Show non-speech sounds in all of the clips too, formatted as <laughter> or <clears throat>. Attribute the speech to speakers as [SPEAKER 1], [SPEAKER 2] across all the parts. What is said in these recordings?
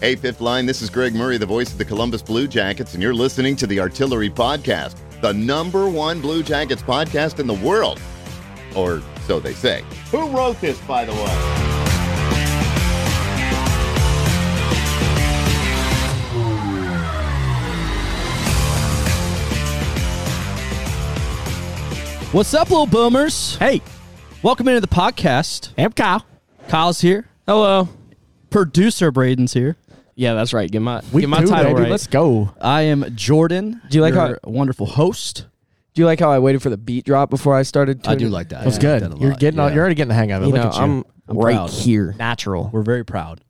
[SPEAKER 1] Hey, Fifth Line, this is Greg Murray, the voice of the Columbus Blue Jackets, and you're listening to the Artillery Podcast, the number one Blue Jackets podcast in the world. Or so they say. Who wrote this, by the way?
[SPEAKER 2] What's up, little boomers?
[SPEAKER 3] Hey,
[SPEAKER 2] Welcome into the podcast.
[SPEAKER 3] I'm Kyle.
[SPEAKER 2] Kyle's here.
[SPEAKER 3] Hello.
[SPEAKER 2] Producer Braden's here.
[SPEAKER 3] Yeah, that's right. Get my
[SPEAKER 4] We
[SPEAKER 3] get my
[SPEAKER 4] do,
[SPEAKER 3] title
[SPEAKER 4] baby.
[SPEAKER 3] right.
[SPEAKER 4] Let's go.
[SPEAKER 2] I am Jordan.
[SPEAKER 3] Do you like
[SPEAKER 2] your wonderful host?
[SPEAKER 3] Do you like how I waited for the beat drop before I started?
[SPEAKER 2] I do
[SPEAKER 3] tuning?
[SPEAKER 2] like that. I
[SPEAKER 4] That's
[SPEAKER 2] like
[SPEAKER 4] good.
[SPEAKER 2] that a
[SPEAKER 4] you're
[SPEAKER 2] lot,
[SPEAKER 4] getting. all
[SPEAKER 2] yeah.
[SPEAKER 4] You're already getting the hang of it.
[SPEAKER 3] You
[SPEAKER 4] Look
[SPEAKER 3] know,
[SPEAKER 4] at you.
[SPEAKER 3] I'm,
[SPEAKER 2] I'm
[SPEAKER 3] right
[SPEAKER 2] proud.
[SPEAKER 3] here, natural.
[SPEAKER 2] We're very proud.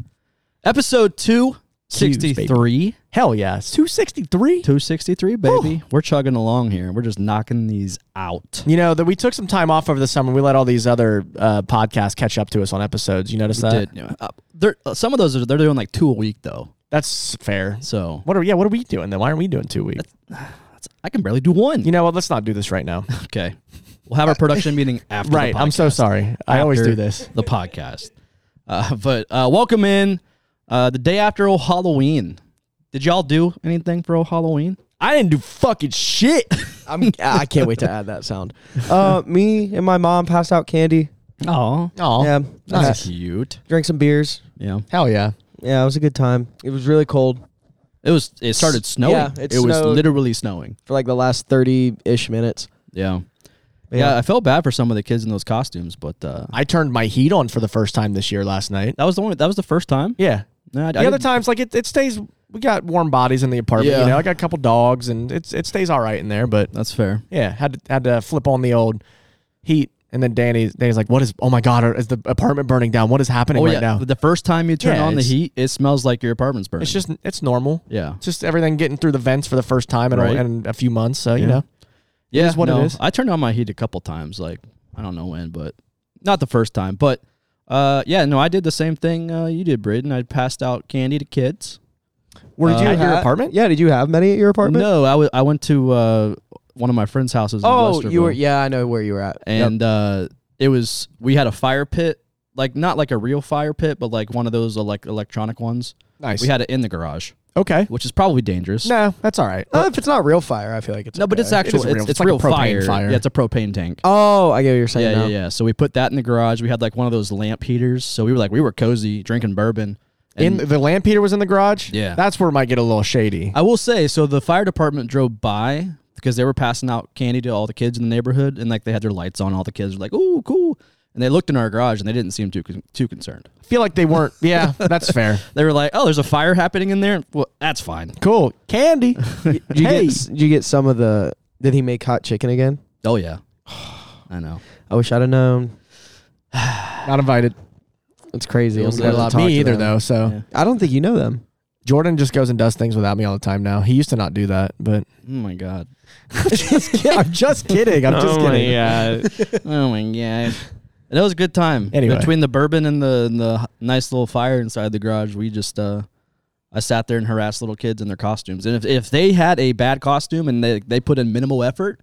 [SPEAKER 2] Episode two sixty three.
[SPEAKER 4] Hell yeah. Two sixty three.
[SPEAKER 2] Two sixty three, baby. We're chugging along here. We're just knocking these out.
[SPEAKER 4] You know that we took some time off over the summer. We let all these other uh, podcasts catch up to us on episodes. You notice that?
[SPEAKER 2] Did- yeah. Uh, they're- uh, some of those are they're doing like two a week though.
[SPEAKER 4] That's fair.
[SPEAKER 2] So
[SPEAKER 4] What are yeah? What are we doing then? Why aren't we doing two weeks?
[SPEAKER 2] I can barely do one.
[SPEAKER 4] You know what? Let's not do this right now.
[SPEAKER 2] Okay. We'll have our production meeting after. the
[SPEAKER 4] right. I'm so
[SPEAKER 2] podcast.
[SPEAKER 4] sorry. I always
[SPEAKER 2] after
[SPEAKER 4] do this.
[SPEAKER 2] The podcast. Uh, <laughs> but uh, welcome in uh, the day after old Halloween. Did y'all do anything for old Halloween?
[SPEAKER 4] I didn't do fucking shit.
[SPEAKER 3] I'm. ah, I can't wait to add that sound. Uh, me and my mom passed out candy.
[SPEAKER 2] Oh,
[SPEAKER 4] Oh,
[SPEAKER 3] Yeah,
[SPEAKER 2] that's
[SPEAKER 3] Uh,
[SPEAKER 2] cute.
[SPEAKER 3] drank some beers.
[SPEAKER 2] Yeah,
[SPEAKER 4] hell yeah.
[SPEAKER 3] Yeah, it was a good time. It was really cold
[SPEAKER 2] it was. It started snowing.
[SPEAKER 3] Yeah,
[SPEAKER 2] it,
[SPEAKER 3] it
[SPEAKER 2] was
[SPEAKER 3] snowed.
[SPEAKER 2] literally snowing.
[SPEAKER 3] for like the last thirty ish minutes.
[SPEAKER 2] Yeah.
[SPEAKER 3] But
[SPEAKER 2] yeah, I felt bad for some of the kids in those costumes, but uh,
[SPEAKER 4] I turned my heat on for the first time this year last night.
[SPEAKER 2] that was the one. That was the first time.
[SPEAKER 4] Yeah.
[SPEAKER 2] Nah, I- I
[SPEAKER 4] the other
[SPEAKER 2] didn't-
[SPEAKER 4] times, like it, it stays. We got warm bodies in the apartment.
[SPEAKER 2] Yeah.
[SPEAKER 4] You know, I got a couple dogs, and it's it stays all right in there. But
[SPEAKER 2] That's fair.
[SPEAKER 4] yeah, had to, had to flip on the old heat. And then Danny, Danny's like, "What is? Oh my God! are- Is the apartment burning down? What is happening
[SPEAKER 2] Oh
[SPEAKER 4] right
[SPEAKER 2] yeah,
[SPEAKER 4] now?
[SPEAKER 2] the first time you turn
[SPEAKER 4] Yeah,
[SPEAKER 2] on the
[SPEAKER 4] it's-
[SPEAKER 2] heat, it smells like your apartment's burning.
[SPEAKER 4] It's just it's normal.
[SPEAKER 2] yeah,
[SPEAKER 4] It's just everything getting through the vents for the first time in,
[SPEAKER 2] Right.
[SPEAKER 4] a, in a few months. So
[SPEAKER 2] Yeah.
[SPEAKER 4] you know,
[SPEAKER 2] yeah,
[SPEAKER 4] is what it
[SPEAKER 2] no,
[SPEAKER 4] is.
[SPEAKER 2] I turned on my heat a couple times, like I don't know when, but not the first time. But uh, yeah, no, I did the same thing uh, you did, Braden. I passed out candy to kids.
[SPEAKER 4] where did
[SPEAKER 2] Uh,
[SPEAKER 4] you at your
[SPEAKER 3] Ha-
[SPEAKER 4] apartment?
[SPEAKER 3] Yeah, did you have many at your apartment?
[SPEAKER 2] No, I wa- I went to uh, one of my friends' houses. In
[SPEAKER 3] Oh, you were.
[SPEAKER 2] Westerville,
[SPEAKER 3] Yeah, I know where you were at.
[SPEAKER 2] and uh, it was we had a fire pit, like not like a real fire pit, but like one of those uh, like electronic ones.
[SPEAKER 4] Nice.
[SPEAKER 2] We had it in the garage,
[SPEAKER 4] okay.
[SPEAKER 2] which is probably dangerous.
[SPEAKER 4] No, that's all right.
[SPEAKER 3] Well, if it's not real fire, I feel like it's
[SPEAKER 2] No, but it's actual.
[SPEAKER 4] is
[SPEAKER 2] it's,
[SPEAKER 4] real.
[SPEAKER 2] it's
[SPEAKER 4] It's like a
[SPEAKER 2] real
[SPEAKER 4] propane
[SPEAKER 2] fire.
[SPEAKER 4] fire.
[SPEAKER 2] Yeah, it's a propane tank.
[SPEAKER 3] Oh, I get what you're saying.
[SPEAKER 2] yeah,
[SPEAKER 3] now.
[SPEAKER 2] yeah, yeah. So we put that in the garage. We had like one of those lamp heaters. So we were like, we were cozy, drinking bourbon. And
[SPEAKER 4] in the lamp heater was in the garage.
[SPEAKER 2] Yeah.
[SPEAKER 4] that's where it might get a little shady.
[SPEAKER 2] I will say, so the fire department drove by because they were passing out candy to all the kids in the neighborhood, and like they had their lights on. All the kids were like, "Ooh, cool!" And they looked in our garage, and they didn't seem too con- too concerned.
[SPEAKER 4] I feel like they weren't. Yeah, that's fair.
[SPEAKER 2] They were like, "Oh, there's a fire happening in there. Well, that's fine."
[SPEAKER 4] Cool candy.
[SPEAKER 3] Did you,
[SPEAKER 4] Hey.
[SPEAKER 3] get, did you get some of the? Did he make hot chicken again?
[SPEAKER 2] Oh yeah, <sighs> I know.
[SPEAKER 3] I wish I'd have known.
[SPEAKER 4] Not invited.
[SPEAKER 3] It's crazy.
[SPEAKER 2] Feels
[SPEAKER 3] I'm
[SPEAKER 2] like
[SPEAKER 3] glad I
[SPEAKER 2] a lot-
[SPEAKER 3] talked
[SPEAKER 4] me
[SPEAKER 3] to
[SPEAKER 4] either
[SPEAKER 3] them.
[SPEAKER 4] though. So
[SPEAKER 2] Yeah.
[SPEAKER 3] I don't think you know them.
[SPEAKER 4] Jordan just goes and does things without me all the time now. He used to not do that, but <laughs>
[SPEAKER 2] Oh my god.
[SPEAKER 4] I'm just kidding. I'm just kidding.
[SPEAKER 2] Yeah. oh my god. <laughs> That was a good time.
[SPEAKER 4] Anyway.
[SPEAKER 2] Between the bourbon and the and the h- nice little fire inside the garage, we just uh I sat there and harassed little kids in their costumes. And if, if they had a bad costume and they, they put in minimal effort,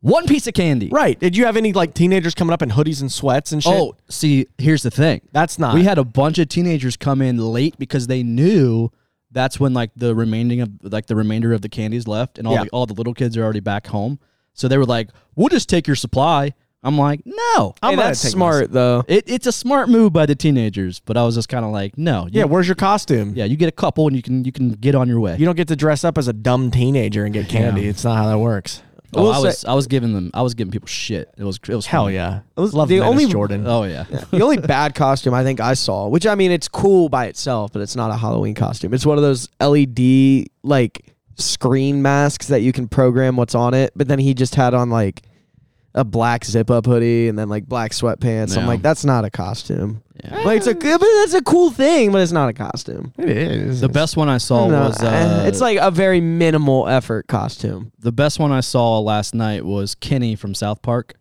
[SPEAKER 2] one piece of candy.
[SPEAKER 4] Right. Did you have any like teenagers coming up in hoodies and sweats and shit?
[SPEAKER 2] Oh, see, here's the thing.
[SPEAKER 4] that's not.
[SPEAKER 2] we had a bunch of teenagers come in late because they knew that's when like the remaining of like the remainder of the candies left and all
[SPEAKER 4] Yeah.
[SPEAKER 2] the, all the little kids are already back home. So they were like, "We'll just take your supply." I'm like, "No,
[SPEAKER 4] I'm
[SPEAKER 3] Hey,
[SPEAKER 4] gonna
[SPEAKER 3] that's
[SPEAKER 4] take
[SPEAKER 3] smart though.
[SPEAKER 2] It, it's a smart move by the teenagers, but I was just kind of like, no, you,
[SPEAKER 4] yeah. Where's your costume?
[SPEAKER 2] yeah, you get a couple and you can you can get on your way.
[SPEAKER 4] You don't get to dress up as a dumb teenager and get candy. It's not how that works.
[SPEAKER 2] Oh,
[SPEAKER 3] will
[SPEAKER 2] I
[SPEAKER 3] say-
[SPEAKER 2] was I was giving them I was giving people shit. It was it was
[SPEAKER 4] Hell
[SPEAKER 2] funny.
[SPEAKER 4] yeah.
[SPEAKER 3] was
[SPEAKER 4] Love
[SPEAKER 3] the
[SPEAKER 4] Menace
[SPEAKER 3] only-
[SPEAKER 4] Jordan.
[SPEAKER 2] oh yeah.
[SPEAKER 3] the only bad costume I think I saw, which I mean, it's cool by itself, but it's not a Halloween costume. It's one of those LED like screen masks that you can program what's on it. But then he just had on like a black zip up hoodie and then like black sweatpants. I'm
[SPEAKER 2] Yeah.
[SPEAKER 3] like, that's not a costume. Like it's a good, but that's a cool thing, but it's not a costume.
[SPEAKER 4] It is.
[SPEAKER 2] The best one I saw
[SPEAKER 3] No,
[SPEAKER 2] was uh,
[SPEAKER 3] I- it's like a very minimal effort costume.
[SPEAKER 2] the best one I saw last night was Kenny from South Park,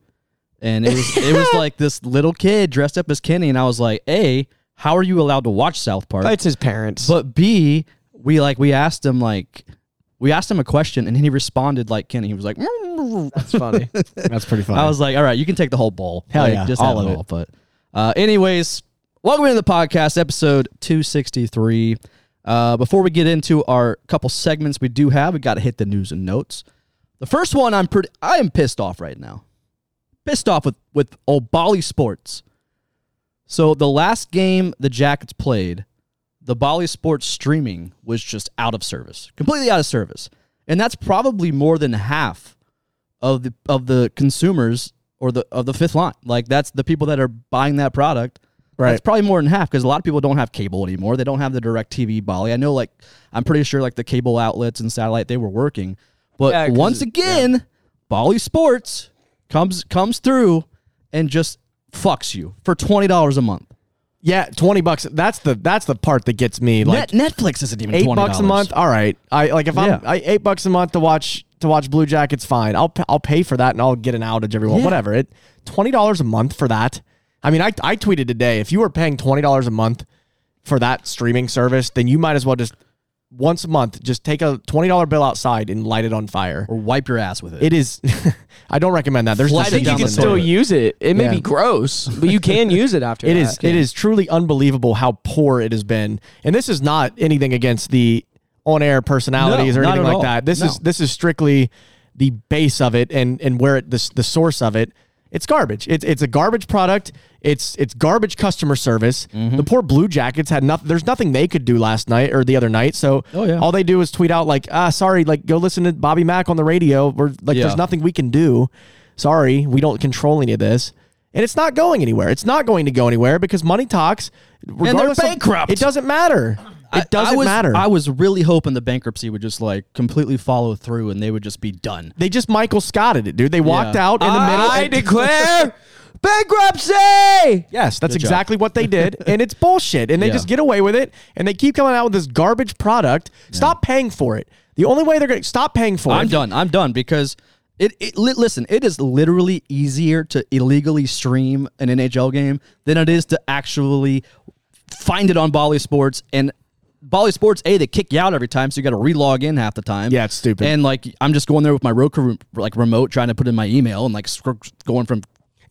[SPEAKER 2] and it
[SPEAKER 3] <laughs>
[SPEAKER 2] was it was like this little kid dressed up as Kenny, and I was like, a, how are you allowed to watch South Park?
[SPEAKER 3] It's his parents.
[SPEAKER 2] But B, we like we asked him like we asked him a question, and he responded like Kenny. He was like, "Mm,
[SPEAKER 3] That's funny.
[SPEAKER 4] That's pretty funny.
[SPEAKER 2] I was like, all right, you can take the whole bowl.
[SPEAKER 4] Hell
[SPEAKER 2] Like,
[SPEAKER 4] yeah,
[SPEAKER 2] just
[SPEAKER 4] all
[SPEAKER 2] have
[SPEAKER 4] of it.
[SPEAKER 2] But uh, anyways, welcome into the podcast, episode 263. Uh, before we get into our couple segments we do have, we got to hit the news and notes. The first one, I'm pretty, I am pissed off right now. Pissed off with with old Bali Sports. So the last game the Jackets played, the Bali Sports streaming was just out of service, completely out of service, and that's probably more than half of the of the consumers or the of the fifth line. Like that's the people that are buying that product.
[SPEAKER 4] Right.
[SPEAKER 2] That's probably more than half because a lot of people don't have cable anymore. They don't have the direct TV Bali. I know like I'm pretty sure like the cable outlets and satellite they were working. But
[SPEAKER 3] Yeah, 'cause
[SPEAKER 2] once
[SPEAKER 3] it-
[SPEAKER 2] again, Bali Sports comes comes through and just fucks you for twenty dollars a month.
[SPEAKER 4] Yeah, twenty bucks. That's the that's the part that gets me. Like
[SPEAKER 2] Net, Netflix isn't even
[SPEAKER 4] eight
[SPEAKER 2] $20.
[SPEAKER 4] bucks a month. All right, I like if
[SPEAKER 2] Yeah.
[SPEAKER 4] I'm I, eight bucks a month to watch to watch Blue Jackets. Fine, I'll p- I'll pay for that and I'll get an outage every once.
[SPEAKER 2] Yeah.
[SPEAKER 4] Whatever it twenty dollars a month for that. I mean, I I tweeted today if you were paying twenty dollars a month for that streaming service, then you might as well just once a month just take a twenty dollar bill outside and light it on fire.
[SPEAKER 2] Or wipe your ass with it.
[SPEAKER 4] It is. <laughs> I don't recommend that. There's
[SPEAKER 2] Flush
[SPEAKER 3] <laughs> I
[SPEAKER 2] Sit
[SPEAKER 4] nothing
[SPEAKER 3] think you
[SPEAKER 2] down
[SPEAKER 4] in
[SPEAKER 3] can
[SPEAKER 2] the
[SPEAKER 4] there.
[SPEAKER 3] still
[SPEAKER 2] toilet.
[SPEAKER 3] use it. It may
[SPEAKER 4] Yeah.
[SPEAKER 3] be gross, but you <laughs> can use it after.
[SPEAKER 4] It
[SPEAKER 3] that.
[SPEAKER 4] is. It is truly unbelievable how poor it has been. And this is not anything against the on-air personalities
[SPEAKER 2] No,
[SPEAKER 4] or
[SPEAKER 2] not
[SPEAKER 4] anything
[SPEAKER 2] at
[SPEAKER 4] like
[SPEAKER 2] all.
[SPEAKER 4] that. This is
[SPEAKER 2] No.
[SPEAKER 4] this is strictly the base of it and and where it this the source of it. It's garbage. It's it's a garbage product. It's it's garbage customer service.
[SPEAKER 2] Mm-hmm.
[SPEAKER 4] The poor Blue Jackets had nothing. There's nothing they could do last night or the other night. So
[SPEAKER 2] Oh, yeah.
[SPEAKER 4] all they do is tweet out like, ah, sorry, like go listen to Bobby Mack on the radio. We're like,
[SPEAKER 2] Yeah.
[SPEAKER 4] there's nothing we can do. Sorry, we don't control any of this. And it's not going anywhere. It's not going to go anywhere because money talks. Regardless of-
[SPEAKER 2] bankrupt.
[SPEAKER 4] it doesn't matter.
[SPEAKER 2] I-
[SPEAKER 4] It doesn't
[SPEAKER 2] I was,
[SPEAKER 4] matter.
[SPEAKER 2] I was really hoping the bankruptcy would just like completely follow through and they would just be done.
[SPEAKER 4] they just Michael Scotted it, dude. They walked
[SPEAKER 2] Yeah.
[SPEAKER 4] out in the middle.
[SPEAKER 3] I
[SPEAKER 4] and- <laughs>
[SPEAKER 3] <laughs> declare bankruptcy.
[SPEAKER 4] Yes, that's
[SPEAKER 2] Good job.
[SPEAKER 4] exactly what
[SPEAKER 2] <laughs>
[SPEAKER 4] they did, and it's bullshit. And they
[SPEAKER 2] Yeah.
[SPEAKER 4] just get away with it, and they keep coming out with this garbage product. Stop paying for it. The only way they're going to stop paying for
[SPEAKER 2] I'm
[SPEAKER 4] it.
[SPEAKER 2] done. I'm done because it, it li- listen, it is literally easier to illegally stream an NHL game than it is to actually find it on Bally Sports and Bally Sports A they kick you out every time so you got to re-log in half the time.
[SPEAKER 4] Yeah, it's stupid.
[SPEAKER 2] And like I'm just going there with my Roku rem- like remote trying to put in my email and like scr- going from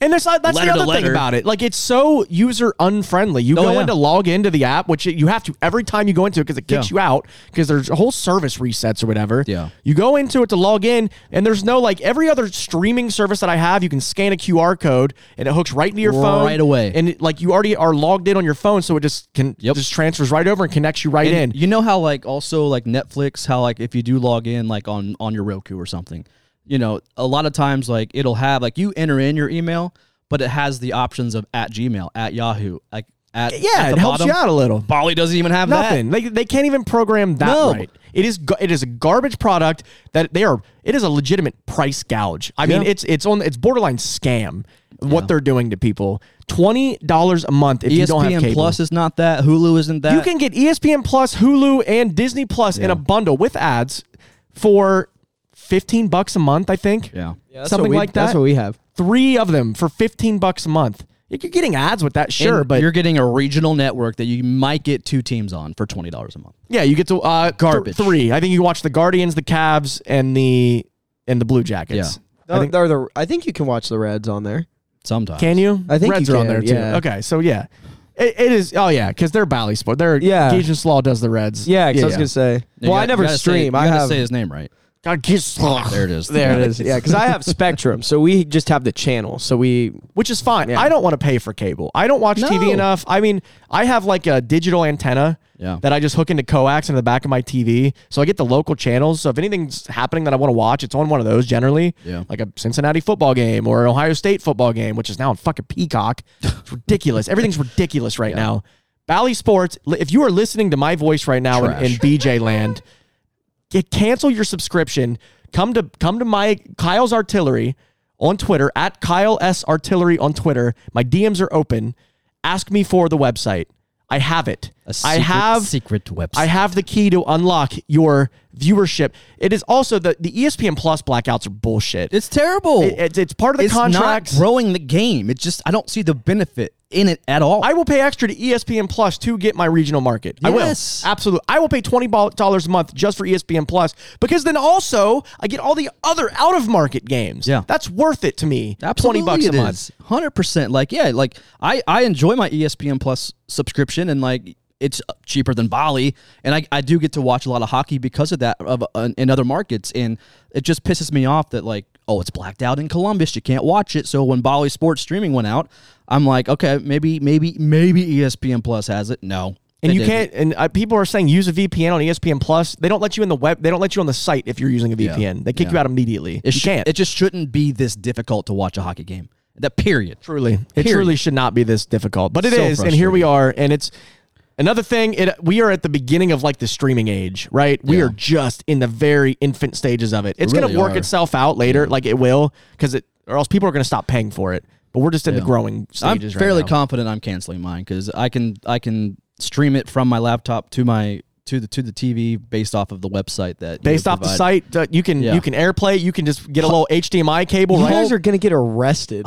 [SPEAKER 4] And there's uh, that's
[SPEAKER 2] Letter
[SPEAKER 4] the
[SPEAKER 2] to
[SPEAKER 4] other thing
[SPEAKER 2] letter.
[SPEAKER 4] about it. Like it's so user unfriendly. You
[SPEAKER 2] Oh,
[SPEAKER 4] go
[SPEAKER 2] yeah.
[SPEAKER 4] in to log into the app, which you have to every time you go into it because it kicks
[SPEAKER 2] Yeah.
[SPEAKER 4] you out because there's a whole service resets or whatever.
[SPEAKER 2] Yeah.
[SPEAKER 4] You go into it to log in, and there's no like every other streaming service that I have. You can scan a QR code and it hooks right into your phone
[SPEAKER 2] Right away.
[SPEAKER 4] and it, like you already are logged in on your phone, so it just can
[SPEAKER 2] Yep.
[SPEAKER 4] just transfers right over and connects you right in.
[SPEAKER 2] And you know how like also like Netflix, how like if you do log in like on on your Roku or something, you know, a lot of times like it'll have like you enter in your email, but it has the options of at Gmail, at Yahoo, like at
[SPEAKER 4] yeah,
[SPEAKER 2] at
[SPEAKER 4] it
[SPEAKER 2] the
[SPEAKER 4] helps
[SPEAKER 2] bottom.
[SPEAKER 4] you out a little.
[SPEAKER 2] Bali doesn't even have
[SPEAKER 4] Nothing. They, they can't even program that
[SPEAKER 2] No.
[SPEAKER 4] right. It is ga- it is a garbage product that they are. It is a legitimate price gouge. I mean,
[SPEAKER 2] Yeah.
[SPEAKER 4] it's it's on it's borderline scam what they're doing to people. Twenty dollars a month if
[SPEAKER 2] that.
[SPEAKER 4] you don't have
[SPEAKER 2] ESPN
[SPEAKER 4] cable.
[SPEAKER 2] Plus is not that. Hulu isn't that.
[SPEAKER 4] you can get E ESPN Plus, Hulu, and Disney Plus in a bundle with ads for fifteen bucks a month. I think.
[SPEAKER 2] yeah.
[SPEAKER 3] That's
[SPEAKER 4] Something
[SPEAKER 3] what we-
[SPEAKER 4] like that.
[SPEAKER 3] That's what we have.
[SPEAKER 4] Three of them for fifteen bucks a month. You're getting ads with that, sure,
[SPEAKER 2] And
[SPEAKER 4] but
[SPEAKER 2] you're getting a regional network that you might get two teams on for twenty dollars a month.
[SPEAKER 4] Yeah, you get to uh, th-
[SPEAKER 2] Garbage.
[SPEAKER 4] three. I think you watch the Guardians, the Cavs, and the and the Blue Jackets.
[SPEAKER 3] I think, they're the, I think you can watch the Reds on there.
[SPEAKER 2] Sometimes
[SPEAKER 4] Can you?
[SPEAKER 3] I think
[SPEAKER 4] Reds
[SPEAKER 3] you
[SPEAKER 4] are on
[SPEAKER 3] can,
[SPEAKER 4] there too.
[SPEAKER 3] yeah.
[SPEAKER 4] Okay, so yeah, it, it is. Oh yeah, because they're Bally Sport. They're
[SPEAKER 3] Yeah.
[SPEAKER 4] yeah. Gajan Slaw does the Reds.
[SPEAKER 3] Yeah, 'cause I was gonna say.
[SPEAKER 2] You
[SPEAKER 3] well,
[SPEAKER 2] gotta-
[SPEAKER 3] I
[SPEAKER 2] you
[SPEAKER 3] never
[SPEAKER 2] gotta say-
[SPEAKER 3] stream.
[SPEAKER 2] you
[SPEAKER 3] I
[SPEAKER 2] gotta
[SPEAKER 3] have
[SPEAKER 2] say his name right.
[SPEAKER 4] Gajan Slaw.
[SPEAKER 2] There it is.
[SPEAKER 3] <laughs> there it is.
[SPEAKER 2] <laughs>
[SPEAKER 3] Yeah, because I have Spectrum, so we just have the channel. So <laughs> we
[SPEAKER 4] which is fine.
[SPEAKER 3] Yeah.
[SPEAKER 4] I don't want to pay for cable. I don't watch
[SPEAKER 2] No.
[SPEAKER 4] TV enough. I mean, I have like a digital antenna
[SPEAKER 2] Yeah.
[SPEAKER 4] that I just hook into coax in the back of my TV, so I get the local channels. So if anything's happening that I want to watch, it's on one of those generally,
[SPEAKER 2] Yeah.
[SPEAKER 4] like a Cincinnati football game or an Ohio State football game, which is now on fucking Peacock. It's
[SPEAKER 2] <laughs>
[SPEAKER 4] ridiculous. Everything's ridiculous right now. Bally Sports. li- If you are listening to my voice right now in, in
[SPEAKER 2] Trash.
[SPEAKER 4] BJ land, get cancel your subscription. Come to come to my Kyle's Artillery on Twitter at Kyle S Artillery on Twitter. My DMs are open. Ask me for the website. I have it.
[SPEAKER 2] A
[SPEAKER 4] I
[SPEAKER 2] secret,
[SPEAKER 4] have
[SPEAKER 2] secret website.
[SPEAKER 4] I have the key to unlock your viewership. It is also the the E ESPN Plus blackouts are bullshit.
[SPEAKER 2] It's terrible.
[SPEAKER 4] It- it's, it's part of the
[SPEAKER 2] it's
[SPEAKER 4] contracts.
[SPEAKER 2] not growing the game. It's just I don't see the benefit in it at all.
[SPEAKER 4] I will pay extra to E ESPN Plus to get my regional market.
[SPEAKER 2] Yes.
[SPEAKER 4] I will. Absolutely. I will pay $20 a month just for E ESPN Plus because then also I get all the other out of market games.
[SPEAKER 2] Yeah.
[SPEAKER 4] That's worth it to me. 20 bucks a month.
[SPEAKER 2] E Hundred percent. Like yeah, like I I enjoy my ESPN Plus subscription and like it's cheaper than Bali, and I, I do get to watch a lot of hockey because of that of uh, in other markets, and it just pisses me off that like oh it's blacked out in Columbus, you can't watch it. So when Bali Sports streaming went out, I'm like okay maybe maybe maybe E ESPN Plus has it. No,
[SPEAKER 4] And
[SPEAKER 2] they
[SPEAKER 4] you
[SPEAKER 2] didn't.
[SPEAKER 4] can't. And uh, people are saying use a VPN on E ESPN Plus. They don't let you in the web. They don't let you on the site if you're using a VPN. They kick you out immediately.
[SPEAKER 2] It
[SPEAKER 4] you
[SPEAKER 2] shou-
[SPEAKER 4] can't.
[SPEAKER 2] It just shouldn't be this difficult to watch a hockey game. That period.
[SPEAKER 4] truly, it
[SPEAKER 2] Period.
[SPEAKER 4] truly should not be this difficult, but it is.
[SPEAKER 2] So
[SPEAKER 4] And here we are. And it's another thing. It we are at the beginning of like the streaming age, right? We
[SPEAKER 2] Yeah.
[SPEAKER 4] are just in the very infant stages of it. It's
[SPEAKER 2] really
[SPEAKER 4] gonna work
[SPEAKER 2] are.
[SPEAKER 4] itself out later, like it will, because it or else people are gonna stop paying for it. But we're just in the growing
[SPEAKER 2] I'm
[SPEAKER 4] stages. right
[SPEAKER 2] fairly
[SPEAKER 4] now.
[SPEAKER 2] confident I'm canceling mine because I can I can stream it from my laptop to my to the to the TV based off of the website that you
[SPEAKER 4] based off the
[SPEAKER 2] provide.
[SPEAKER 4] site. Uh, you can
[SPEAKER 2] Yeah.
[SPEAKER 4] you can AirPlay. You can just get a little HDMI cable.
[SPEAKER 3] You
[SPEAKER 4] right?
[SPEAKER 3] guys are gonna get arrested.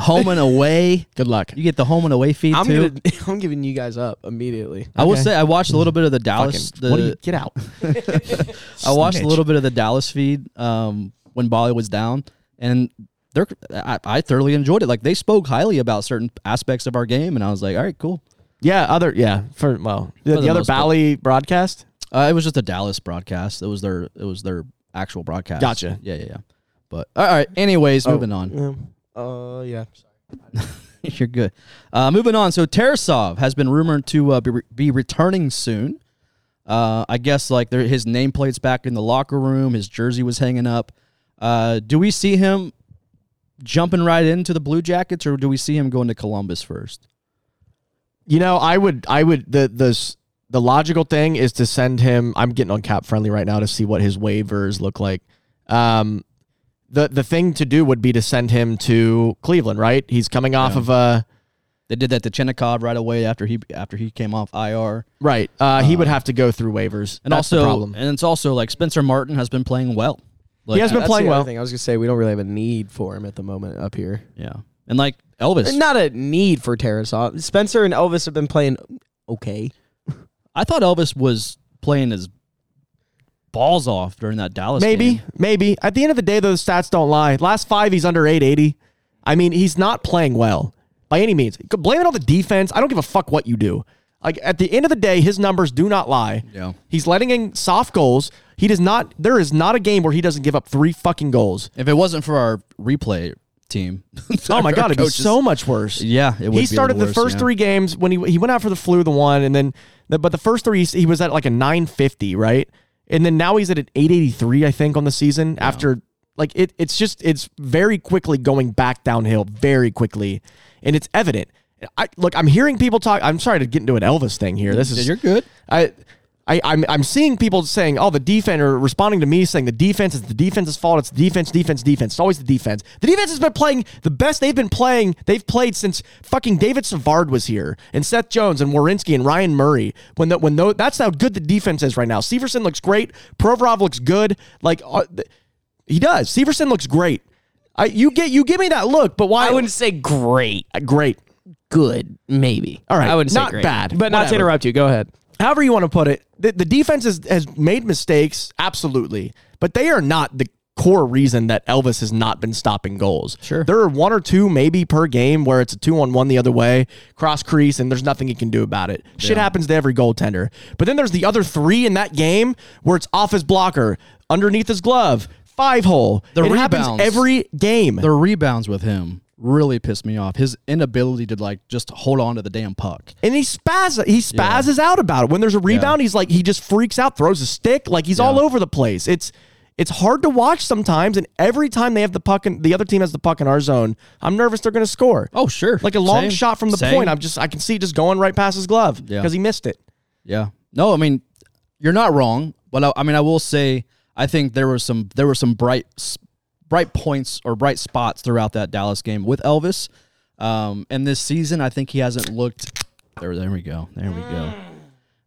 [SPEAKER 2] <laughs> Home and away.
[SPEAKER 4] Good luck.
[SPEAKER 2] You get the home and away feed
[SPEAKER 3] I'm
[SPEAKER 2] too.
[SPEAKER 3] gonna, <laughs> I'm giving you guys up immediately.
[SPEAKER 2] I will
[SPEAKER 4] Okay.
[SPEAKER 2] say I watched a little bit of the Dallas.
[SPEAKER 4] Fucking- what do
[SPEAKER 2] the-
[SPEAKER 4] you get out? <laughs>
[SPEAKER 2] I watched a
[SPEAKER 4] Snitch.
[SPEAKER 2] little bit of the Dallas feed um, when Bali was down, and they're, I, I thoroughly enjoyed it. Like they spoke highly about certain aspects of our game, and I was like, all right, cool.
[SPEAKER 4] Yeah, other yeah for well the,
[SPEAKER 2] the
[SPEAKER 4] the other
[SPEAKER 2] most part.
[SPEAKER 4] Bally broadcast.
[SPEAKER 2] Uh, it was just a Dallas broadcast. It was their it was their actual broadcast.
[SPEAKER 4] Gotcha.
[SPEAKER 2] Yeah, yeah, yeah. But all right. Anyways, moving on. <laughs>
[SPEAKER 3] Uh, yeah.
[SPEAKER 2] You're good. Uh, moving on. So Tarasov has been rumored to uh, be, be returning soon. Uh, I guess like there, his nameplate's back in the locker room. His jersey was hanging up. Uh, do we see him jumping right into the Blue Jackets, or do we see him going to Columbus first?
[SPEAKER 4] You know, I would I would the the s- the logical thing is to send him. I'm getting on cap friendly right now to see what his waivers look like. Um, the the thing to do would be to send him to Cleveland, right? He's coming off of a
[SPEAKER 2] They did that to Chinnikov right away after he after he came off IR.
[SPEAKER 4] right. Uh, he would have to go through waivers,
[SPEAKER 2] and
[SPEAKER 4] That's the
[SPEAKER 2] also
[SPEAKER 4] problem.
[SPEAKER 2] and it's also like Spencer Martin has been playing well. Like,
[SPEAKER 4] he has been
[SPEAKER 3] That's
[SPEAKER 4] playing
[SPEAKER 3] the other
[SPEAKER 4] well.
[SPEAKER 3] Thing. I was gonna say we don't really have a need for him at the moment up here.
[SPEAKER 2] yeah, and like Elvis,
[SPEAKER 3] Not a need for Tarasov. Spencer and Elvis have been playing okay.
[SPEAKER 2] I thought Elvis was playing his balls off during that Dallas.
[SPEAKER 4] Maybe,
[SPEAKER 2] game.
[SPEAKER 4] maybe. At the end of the day, those stats don't lie. Last five, he's under 880. I mean, he's not playing well by any means. Blame it on the defense. I don't give a fuck what you do. Like at the end of the day, his numbers do not lie.
[SPEAKER 2] Yeah.
[SPEAKER 4] He's letting in soft goals. He does not. There is not a game where he doesn't give up three fucking goals.
[SPEAKER 2] if it wasn't for our replay team.
[SPEAKER 4] <laughs> Oh my
[SPEAKER 2] our
[SPEAKER 4] god, it'd be
[SPEAKER 2] coaches-
[SPEAKER 4] so much worse.
[SPEAKER 2] Yeah, it would
[SPEAKER 4] he
[SPEAKER 2] be
[SPEAKER 4] started the
[SPEAKER 2] worse,
[SPEAKER 4] first
[SPEAKER 2] yeah.
[SPEAKER 4] three games when he he went out for the flu, the one, and then the, but the first three he, he was at like a nine fifty, right? And then now he's at an eight eighty three, I think, on the season after like it. It's just it's very quickly going back downhill, very quickly, and it's evident. I look, I'm hearing people talk. I'm sorry to get into an Elvis thing here. This is
[SPEAKER 2] You're good.
[SPEAKER 4] I. I, I'm, I'm seeing people saying, oh, the defense, or responding to me saying the defense is the defense's fault. It's defense, defense, defense. It's always the defense. The defense has been playing the best they've been playing. They've played since fucking David Savard was here and Seth Jones and Warinsky and Ryan Murray. When the, when tho- That's how good the defense is right now. Severson looks great. Provorov looks good. Like, uh, th- he does. Severson looks great. I, you get you give me that look, but why?
[SPEAKER 3] I wouldn't say great.
[SPEAKER 4] Uh, great.
[SPEAKER 3] Good, maybe.
[SPEAKER 4] All right,
[SPEAKER 3] I wouldn't
[SPEAKER 4] not
[SPEAKER 3] say great.
[SPEAKER 4] bad,
[SPEAKER 3] But not
[SPEAKER 4] whatever.
[SPEAKER 3] to interrupt you. Go ahead.
[SPEAKER 4] however you want to put it, the, the defense has, has made mistakes, absolutely, but they are not the core reason that Elvis has not been stopping goals.
[SPEAKER 2] Sure.
[SPEAKER 4] There are one or two maybe per game where it's a two on one the other way, cross crease, and there's nothing you can do about it. Shit happens to every goaltender. But then there's the other three in that game where it's off his blocker, underneath his glove, five hole.
[SPEAKER 2] The
[SPEAKER 4] it happens
[SPEAKER 2] rebounds.
[SPEAKER 4] every game.
[SPEAKER 2] The rebounds with him really pissed me off. His inability to like just hold on to the damn puck.
[SPEAKER 4] And he spaz he spazzes out about it. When there's a rebound, he's like he just freaks out, throws a stick, like he's all over the place. It's it's hard to watch sometimes, and every time they have the puck and the other team has the puck in our zone, I'm nervous they're gonna score.
[SPEAKER 2] Oh, sure.
[SPEAKER 4] Like a long
[SPEAKER 2] Same.
[SPEAKER 4] shot from the
[SPEAKER 2] Same.
[SPEAKER 4] point. I'm just I can see it just going right past his glove
[SPEAKER 2] Yeah.
[SPEAKER 4] because he missed it.
[SPEAKER 2] Yeah. No, I mean, you're not wrong, but I, I mean, I will say, I think there were some there were some bright s- bright points or bright spots throughout that Dallas game with Elvis. Um, and this season, I think he hasn't looked. There, there we go. There we go.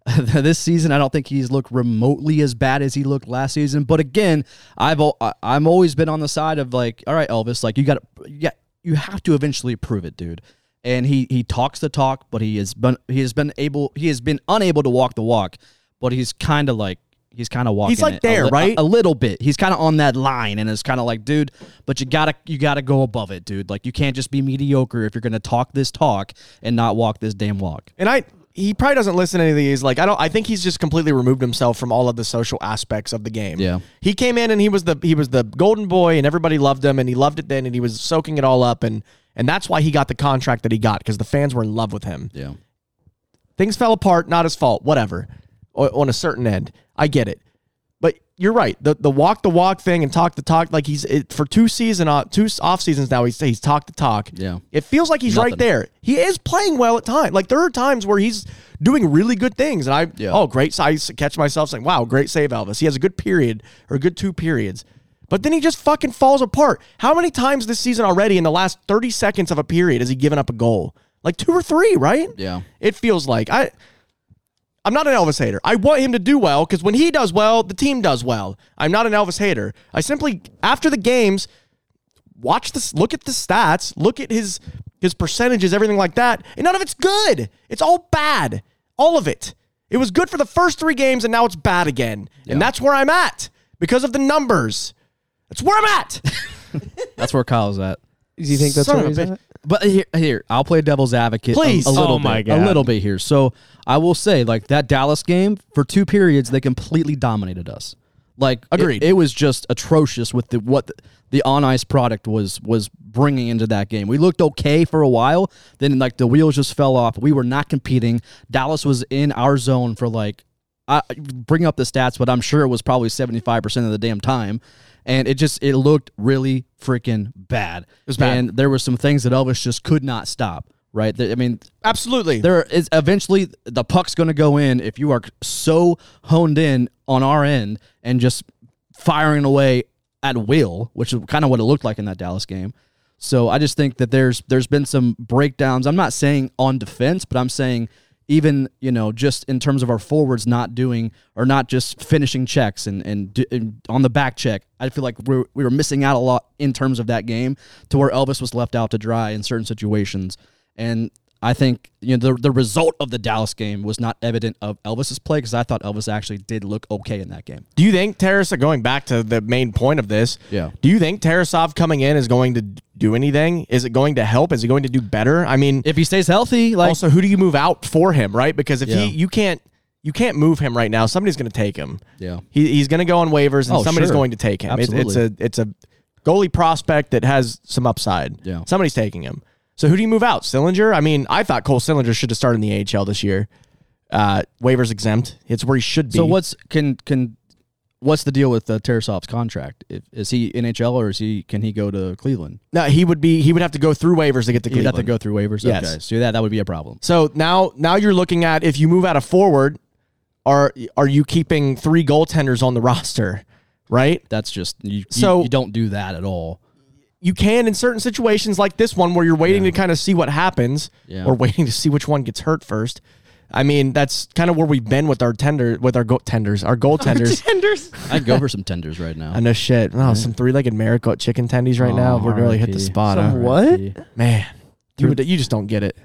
[SPEAKER 2] <laughs> this season, I don't think he's looked remotely as bad as he looked last season. But again, I've al- I- I'm always been on the side of like, all right, Elvis, like you got yeah, you have to eventually prove it, dude. And he he talks the talk, but he has been he has been able he has been unable to walk the walk. But he's kind of like he's kind of walking.
[SPEAKER 4] like
[SPEAKER 2] it a
[SPEAKER 4] there,
[SPEAKER 2] li-
[SPEAKER 4] right?
[SPEAKER 2] A, a little bit. He's kind of on that line, and it's kind of like, dude, but you gotta you gotta go above it, dude. Like you can't just be mediocre if you're gonna talk this talk and not walk this damn walk.
[SPEAKER 4] And I he probably doesn't listen to any of these. Like I don't. I think he's just completely removed himself from all of the social aspects of the game.
[SPEAKER 2] Yeah.
[SPEAKER 4] He came in and he was the he was the golden boy and everybody loved him and he loved it then and he was soaking it all up and and that's why he got the contract that he got because the fans were in love with him.
[SPEAKER 2] Yeah.
[SPEAKER 4] Things fell apart, not his fault, whatever. O- on a certain end, I get it. But you're right. The the walk the walk thing and talk the talk like he's it, for two season uh, two off seasons now he's he's talk the talk.
[SPEAKER 2] Yeah.
[SPEAKER 4] It feels like he's
[SPEAKER 2] Nothing.
[SPEAKER 4] right there. He is playing well at times. Like there are times where he's doing really good things, and I
[SPEAKER 2] Yeah.
[SPEAKER 4] oh great, I s- catch myself saying, "Wow, great save, Elvis." He has a good period or a good two periods, but then he just fucking falls apart. How many times this season already in the last thirty seconds of a period has he given up a goal? Like two or three, right?
[SPEAKER 2] Yeah.
[SPEAKER 4] It feels like I. I'm not an Elvis hater. I want him to do well because when he does well, the team does well. I'm not an Elvis hater. I simply after the games watch this look at the stats look at his his percentages everything like that and none of it's good it's all bad all of it it was good for the first three games and now it's bad again and that's where i'm at because of the numbers that's where i'm at
[SPEAKER 2] <laughs> That's where Kyle's at.
[SPEAKER 3] Do you think that's
[SPEAKER 4] Son
[SPEAKER 3] what
[SPEAKER 4] of
[SPEAKER 3] he's
[SPEAKER 4] a
[SPEAKER 3] at?
[SPEAKER 4] bitch.
[SPEAKER 3] <laughs>
[SPEAKER 2] But here, here, I'll play devil's advocate. a-
[SPEAKER 4] Please.
[SPEAKER 2] a, little
[SPEAKER 5] Oh my
[SPEAKER 2] bit,
[SPEAKER 5] God.
[SPEAKER 2] a little bit here. So I will say, like that Dallas game for two periods, they completely dominated us. Like, it-
[SPEAKER 4] Agreed.
[SPEAKER 2] It, was just atrocious with the what the, the on ice product was was bringing into that game. We looked okay for a while, then like the wheels just fell off. We were not competing. Dallas was in our zone for like. I bring up the stats, but I'm sure it was probably 75% of the damn time. And it just, it looked really freaking bad.
[SPEAKER 4] was bad.
[SPEAKER 2] And there were some things that Elvis just could not stop. Right. That- I mean,
[SPEAKER 4] absolutely
[SPEAKER 2] there is eventually the puck's going to go in if you are so honed in on our end and just firing away at will, which is kind of what it looked like in that Dallas game. So I just think that there's there's been some breakdowns. I'm not saying on defense, but I'm saying even you know just in terms of our forwards not doing or not just finishing checks and and, do, and on the back check, I feel like we we were missing out a lot in terms of that game to where Elvis was left out to dry in certain situations. And I think you know the the result of the Dallas game was not evident of Elvis's play because I thought Elvis actually did look okay in that game.
[SPEAKER 4] do you think Tarasov going back to the main point of this
[SPEAKER 2] Yeah.
[SPEAKER 4] do you think Tarasov coming in is going to do anything is it going to help is he going to do better i mean
[SPEAKER 2] If he stays healthy, like
[SPEAKER 4] also who do you move out for him right because if
[SPEAKER 2] Yeah.
[SPEAKER 4] he you can't you can't move him right now somebody's going to take him
[SPEAKER 2] Yeah.
[SPEAKER 4] he, he's going to go on waivers and
[SPEAKER 2] Oh,
[SPEAKER 4] somebody's
[SPEAKER 2] sure.
[SPEAKER 4] going to take him It's-
[SPEAKER 2] Absolutely.
[SPEAKER 4] it's a it's a goalie prospect that has some upside
[SPEAKER 2] Yeah.
[SPEAKER 4] somebody's taking him so who do you move out Sillinger I mean I thought Cole Sillinger should have started in the AHL this year uh, waivers exempt it's where he should be
[SPEAKER 2] so what's can can what's the deal with uh, Tarasov's contract? If, is he NHL or is he can he go to Cleveland?
[SPEAKER 4] no he would be he would have to go through waivers to get to
[SPEAKER 2] He'd
[SPEAKER 4] Cleveland
[SPEAKER 2] have to go through waivers.
[SPEAKER 4] Yes.
[SPEAKER 2] Okay, so that that would be a problem.
[SPEAKER 4] So now now you're looking at if you move out of forward, are are you keeping three goaltenders on the <laughs> roster? Right?
[SPEAKER 2] That's just you. you-
[SPEAKER 4] So-
[SPEAKER 2] you don't do that at all.
[SPEAKER 4] You can in certain situations like this one where you're waiting to kind of see what happens
[SPEAKER 2] Yeah.
[SPEAKER 4] or waiting to see which one gets hurt first. I mean, that's kind of where we've been with our tender with our go- tenders, our goaltenders.
[SPEAKER 2] I'd go for some tenders right now.
[SPEAKER 4] <laughs> I know shit. Oh, some three-legged miracle chicken tendies right
[SPEAKER 2] Oh,
[SPEAKER 4] now. We're really hit the
[SPEAKER 2] RIP.
[SPEAKER 4] spot.
[SPEAKER 3] Some
[SPEAKER 4] huh?
[SPEAKER 3] what?
[SPEAKER 4] Man, you, would- you just don't get it.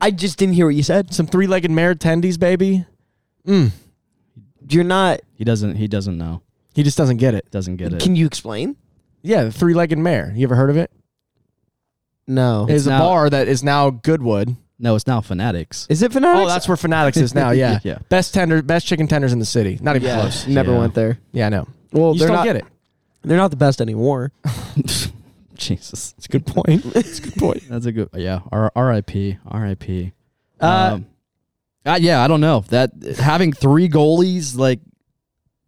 [SPEAKER 3] I just didn't hear what you said.
[SPEAKER 4] Some three-legged mare tendies, baby.
[SPEAKER 3] You're not.
[SPEAKER 2] He doesn't. He doesn't know.
[SPEAKER 4] He just doesn't get it.
[SPEAKER 2] Doesn't get it.
[SPEAKER 3] Can you explain?
[SPEAKER 4] Yeah, the three-legged mare. You ever heard of it?
[SPEAKER 3] No.
[SPEAKER 4] is
[SPEAKER 2] now-
[SPEAKER 4] a bar that is now Goodwood.
[SPEAKER 2] no, it's now fanatics.
[SPEAKER 3] Is it fanatics?
[SPEAKER 4] Oh, that's where Fanatics is now. Yeah.
[SPEAKER 2] Yeah.
[SPEAKER 4] Best tender, best chicken tenders in the city. Not even
[SPEAKER 3] yeah.
[SPEAKER 4] close.
[SPEAKER 3] Never
[SPEAKER 2] Yeah.
[SPEAKER 3] went there.
[SPEAKER 4] Yeah, I know.
[SPEAKER 3] Well,
[SPEAKER 4] you just
[SPEAKER 3] they're
[SPEAKER 4] don't
[SPEAKER 3] not.
[SPEAKER 4] get it.
[SPEAKER 3] They're not the best anymore.
[SPEAKER 2] <laughs> Jesus,
[SPEAKER 4] It's a good point. It's a good point.
[SPEAKER 2] that's a good. Yeah. R- R.I.P. R.I.P.
[SPEAKER 4] Uh,
[SPEAKER 2] Um, uh, yeah, I don't know that having three goalies like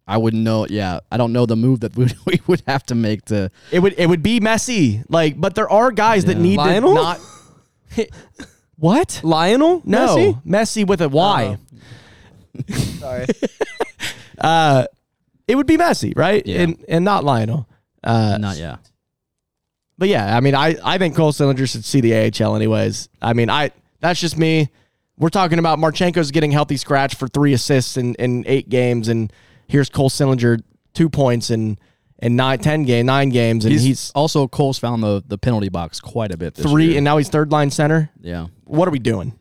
[SPEAKER 2] I wouldn't know. Yeah, I don't know the move that <laughs> we, we would have to make to.
[SPEAKER 4] it would it would be messy. Like, but there are guys that
[SPEAKER 2] Yeah.
[SPEAKER 4] need
[SPEAKER 3] Lionel?
[SPEAKER 4] to not.
[SPEAKER 3] Uh,
[SPEAKER 4] what?
[SPEAKER 3] Lionel?
[SPEAKER 4] No,
[SPEAKER 3] Messi?
[SPEAKER 4] Messi, with a Y.
[SPEAKER 3] Sorry.
[SPEAKER 4] <laughs> Uh, it would be messy, right?
[SPEAKER 2] Yeah.
[SPEAKER 4] And and not Lionel. Uh,
[SPEAKER 2] Not yeah.
[SPEAKER 4] But yeah, I mean, I, I think Cole Sillinger should see the AHL anyways. I mean, I that's just me. We're talking about Marchenko's getting healthy scratch for three assists in, in eight games, and here's Cole Sillinger two points in in nine ten game nine games, and
[SPEAKER 2] He's,
[SPEAKER 4] he's,
[SPEAKER 2] also Cole's found the the penalty box quite a bit. This
[SPEAKER 4] three,
[SPEAKER 2] year.
[SPEAKER 4] and now he's third line center.
[SPEAKER 2] yeah.
[SPEAKER 4] What are we doing?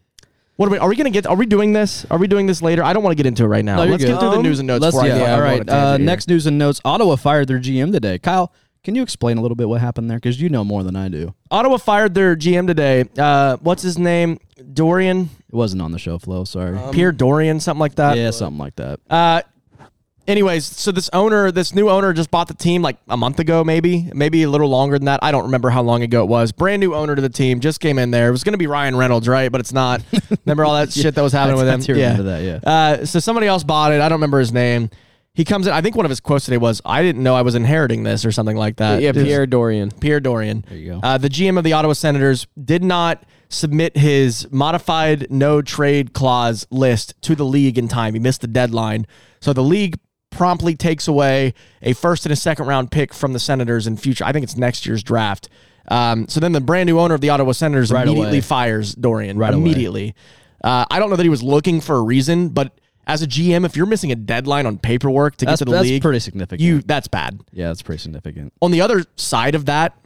[SPEAKER 4] What are we? Are we gonna get? Are we doing this? Are we doing this later? I don't want to get into it right now.
[SPEAKER 2] No, you're
[SPEAKER 4] Oh, Let's
[SPEAKER 2] good.
[SPEAKER 4] get through the
[SPEAKER 3] Um,
[SPEAKER 4] news and notes.
[SPEAKER 2] Let's
[SPEAKER 4] before I
[SPEAKER 2] yeah.
[SPEAKER 4] go- I
[SPEAKER 2] all
[SPEAKER 4] go on a
[SPEAKER 2] right.
[SPEAKER 4] tangent
[SPEAKER 2] Uh,
[SPEAKER 4] here.
[SPEAKER 2] next news and notes. Ottawa fired their GM today. Kyle, can you explain a little bit what happened there? Because you know more than I do.
[SPEAKER 4] Ottawa fired their GM today. Uh, what's his name? Dorian,
[SPEAKER 2] It wasn't on the show flow. Sorry.
[SPEAKER 4] Pierre Dorian, something like that.
[SPEAKER 2] yeah, something like that.
[SPEAKER 4] Uh, anyways, so this owner, this new owner, just bought the team like a month ago, maybe, maybe a little longer than that. I don't remember how long ago it was. Brand new owner to the team, just came in there. It was going to be Ryan Reynolds, right? But it's <laughs> not. Remember all that shit that was happening
[SPEAKER 2] I-
[SPEAKER 4] with
[SPEAKER 2] I
[SPEAKER 4] him?
[SPEAKER 2] do remember that, yeah.
[SPEAKER 4] Uh, so somebody else bought it. I don't remember his name. He comes in. I think one of his quotes today was, "I didn't know I was inheriting this" or something like that.
[SPEAKER 3] yeah,
[SPEAKER 4] It was-
[SPEAKER 3] Pierre Dorian.
[SPEAKER 4] Pierre Dorian. There
[SPEAKER 2] you go.
[SPEAKER 4] Uh, the GM of the Ottawa Senators did not submit his modified no trade clause list to the league in time. He missed the deadline. So the league promptly takes away a first and a second round pick from the Senators in future. I think it's next year's draft. Um, so then the brand new owner of the Ottawa Senators
[SPEAKER 2] Right
[SPEAKER 4] immediately
[SPEAKER 2] away.
[SPEAKER 4] fires Dorian.
[SPEAKER 2] Right away.
[SPEAKER 4] immediately. Uh, I don't know that he was looking for a reason, but as a GM, if you're missing a deadline on paperwork to
[SPEAKER 2] That's,
[SPEAKER 4] get to the
[SPEAKER 2] that's
[SPEAKER 4] league,
[SPEAKER 2] pretty significant.
[SPEAKER 4] you that's bad
[SPEAKER 2] yeah, that's pretty significant.
[SPEAKER 4] on the other side of that,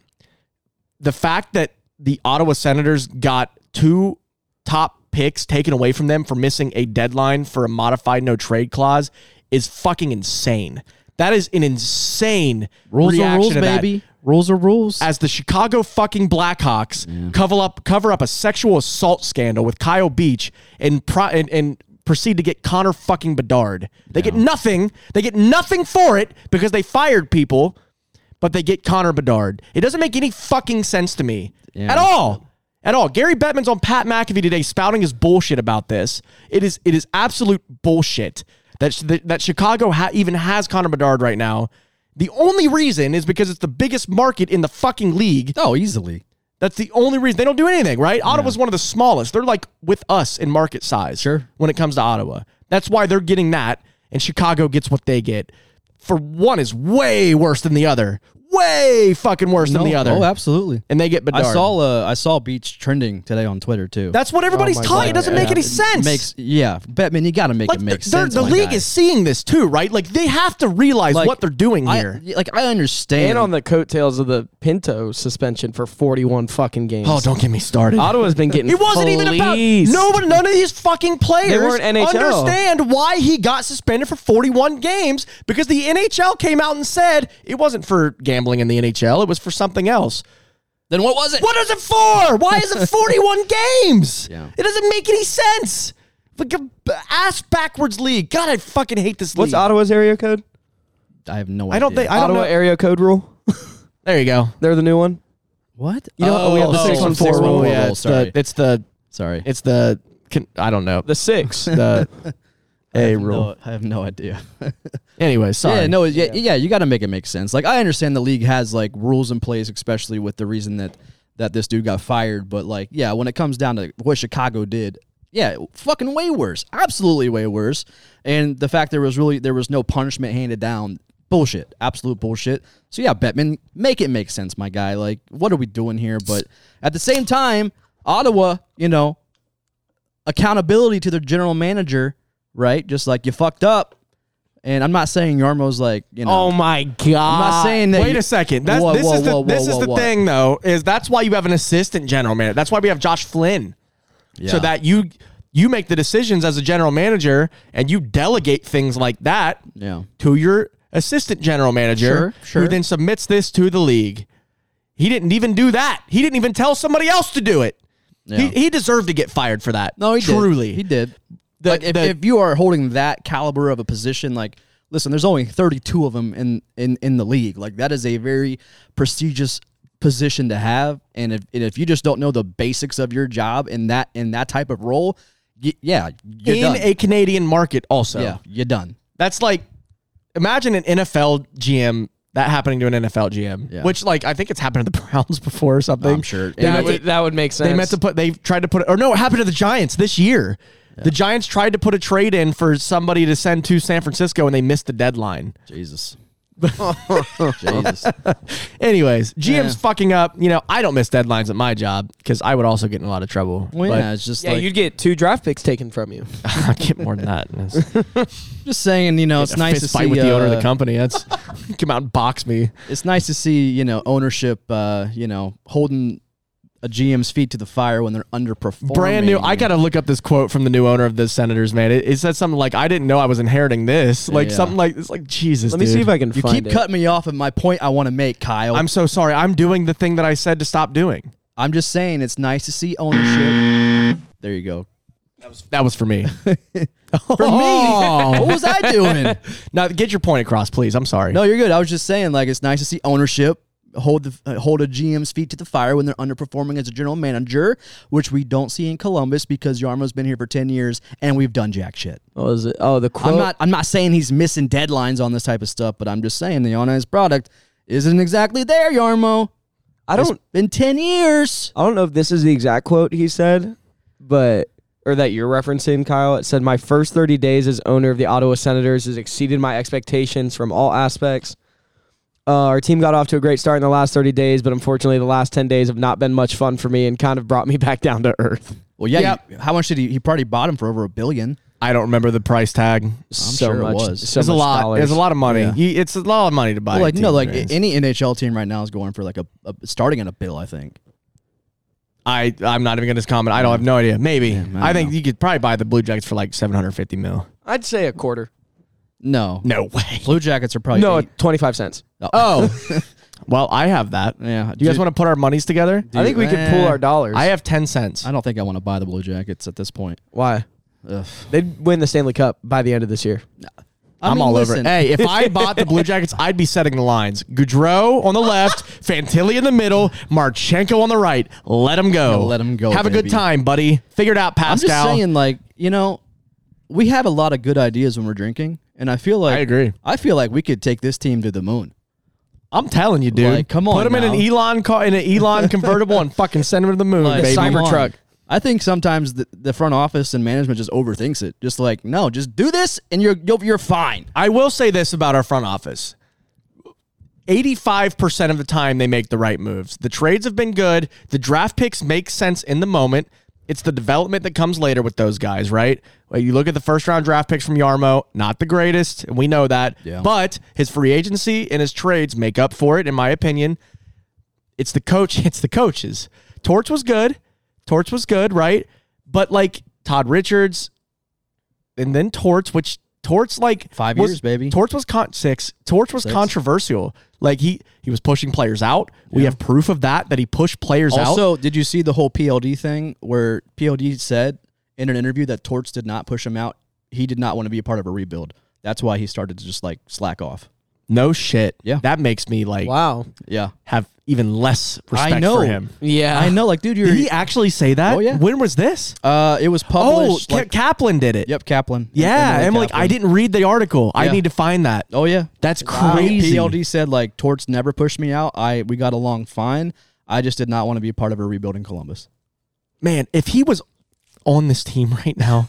[SPEAKER 4] the fact that the Ottawa Senators got two top picks taken away from them for missing a deadline for a modified no trade clause is fucking insane. That is an insane
[SPEAKER 2] Rules are
[SPEAKER 4] reaction
[SPEAKER 2] rules,
[SPEAKER 4] to that.
[SPEAKER 2] baby. Rules are rules.
[SPEAKER 4] As the Chicago fucking Blackhawks cover up cover up a sexual assault scandal with Kyle Beach and pro- and, and proceed to get Connor fucking Bedard. They get nothing. They get nothing for it because they fired people, but they get Connor Bedard. It doesn't make any fucking sense to me
[SPEAKER 2] Yeah.
[SPEAKER 4] at all. At all. Gary Bettman's on Pat McAfee today spouting his bullshit about this. It is it is absolute bullshit that that, that Chicago ha- even has Connor Bedard right now. The only reason is because it's the biggest market in the fucking league.
[SPEAKER 2] oh, easily.
[SPEAKER 4] That's the only reason they don't do anything, right? Ottawa's one of the smallest. They're like with us in market size.
[SPEAKER 2] Sure.
[SPEAKER 4] When it comes to Ottawa, that's why they're getting that, and Chicago gets what they get. For one is way worse than the other, way fucking worse than the
[SPEAKER 2] No,
[SPEAKER 4] other,
[SPEAKER 2] Oh, absolutely.
[SPEAKER 4] and they get Bedard.
[SPEAKER 2] I saw uh, I saw Beach trending today on Twitter too.
[SPEAKER 4] That's what everybody's
[SPEAKER 3] my
[SPEAKER 4] taught.
[SPEAKER 3] God,
[SPEAKER 4] It doesn't make
[SPEAKER 2] Oh Yeah,
[SPEAKER 4] any
[SPEAKER 2] it
[SPEAKER 4] sense.
[SPEAKER 2] Makes yeah, Batman. You got to make
[SPEAKER 4] like
[SPEAKER 2] it
[SPEAKER 4] the,
[SPEAKER 2] make
[SPEAKER 4] they're-
[SPEAKER 2] sense.
[SPEAKER 4] the
[SPEAKER 2] my
[SPEAKER 4] league
[SPEAKER 2] guy.
[SPEAKER 4] is seeing this too, right? Like they have to realize
[SPEAKER 2] Like,
[SPEAKER 4] what they're doing
[SPEAKER 2] I-
[SPEAKER 4] here.
[SPEAKER 2] like I understand.
[SPEAKER 3] <laughs> And on the coattails of the Pinto suspension for 41 fucking games.
[SPEAKER 4] oh, don't get me started.
[SPEAKER 3] <laughs> Ottawa's been getting
[SPEAKER 4] It wasn't even about
[SPEAKER 3] fleeced.
[SPEAKER 4] no one. None of these fucking players
[SPEAKER 3] weren't NHL.
[SPEAKER 4] understand why he got suspended for 41 games because the NHL came out and said it wasn't for gambling in the NHL. It was for something else.
[SPEAKER 2] then what was it?
[SPEAKER 4] What is it for? Why is <laughs> it 41 games?
[SPEAKER 2] Yeah.
[SPEAKER 4] It doesn't make any sense. Like a b- ass backwards league. God, I fucking hate this league.
[SPEAKER 3] What's Ottawa's area code?
[SPEAKER 2] I have no.
[SPEAKER 4] I don't think. I don't
[SPEAKER 3] Ottawa
[SPEAKER 4] know.
[SPEAKER 3] area code rule.
[SPEAKER 4] There you go.
[SPEAKER 3] They're the new one.
[SPEAKER 2] what
[SPEAKER 3] You know, we have the
[SPEAKER 2] oh,
[SPEAKER 3] 614
[SPEAKER 2] 614
[SPEAKER 3] rule,
[SPEAKER 4] yeah,
[SPEAKER 2] rule,
[SPEAKER 4] it's
[SPEAKER 2] sorry,
[SPEAKER 4] the. It's the.
[SPEAKER 2] sorry.
[SPEAKER 4] It's the. Can, I don't know.
[SPEAKER 3] The six. <laughs>
[SPEAKER 4] The a
[SPEAKER 2] No,
[SPEAKER 4] rule.
[SPEAKER 2] I have no idea. <laughs>
[SPEAKER 4] Anyway, sorry.
[SPEAKER 2] Yeah, no, yeah, yeah, you got to make it make sense. Like I understand the league has like rules in place, especially with the reason that that this dude got fired. But like, yeah, when it comes down to what Chicago did, yeah, fucking way worse, absolutely way worse. And the fact there was really there was no punishment handed down, bullshit, absolute bullshit. So yeah, Bettman, make it make sense, my guy. Like, what are we doing here? But at the same time, Ottawa, you know, accountability to their general manager, right? Just like you fucked up. And I'm not saying Yarmo's like, you know,
[SPEAKER 3] my
[SPEAKER 2] I'm
[SPEAKER 3] god.
[SPEAKER 2] not saying that.
[SPEAKER 4] oh Wait
[SPEAKER 2] you-
[SPEAKER 4] a second. That's,
[SPEAKER 2] Whoa,
[SPEAKER 4] this
[SPEAKER 2] whoa,
[SPEAKER 4] is the,
[SPEAKER 2] whoa,
[SPEAKER 4] this
[SPEAKER 2] whoa,
[SPEAKER 4] is the
[SPEAKER 2] whoa.
[SPEAKER 4] thing, though, is that's why you have an assistant general manager. That's why we have Josh Flynn,
[SPEAKER 2] Yeah.
[SPEAKER 4] so that you you make the decisions as a general manager and you delegate things like that
[SPEAKER 2] Yeah.
[SPEAKER 4] to your assistant general manager,
[SPEAKER 2] Sure, sure.
[SPEAKER 4] who then submits this to the league. He didn't even do that. He didn't even tell somebody else to do it. He,
[SPEAKER 2] Yeah.
[SPEAKER 4] he deserved to get fired for that.
[SPEAKER 2] No, he did.
[SPEAKER 4] truly
[SPEAKER 2] He did.
[SPEAKER 4] The-
[SPEAKER 2] like if,
[SPEAKER 4] the-
[SPEAKER 2] if you are holding that caliber of a position, like listen, there's only 32 of them in in in the league. Like that is a very prestigious position to have, and if and if you just don't know the basics of your job in that in that type of role, y- yeah, you're
[SPEAKER 4] in
[SPEAKER 2] done.
[SPEAKER 4] a Canadian market. Also,
[SPEAKER 2] yeah, you're done.
[SPEAKER 4] That's like imagine an NFL GM that happening to an NFL GM,
[SPEAKER 2] Yeah.
[SPEAKER 4] which like I think it's happened to the <laughs> Browns before or something.
[SPEAKER 2] I'm sure.
[SPEAKER 4] They,
[SPEAKER 2] And
[SPEAKER 4] meant,
[SPEAKER 3] that,
[SPEAKER 4] to,
[SPEAKER 3] would, that would make sense.
[SPEAKER 4] they meant to put they tried to put or no, it happened to the Giants this year. The Giants tried to put a trade in for somebody to send to San Francisco and they missed the deadline. <laughs>
[SPEAKER 2] Jesus. Jesus.
[SPEAKER 4] Anyways, GM's fucking up. You know, I don't miss deadlines at my job because I would also get in a lot of trouble.
[SPEAKER 2] Well,
[SPEAKER 4] But
[SPEAKER 2] yeah, it's just
[SPEAKER 3] yeah,
[SPEAKER 2] like
[SPEAKER 3] you'd get two draft picks taken from you.
[SPEAKER 4] <laughs> I get more than
[SPEAKER 2] <laughs>
[SPEAKER 4] that. It's,
[SPEAKER 2] just saying, you know, it's
[SPEAKER 4] a
[SPEAKER 2] nice
[SPEAKER 4] fist
[SPEAKER 2] to
[SPEAKER 4] fight
[SPEAKER 2] see
[SPEAKER 4] with the owner of the
[SPEAKER 2] uh,
[SPEAKER 4] company.
[SPEAKER 2] <laughs>
[SPEAKER 4] That's come out and box me.
[SPEAKER 2] it's nice to see you know ownership uh you know holding a GM's feet to the fire when they're underperforming.
[SPEAKER 4] brand new. I gotta look up this quote from the new owner of the Senators. Man, it, it said something like, "I didn't know I was inheriting this." Like
[SPEAKER 2] Yeah.
[SPEAKER 4] something like it's like Jesus.
[SPEAKER 3] Let me see if I can
[SPEAKER 2] You
[SPEAKER 3] find
[SPEAKER 2] keep
[SPEAKER 3] it.
[SPEAKER 2] cutting me off at my point. I want to make Kyle.
[SPEAKER 4] I'm
[SPEAKER 2] I'm,
[SPEAKER 4] so sorry. I'm doing the thing that I said to stop doing.
[SPEAKER 2] I'm just saying it's nice to see ownership. There you
[SPEAKER 4] <laughs>
[SPEAKER 2] go.
[SPEAKER 4] That was
[SPEAKER 2] <laughs>
[SPEAKER 4] for me.
[SPEAKER 2] For me, what was I doing?
[SPEAKER 4] now get your point across, please. I'm sorry.
[SPEAKER 2] No, you're good. I was just saying, like, it's nice to see ownership hold the uh, hold a GM's feet to the fire when they're underperforming as a general manager, which we don't see in Columbus because Yarmo's been here for ten years and we've done jack shit.
[SPEAKER 3] What was it? Oh, the quote.
[SPEAKER 2] I'm not I'm not saying he's missing deadlines on this type of stuff, but I'm just saying the on-ice product isn't exactly there, Yarmo.
[SPEAKER 3] I don't.
[SPEAKER 2] It's been ten years.
[SPEAKER 3] I don't know if this is the exact quote he said, but or that you're referencing, Kyle. It said, "My first 30 days as owner of the Ottawa Senators has exceeded my expectations from all aspects. Uh, our team got off to a great start in the last 30 days, but unfortunately, the last 10 days have not been much fun for me and kind of brought me <laughs> back down to earth.
[SPEAKER 2] Well, yeah. you- how much did he? He probably bought him for over a billion.
[SPEAKER 4] I don't remember the price tag. It's
[SPEAKER 3] so
[SPEAKER 2] sure it
[SPEAKER 3] much,
[SPEAKER 2] was.
[SPEAKER 3] So
[SPEAKER 4] a
[SPEAKER 3] much
[SPEAKER 4] lot.
[SPEAKER 3] dollars.
[SPEAKER 4] It's a lot of money. You- it's a lot of money to buy.
[SPEAKER 2] Well,
[SPEAKER 4] a
[SPEAKER 2] like no,
[SPEAKER 4] team,
[SPEAKER 2] like
[SPEAKER 4] Chris.
[SPEAKER 2] any NHL team right now is going for like a, a starting at a bill. I think.
[SPEAKER 4] I I'm not even gonna comment. I don't have no idea. Maybe I, think you could probably buy the Blue Jackets for like 750 mil.
[SPEAKER 3] I'd say a quarter.
[SPEAKER 2] No,
[SPEAKER 4] No way.
[SPEAKER 2] Blue Jackets are probably
[SPEAKER 3] No,
[SPEAKER 2] eight.
[SPEAKER 3] 25 cents.
[SPEAKER 4] <laughs> Oh, well, I have that.
[SPEAKER 2] Yeah.
[SPEAKER 4] Do you guys want to put our monies together?
[SPEAKER 3] I think we could pull our dollars.
[SPEAKER 4] I have 10 cents.
[SPEAKER 2] I don't think I want to buy the Blue Jackets at this point.
[SPEAKER 3] Why?
[SPEAKER 2] Ugh.
[SPEAKER 3] They'd win the Stanley Cup by the end of this year.
[SPEAKER 2] I
[SPEAKER 4] I'm
[SPEAKER 2] mean,
[SPEAKER 4] all
[SPEAKER 2] listen,
[SPEAKER 4] over it. Hey,
[SPEAKER 2] <laughs>
[SPEAKER 4] if I bought the Blue Jackets, I'd be setting the lines. Goudreau on
[SPEAKER 2] <laughs>
[SPEAKER 4] the left, Fantilli in the middle, Marchenko on the right. Let him go.
[SPEAKER 2] Yeah, let 'em go,
[SPEAKER 4] Have a good
[SPEAKER 2] baby.
[SPEAKER 4] time, buddy. Figure it out,
[SPEAKER 2] I'm just
[SPEAKER 4] Pascal.
[SPEAKER 2] saying, like you know, we have a lot of good ideas when we're drinking, and I feel like
[SPEAKER 4] I agree.
[SPEAKER 2] I feel like we could take this team to the moon.
[SPEAKER 4] I'm telling you, dude.
[SPEAKER 2] Like, come on
[SPEAKER 4] Put him in an
[SPEAKER 2] now.
[SPEAKER 4] Elon car, in an
[SPEAKER 2] <laughs>
[SPEAKER 4] Elon convertible, and fucking send him to the moon,
[SPEAKER 2] Like,
[SPEAKER 4] baby.
[SPEAKER 2] come on.
[SPEAKER 3] Cybertruck.
[SPEAKER 2] I think sometimes the, the front office and management just overthinks it. Just like, no, just do this, and you're you're, you're fine.
[SPEAKER 4] I will say this about our front office. 85% of the time they make the right moves. The trades have been good. The draft picks make sense in the moment. It's the development that comes later with those guys, right? Well, you look at the first round draft picks from Yarmo, not the greatest, and we know that.
[SPEAKER 2] Yeah.
[SPEAKER 4] But his free agency and his trades make up for it, in my opinion. It's the coach, <laughs> it's the coaches. Torch was good. Torch was good, right? But like Todd Richards, and then Torts, which Torts like
[SPEAKER 2] Five
[SPEAKER 4] was-
[SPEAKER 2] years, baby.
[SPEAKER 4] Torts was con- six. Torts was controversial. Like he he was pushing players out. We have proof of that that he pushed players out.
[SPEAKER 2] Also, did you see the whole PLD thing where PLD said in an interview that Torts did not push him out? He did not want to be a part of a rebuild. That's why he started to just like slack off.
[SPEAKER 4] No shit.
[SPEAKER 2] Yeah.
[SPEAKER 4] that makes me like
[SPEAKER 3] Wow.
[SPEAKER 2] Yeah.
[SPEAKER 4] have even less respect
[SPEAKER 2] I know.
[SPEAKER 4] for him.
[SPEAKER 3] Yeah.
[SPEAKER 2] I know. Like, dude, you're.
[SPEAKER 4] Did Uh, he actually say that?
[SPEAKER 2] Oh, yeah.
[SPEAKER 4] When was this?
[SPEAKER 2] uh, it was
[SPEAKER 4] Oh,
[SPEAKER 2] published.
[SPEAKER 4] Ka-
[SPEAKER 2] like,
[SPEAKER 4] Kaplan did it.
[SPEAKER 2] yep, Kaplan.
[SPEAKER 4] Yeah,
[SPEAKER 2] Emily
[SPEAKER 4] I'm like
[SPEAKER 2] Kaplan.
[SPEAKER 4] I didn't read the article. I
[SPEAKER 2] Yeah.
[SPEAKER 4] need to find that.
[SPEAKER 2] Oh yeah, Uh,
[SPEAKER 4] That's crazy.
[SPEAKER 2] PLD said like Torts never pushed me out. I we got along fine. I just did not want to be a part of a rebuilding Columbus.
[SPEAKER 4] Man, if he was on this team right now,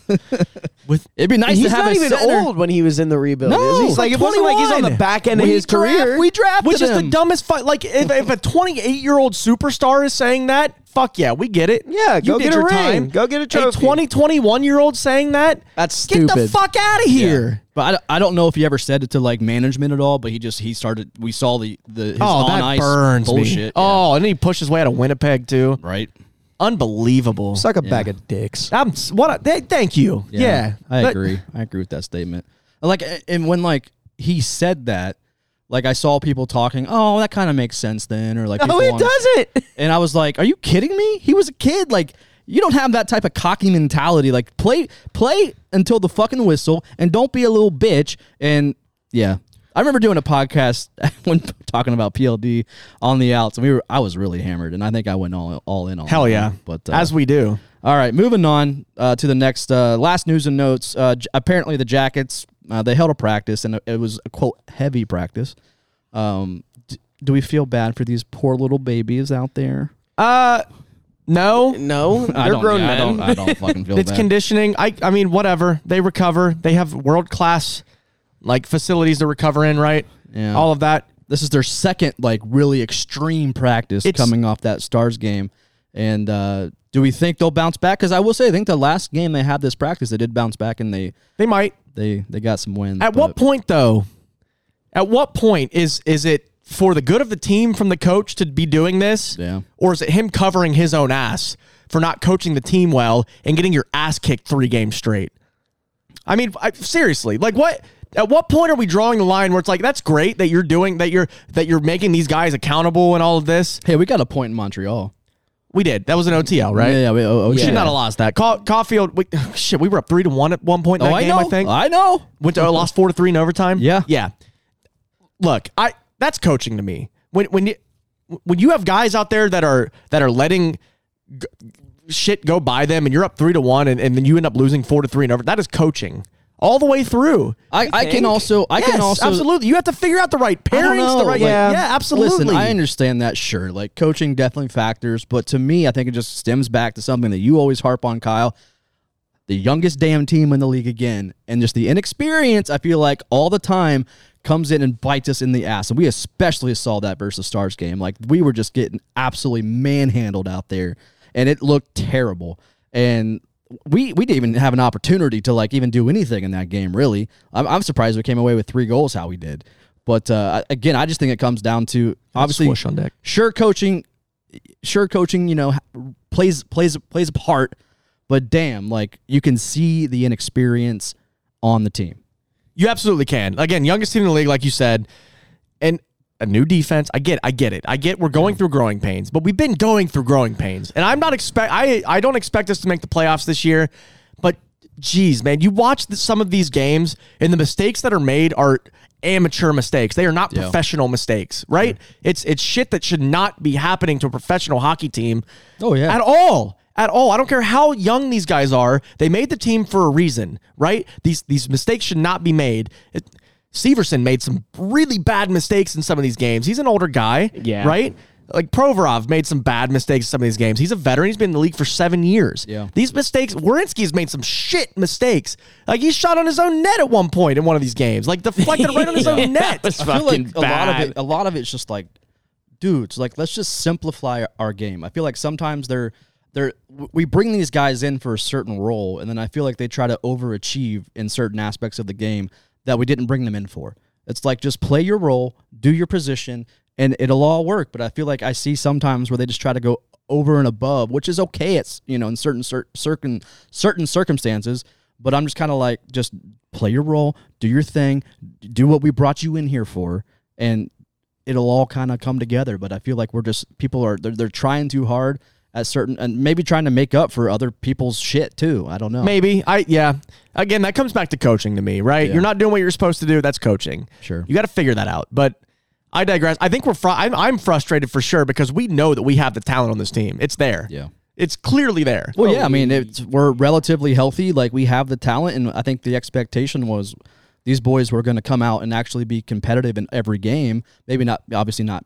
[SPEAKER 4] with
[SPEAKER 2] It'd be nice
[SPEAKER 3] he's
[SPEAKER 2] to have
[SPEAKER 3] not
[SPEAKER 2] a
[SPEAKER 3] even
[SPEAKER 2] center.
[SPEAKER 3] old when he was in the rebuild.
[SPEAKER 4] No,
[SPEAKER 3] he's like it wasn't like he's on the
[SPEAKER 4] 21.
[SPEAKER 3] back end of
[SPEAKER 2] We
[SPEAKER 3] his
[SPEAKER 2] draft-
[SPEAKER 3] career.
[SPEAKER 2] we drafted
[SPEAKER 4] Which is the
[SPEAKER 2] him.
[SPEAKER 4] dumbest fight. Like, if, if a 28 year old superstar is saying that, fuck yeah, we get it.
[SPEAKER 3] Yeah, go
[SPEAKER 4] did
[SPEAKER 3] get a
[SPEAKER 4] your
[SPEAKER 3] ring. Go get a trophy.
[SPEAKER 4] 20, 21 year old saying that,
[SPEAKER 3] That's
[SPEAKER 4] get the
[SPEAKER 3] stupid.
[SPEAKER 4] fuck out of
[SPEAKER 2] Yeah.
[SPEAKER 4] here.
[SPEAKER 2] But I, I don't know if he ever said it to like management at all. But he just he started. We saw the the his
[SPEAKER 4] Oh,
[SPEAKER 2] on
[SPEAKER 4] that
[SPEAKER 2] ice
[SPEAKER 4] burns
[SPEAKER 2] bullshit.
[SPEAKER 4] me.
[SPEAKER 2] Yeah.
[SPEAKER 4] Oh, and then he pushed his way out of Winnipeg too.
[SPEAKER 2] right.
[SPEAKER 4] Unbelievable.
[SPEAKER 3] Suck a bag of dicks.
[SPEAKER 4] I'm s- what? A, th- thank you. Yeah,
[SPEAKER 2] I
[SPEAKER 4] But- <laughs>
[SPEAKER 2] agree. I agree with that statement. Like, a- and when like he said that, like I saw people talking. Oh, that kind of makes sense then, or like
[SPEAKER 4] Oh,
[SPEAKER 3] No,
[SPEAKER 2] people
[SPEAKER 3] it
[SPEAKER 2] on-
[SPEAKER 3] doesn't.
[SPEAKER 2] And I was like, "Are you kidding me? He was a kid. Like, you don't have that type of cocky mentality. Like, play, play until the fucking whistle, and don't be a little bitch." And yeah, I remember doing a podcast <laughs> when talking about PLD on the outs, and we were I was really hammered, and I think I went all all in on
[SPEAKER 4] Hell
[SPEAKER 2] that
[SPEAKER 4] yeah.
[SPEAKER 2] one. Um, But uh,
[SPEAKER 4] As we do.
[SPEAKER 2] all right, moving on uh, to the next uh, last news and notes. Uh, j- apparently, the Jackets uh, they held a practice, and it was a quote heavy practice. Um, d- do we feel bad for these poor little babies out there?
[SPEAKER 4] Uh, no.
[SPEAKER 3] <laughs> No,
[SPEAKER 2] I
[SPEAKER 3] they're
[SPEAKER 2] don't-
[SPEAKER 3] grown
[SPEAKER 2] yeah, I
[SPEAKER 3] men.
[SPEAKER 2] don't, I don't <laughs> fucking feel
[SPEAKER 4] It's
[SPEAKER 2] bad.
[SPEAKER 4] conditioning. I I mean, whatever. They recover. They have world class like facilities to recover in, right?
[SPEAKER 2] Yeah.
[SPEAKER 4] All of that.
[SPEAKER 2] this is their second like really extreme practice
[SPEAKER 4] It's-
[SPEAKER 2] coming off that Stars game, and uh, do we think they'll bounce back? Because I will say, I think the last game they had this practice, they did bounce back and they
[SPEAKER 4] They might.
[SPEAKER 2] they they got some wins.
[SPEAKER 4] At what
[SPEAKER 2] but-
[SPEAKER 4] point though? At what point is is it for the good of the team from the coach to be doing this?
[SPEAKER 2] Yeah.
[SPEAKER 4] Or is it him covering his own ass for not coaching the team well and getting your ass kicked 3 games straight? I mean, I, seriously, like what at what point are we drawing the line where it's like that's great that you're doing that you're that you're making these guys accountable and all of this?
[SPEAKER 2] Hey, we got a point in Montreal.
[SPEAKER 4] We did. That was an OTL, right?
[SPEAKER 2] Yeah, yeah. We, oh,
[SPEAKER 4] We
[SPEAKER 2] yeah.
[SPEAKER 4] should not have lost that. Caw- Caulfield, we, <laughs> shit, we were up three to one at one point in
[SPEAKER 2] Oh,
[SPEAKER 4] that
[SPEAKER 2] I
[SPEAKER 4] game.
[SPEAKER 2] know.
[SPEAKER 4] I think
[SPEAKER 2] I know.
[SPEAKER 4] went to lost four to three in overtime.
[SPEAKER 2] Yeah.
[SPEAKER 4] yeah. Look, I that's coaching to me. When when you when you have guys out there that are that are letting g- shit go by them, and you're up three to one, and, and then you end up losing four to three in over. That is coaching all the way through.
[SPEAKER 2] I, I can
[SPEAKER 3] think?
[SPEAKER 2] also. I
[SPEAKER 4] Yes,
[SPEAKER 2] can also.
[SPEAKER 4] absolutely. You have to figure out the right
[SPEAKER 2] I don't
[SPEAKER 4] pairings,
[SPEAKER 2] know,
[SPEAKER 4] the
[SPEAKER 2] like-
[SPEAKER 4] right yeah, absolutely.
[SPEAKER 2] Listen, I understand that, sure. Like coaching definitely factors, but to me, I think it just stems back to something that you always harp on, Kyle. The youngest damn team in the league again, and just the inexperience. I feel like all the time comes in and bites us in the ass, and we especially saw that versus Stars game. Like we were just getting absolutely manhandled out there, and it looked terrible. And we we didn't even have an opportunity to like even do anything in that game. Really, I'm, I'm surprised we came away with three goals. How we did. But uh, I- again, I just think it comes down to obviously
[SPEAKER 4] swish on deck.
[SPEAKER 2] Sure, coaching, sure, coaching. You know, ha- plays plays plays a part, but damn, like you can see the inexperience on the team.
[SPEAKER 4] You absolutely can. Again, youngest team in the league, like you said, and a new defense. I get, I get it. I get we're going through growing pains, but we've been going through growing pains, and I'm not expect. I I don't expect us to make the playoffs this year, but geez, man, you watch the, some of these games, and the mistakes that are made are amateur mistakes. They are not professional mistakes, right? It's it's shit that should not be happening to a professional hockey team.
[SPEAKER 2] Oh, yeah.
[SPEAKER 4] at all. At all. I don't care how young these guys are. They made the team for a reason, right? These these mistakes should not be made. It, Severson made some really bad mistakes in some of these games. He's an older guy,
[SPEAKER 3] Yeah.
[SPEAKER 4] right? Like Provorov made some bad mistakes in some of these games. He's a veteran. He's been in the league for seven years.
[SPEAKER 2] Yeah.
[SPEAKER 4] These mistakes, Wierenski's made some shit mistakes. Like he shot on his own net at one point in one of these games. Like deflected right on his own net.
[SPEAKER 2] I feel like a lot of it, a lot of it's just like, dudes, like let's just simplify our game. I feel like sometimes they're they're w- we bring these guys in for a certain role, and then I feel like they try to overachieve in certain aspects of the game that we didn't bring them in for. It's like just play your role, do your position, and it'll all work. But I feel like I see sometimes where they just try to go over and above, which is okay. It's you know in certain cer- certain certain circumstances. But I'm just kind of like, just play your role, do your thing, do what we brought you in here for, and it'll all kind of come together. But I feel like we're just people are they're, they're trying too hard at certain and maybe trying to make up for other people's shit too. I don't know.
[SPEAKER 4] Maybe. I yeah. Again, that comes back to coaching to me, right? You're not doing what you're supposed to do. That's coaching.
[SPEAKER 2] Sure.
[SPEAKER 4] You got to figure that out. But I digress. I think we're fr- I'm, I'm frustrated for sure because we know that we have the talent on this team. It's there.
[SPEAKER 2] Yeah.
[SPEAKER 4] It's clearly there.
[SPEAKER 2] Well, yeah. I mean, it's, we're relatively healthy. Like we have the talent, and I think the expectation was these boys were going to come out and actually be competitive in every game. Maybe not, obviously not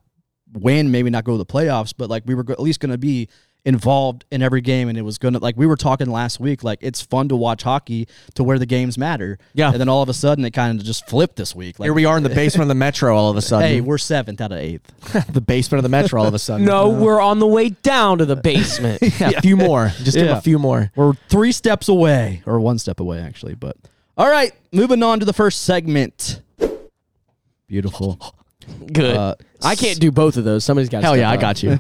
[SPEAKER 2] win. Maybe not go to the playoffs, but like we were go- at least going to be involved in every game. And it was going to like we were talking last week. Like it's fun to watch hockey to where the games matter.
[SPEAKER 4] Yeah.
[SPEAKER 2] And then all of a sudden, it kind of just flipped this week. Like
[SPEAKER 4] Here we are in the basement of the metro all of a sudden.
[SPEAKER 2] Hey, we're seventh out of eighth.
[SPEAKER 4] the basement of the metro all of a sudden.
[SPEAKER 3] No, we're on the way down to the <laughs> basement.
[SPEAKER 4] Yeah, a few more. Just give
[SPEAKER 2] Yeah.
[SPEAKER 4] a few more.
[SPEAKER 2] We're three steps away, or one step away, actually. But all right, moving on to the first segment. Beautiful. <laughs>
[SPEAKER 3] Good.
[SPEAKER 2] Uh,
[SPEAKER 3] I can't do both of those. Somebody's got.
[SPEAKER 4] Hell yeah, I got you.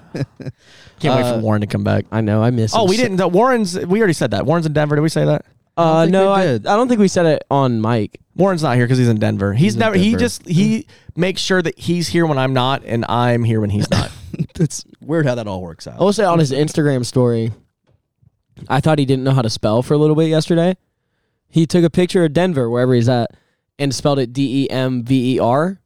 [SPEAKER 4] Can't wait for Warren to come back.
[SPEAKER 3] Uh, I know. I miss.
[SPEAKER 4] Uh, Oh,
[SPEAKER 3] him
[SPEAKER 4] we
[SPEAKER 3] so-
[SPEAKER 4] didn't. Warren's. We already said that. Warren's in Denver. Did we say that?
[SPEAKER 3] Uh,
[SPEAKER 2] think we
[SPEAKER 3] no, I, I
[SPEAKER 2] did.
[SPEAKER 3] don't think we said it on mic.
[SPEAKER 4] Warren's not here because he's in Denver. He's,
[SPEAKER 2] in
[SPEAKER 4] never. He
[SPEAKER 2] Denver.
[SPEAKER 4] just he makes sure that he's here when I'm not, and I'm here when <clears throat> he's not.
[SPEAKER 2] It's weird how that all works out.
[SPEAKER 3] I will say on his Instagram story, I thought he didn't know how to spell for a little bit yesterday. He took a picture of Denver, wherever he's at, and spelled it D E M V E R,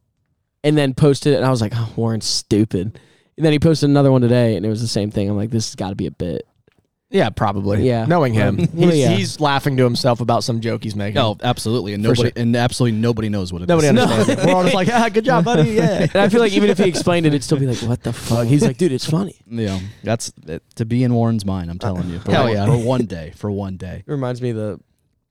[SPEAKER 3] and then posted it. And I was like, oh, Warren's stupid. And then he posted another one today, and it was the same thing. I'm like, this has got to be a bit.
[SPEAKER 4] yeah, probably.
[SPEAKER 3] Yeah.
[SPEAKER 4] knowing him, he's,
[SPEAKER 3] Well, yeah.
[SPEAKER 4] he's laughing to himself about some joke he's making.
[SPEAKER 2] oh, absolutely, and nobody, and absolutely nobody knows what it is. <laughs>
[SPEAKER 4] nobody understands. it. We're all just like, yeah, good job,
[SPEAKER 3] <laughs>
[SPEAKER 4] buddy. Yeah.
[SPEAKER 3] And I feel like even if he explained it, it'd still be like, what the fuck? He's like, dude, it's funny.
[SPEAKER 2] Yeah, that's it, to be in Warren's mind. I'm telling you. For
[SPEAKER 4] Hell
[SPEAKER 2] one,
[SPEAKER 4] yeah.
[SPEAKER 2] For one day. For one day.
[SPEAKER 3] It reminds me of the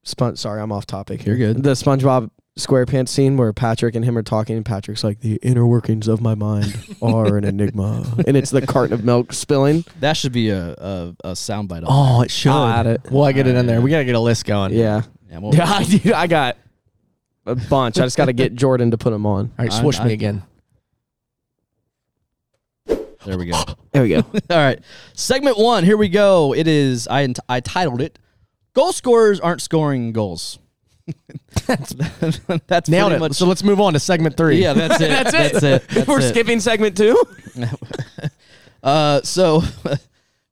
[SPEAKER 3] sponge. Sorry, I'm off topic.
[SPEAKER 2] You're good.
[SPEAKER 3] The SpongeBob SquarePants scene where Patrick and him are talking, and Patrick's like, "The inner workings of my mind are an enigma," and it's the carton of milk spilling.
[SPEAKER 2] That should be a a, a soundbite. on
[SPEAKER 4] Oh, it should.
[SPEAKER 3] I'll add it.
[SPEAKER 4] Well, I get it in there. We gotta get a list going.
[SPEAKER 3] Yeah,
[SPEAKER 2] that. Yeah,
[SPEAKER 4] <laughs>
[SPEAKER 2] well,
[SPEAKER 3] <laughs> yeah, I- dude, I got a bunch. I just got to get Jordan to put them on.
[SPEAKER 4] All right, swoosh
[SPEAKER 2] I'm-
[SPEAKER 4] me again.
[SPEAKER 2] There we go. All
[SPEAKER 3] There we go.
[SPEAKER 2] right, segment one. Here we go. It is. I ent- I titled it. Goal scorers aren't scoring
[SPEAKER 4] <laughs>
[SPEAKER 2] goals. that's <laughs> that's
[SPEAKER 4] Nailed
[SPEAKER 2] pretty
[SPEAKER 4] it.
[SPEAKER 2] Much,
[SPEAKER 4] so let's move on to segment three.
[SPEAKER 2] Yeah,
[SPEAKER 4] <laughs>
[SPEAKER 2] that's it. that's it. That's it.
[SPEAKER 3] We're skipping segment two.
[SPEAKER 2] Uh, so <laughs>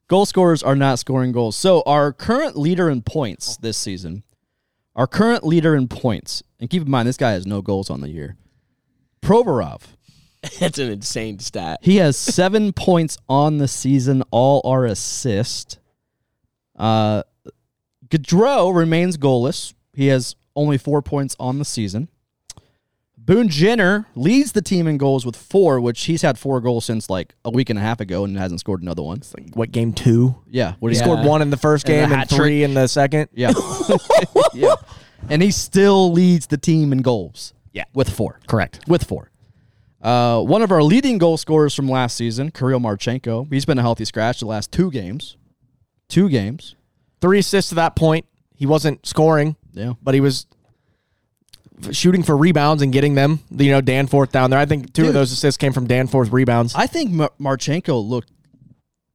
[SPEAKER 2] Goal scorers are not scoring goals. So our current leader in points this season, our current leader in points, and keep in mind this guy has no goals on the year. Provorov,
[SPEAKER 3] That's an insane stat.
[SPEAKER 2] he has seven <laughs> points on the season. All are assist. Uh, Gaudreau remains goalless. He has only four points on the season. Boone Jenner leads the team in goals with four, which he's had four goals since like a week and a half ago and hasn't scored another one.
[SPEAKER 4] <laughs> What game two?
[SPEAKER 2] Yeah, what do
[SPEAKER 4] He
[SPEAKER 2] you
[SPEAKER 4] <laughs> scored one in the first
[SPEAKER 2] And a
[SPEAKER 4] game and,
[SPEAKER 2] hat trick.
[SPEAKER 4] three in the second.
[SPEAKER 2] Yeah. <laughs> yeah. And he still leads the team in goals.
[SPEAKER 4] Yeah.
[SPEAKER 2] With four.
[SPEAKER 4] Correct.
[SPEAKER 2] With four. Uh, one of our leading goal scorers from last season, Kirill Marchenko, he's been a healthy scratch the last two games. Two games.
[SPEAKER 4] Three assists to that point. He wasn't scoring,
[SPEAKER 2] Yeah.
[SPEAKER 4] but he was f- shooting for rebounds and getting them. You know, Danforth down there. I think two
[SPEAKER 2] Dude.
[SPEAKER 4] of those assists came from Danforth rebounds.
[SPEAKER 2] I think Mar- Marchenko looked,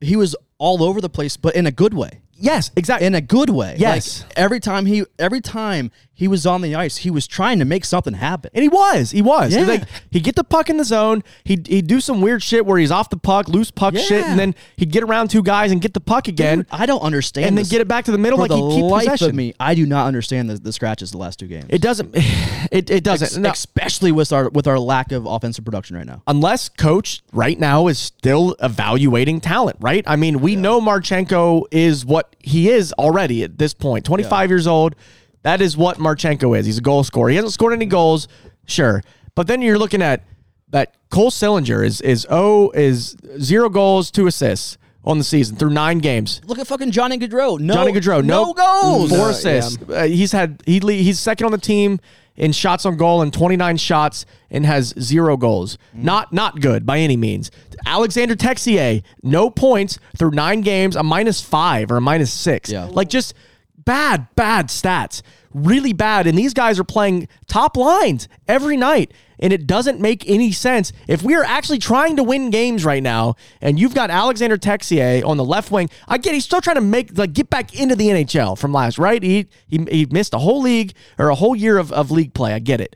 [SPEAKER 2] he was all over the place, but in a good way.
[SPEAKER 4] yes, exactly.
[SPEAKER 2] In a good way.
[SPEAKER 4] Yes.
[SPEAKER 2] Like every time he every time he was on the ice, he was trying to make something happen.
[SPEAKER 4] And he was, he was.
[SPEAKER 2] Yeah.
[SPEAKER 4] Like he'd get the puck in the zone. He'd he'd do some weird shit where he's off the puck, loose puck
[SPEAKER 2] Yeah.
[SPEAKER 4] shit, and then he'd get around two guys and get the puck again,
[SPEAKER 2] Dude, I don't understand
[SPEAKER 4] and then
[SPEAKER 2] this.
[SPEAKER 4] get it back to the middle
[SPEAKER 2] For
[SPEAKER 4] like
[SPEAKER 2] the
[SPEAKER 4] he'd keep
[SPEAKER 2] life
[SPEAKER 4] possession.
[SPEAKER 2] of me, I do not understand the, the scratches the last two games.
[SPEAKER 4] It doesn't. <sighs> It, it doesn't.
[SPEAKER 2] Ex-
[SPEAKER 4] No.
[SPEAKER 2] especially with our with our lack of offensive production right now.
[SPEAKER 4] Unless coach right now is still evaluating talent, right? I mean, we know Marchenko is what he is already at this point. 25 years old. That is what Marchenko is. He's a goal scorer. He hasn't scored any goals, sure. But then you're looking at that Cole Sillinger is is oh is zero goals, two assists on the season through nine games.
[SPEAKER 2] Look at fucking Johnny Gaudreau. No,
[SPEAKER 4] Johnny Gaudreau,
[SPEAKER 2] no
[SPEAKER 4] nope.
[SPEAKER 2] goals.
[SPEAKER 4] four
[SPEAKER 3] No,
[SPEAKER 4] assists. Uh, he's had he le- he's second on the team in shots on goal and 29 shots and has zero goals.
[SPEAKER 2] Mm.
[SPEAKER 4] Not not good by any means. Alexander Texier, no points through nine games, a minus five or a minus six.
[SPEAKER 2] Yeah.
[SPEAKER 4] like just bad bad stats, really bad. And these guys are playing top lines every night. And it doesn't make any sense if we are actually trying to win games right now, and you've got Alexander Texier on the left wing. I get he's still trying to make like get back into the NHL from last, right? He he, he missed a whole league or a whole year of, of league play. I get it,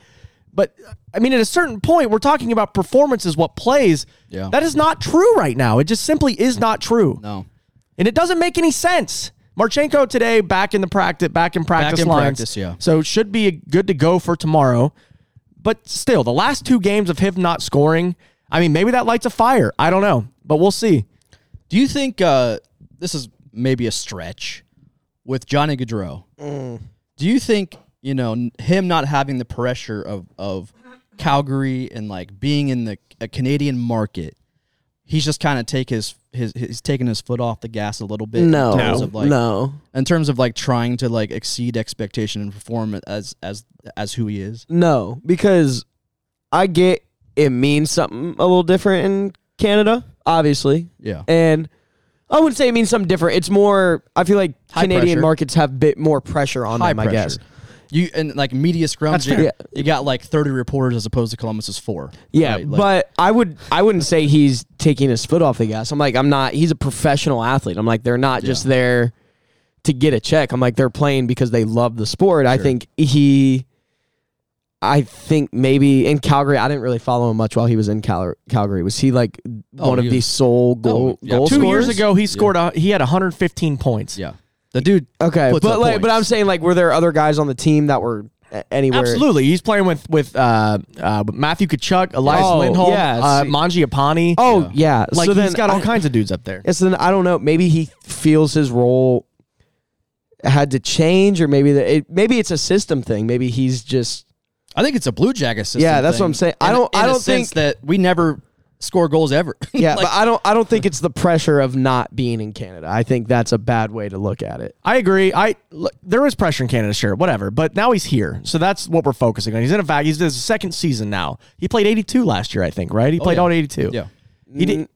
[SPEAKER 4] but I mean, at a certain point, we're talking about performance is what plays.
[SPEAKER 2] Yeah.
[SPEAKER 4] that is not true right now. It just simply is not true.
[SPEAKER 2] No.
[SPEAKER 4] And it doesn't make any sense. Marchenko today back in the practice back in practice
[SPEAKER 2] in
[SPEAKER 4] lines.
[SPEAKER 2] practice, yeah.
[SPEAKER 4] So should be good to go for tomorrow. But still, the last two games of him not scoring, I mean, maybe that lights a fire. I don't know, but we'll see.
[SPEAKER 2] Do you think uh, this is maybe a stretch with Johnny Gaudreau?
[SPEAKER 3] Mm.
[SPEAKER 2] Do you think you know n- him not having the pressure of of Calgary and like being in the a Canadian market? He's just kind of take his, his he's taking his foot off the gas a little bit. in
[SPEAKER 3] No,
[SPEAKER 2] terms of, like,
[SPEAKER 3] no,
[SPEAKER 2] in terms of like trying to like exceed expectation and perform as as as who he is.
[SPEAKER 3] no, because I get it means something a little different in Canada, obviously,
[SPEAKER 2] Yeah.
[SPEAKER 3] and I wouldn't say it means something different. It's more. I feel like
[SPEAKER 2] High
[SPEAKER 3] Canadian
[SPEAKER 2] pressure.
[SPEAKER 3] markets have bit more pressure on them. I guess.
[SPEAKER 2] You and like media scrums, you,
[SPEAKER 3] fair. Yeah.
[SPEAKER 2] you got like thirty reporters as opposed to Columbus's four.
[SPEAKER 3] Yeah,
[SPEAKER 2] right? Like,
[SPEAKER 3] but I would I wouldn't say he's taking his foot off the gas. I'm like I'm not. He's a professional athlete. I'm like they're not just there to get a check. I'm like they're playing because they love the sport. I think he, I think maybe in Calgary. I didn't really follow him much while he was in Cal- Calgary. Was he like one of
[SPEAKER 2] Oh, he
[SPEAKER 3] the
[SPEAKER 2] was-
[SPEAKER 3] sole goal,
[SPEAKER 2] Oh, yeah,
[SPEAKER 3] goal
[SPEAKER 4] Two years
[SPEAKER 3] scorers?
[SPEAKER 4] ago, he scored a, he had 115 points.
[SPEAKER 2] yeah, the dude.
[SPEAKER 3] Okay,
[SPEAKER 2] puts
[SPEAKER 3] but
[SPEAKER 2] up
[SPEAKER 3] like, but
[SPEAKER 2] points.
[SPEAKER 3] I'm saying like, were there other guys on the team that were a- anywhere?
[SPEAKER 4] Absolutely, he's playing with with uh, uh, Matthew Kachuk, Elias
[SPEAKER 3] Oh,
[SPEAKER 4] Lindholm,
[SPEAKER 3] yeah,
[SPEAKER 4] uh,
[SPEAKER 3] see.
[SPEAKER 4] Mangiapane.
[SPEAKER 3] Oh yeah,
[SPEAKER 4] like
[SPEAKER 3] so
[SPEAKER 4] he's
[SPEAKER 3] then
[SPEAKER 4] got all
[SPEAKER 3] I-
[SPEAKER 4] kinds of dudes up there.
[SPEAKER 3] Yes, then I don't know. Maybe he feels his role had to change, or maybe the, it, maybe it's a system thing. Maybe he's just
[SPEAKER 2] I think it's a Blue Jacket system.
[SPEAKER 3] Yeah, that's what
[SPEAKER 2] thing.
[SPEAKER 3] I'm saying. I
[SPEAKER 2] In-
[SPEAKER 3] don't-
[SPEAKER 2] In
[SPEAKER 3] I
[SPEAKER 2] a
[SPEAKER 3] don't
[SPEAKER 2] sense
[SPEAKER 3] think-
[SPEAKER 2] that we never score goals ever. <laughs>
[SPEAKER 3] yeah.
[SPEAKER 2] Like,
[SPEAKER 3] but I don't I don't think it's the pressure of not being in Canada. I think that's a bad way to look at it.
[SPEAKER 4] I agree. I look, there is pressure in Canada, sure, whatever. But now he's here, so that's what we're focusing on. He's in a vac. He's in his second season now. He played 82 last year, I think. Right? He played
[SPEAKER 2] yeah.
[SPEAKER 4] all 82.
[SPEAKER 2] yeah.
[SPEAKER 4] He did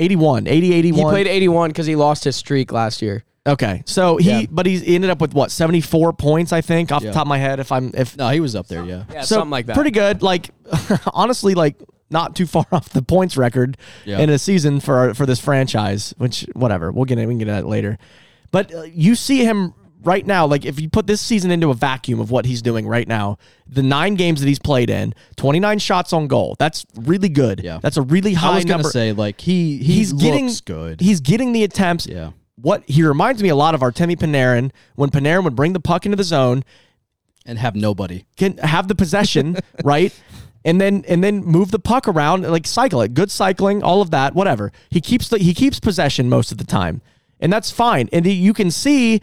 [SPEAKER 4] 81, 80, 81.
[SPEAKER 3] He played 81 because he lost his streak last year.
[SPEAKER 4] Okay, so he,
[SPEAKER 3] Yeah.
[SPEAKER 4] but he ended up with what 74 points, I think, off
[SPEAKER 2] Yeah.
[SPEAKER 4] the top of my head. If I'm, if
[SPEAKER 2] No, he was up there. Yeah.
[SPEAKER 3] Yeah,
[SPEAKER 4] so Pretty good. Like <laughs> honestly, like not too far <laughs> off the points record
[SPEAKER 2] Yeah.
[SPEAKER 4] in a season for our, for this franchise. Which whatever, we'll get in, we can get into that later. But uh, you see him right now, like if you put this season into a vacuum of what he's doing right now, the nine games that he's played in, 29 shots on goal. That's really good.
[SPEAKER 2] Yeah.
[SPEAKER 4] That's a really high
[SPEAKER 2] I was gonna
[SPEAKER 4] number.
[SPEAKER 2] say like he, he
[SPEAKER 4] he's getting
[SPEAKER 2] looks good.
[SPEAKER 4] He's getting the attempts.
[SPEAKER 2] yeah,
[SPEAKER 4] What he reminds me a lot of Artemi Panarin when Panarin would bring the puck into the zone,
[SPEAKER 2] and have nobody.
[SPEAKER 4] can have the possession, right? And then and then move the puck around, like cycle it, good cycling, all of that, whatever. He keeps the he keeps possession most of the time, and that's fine. And you can see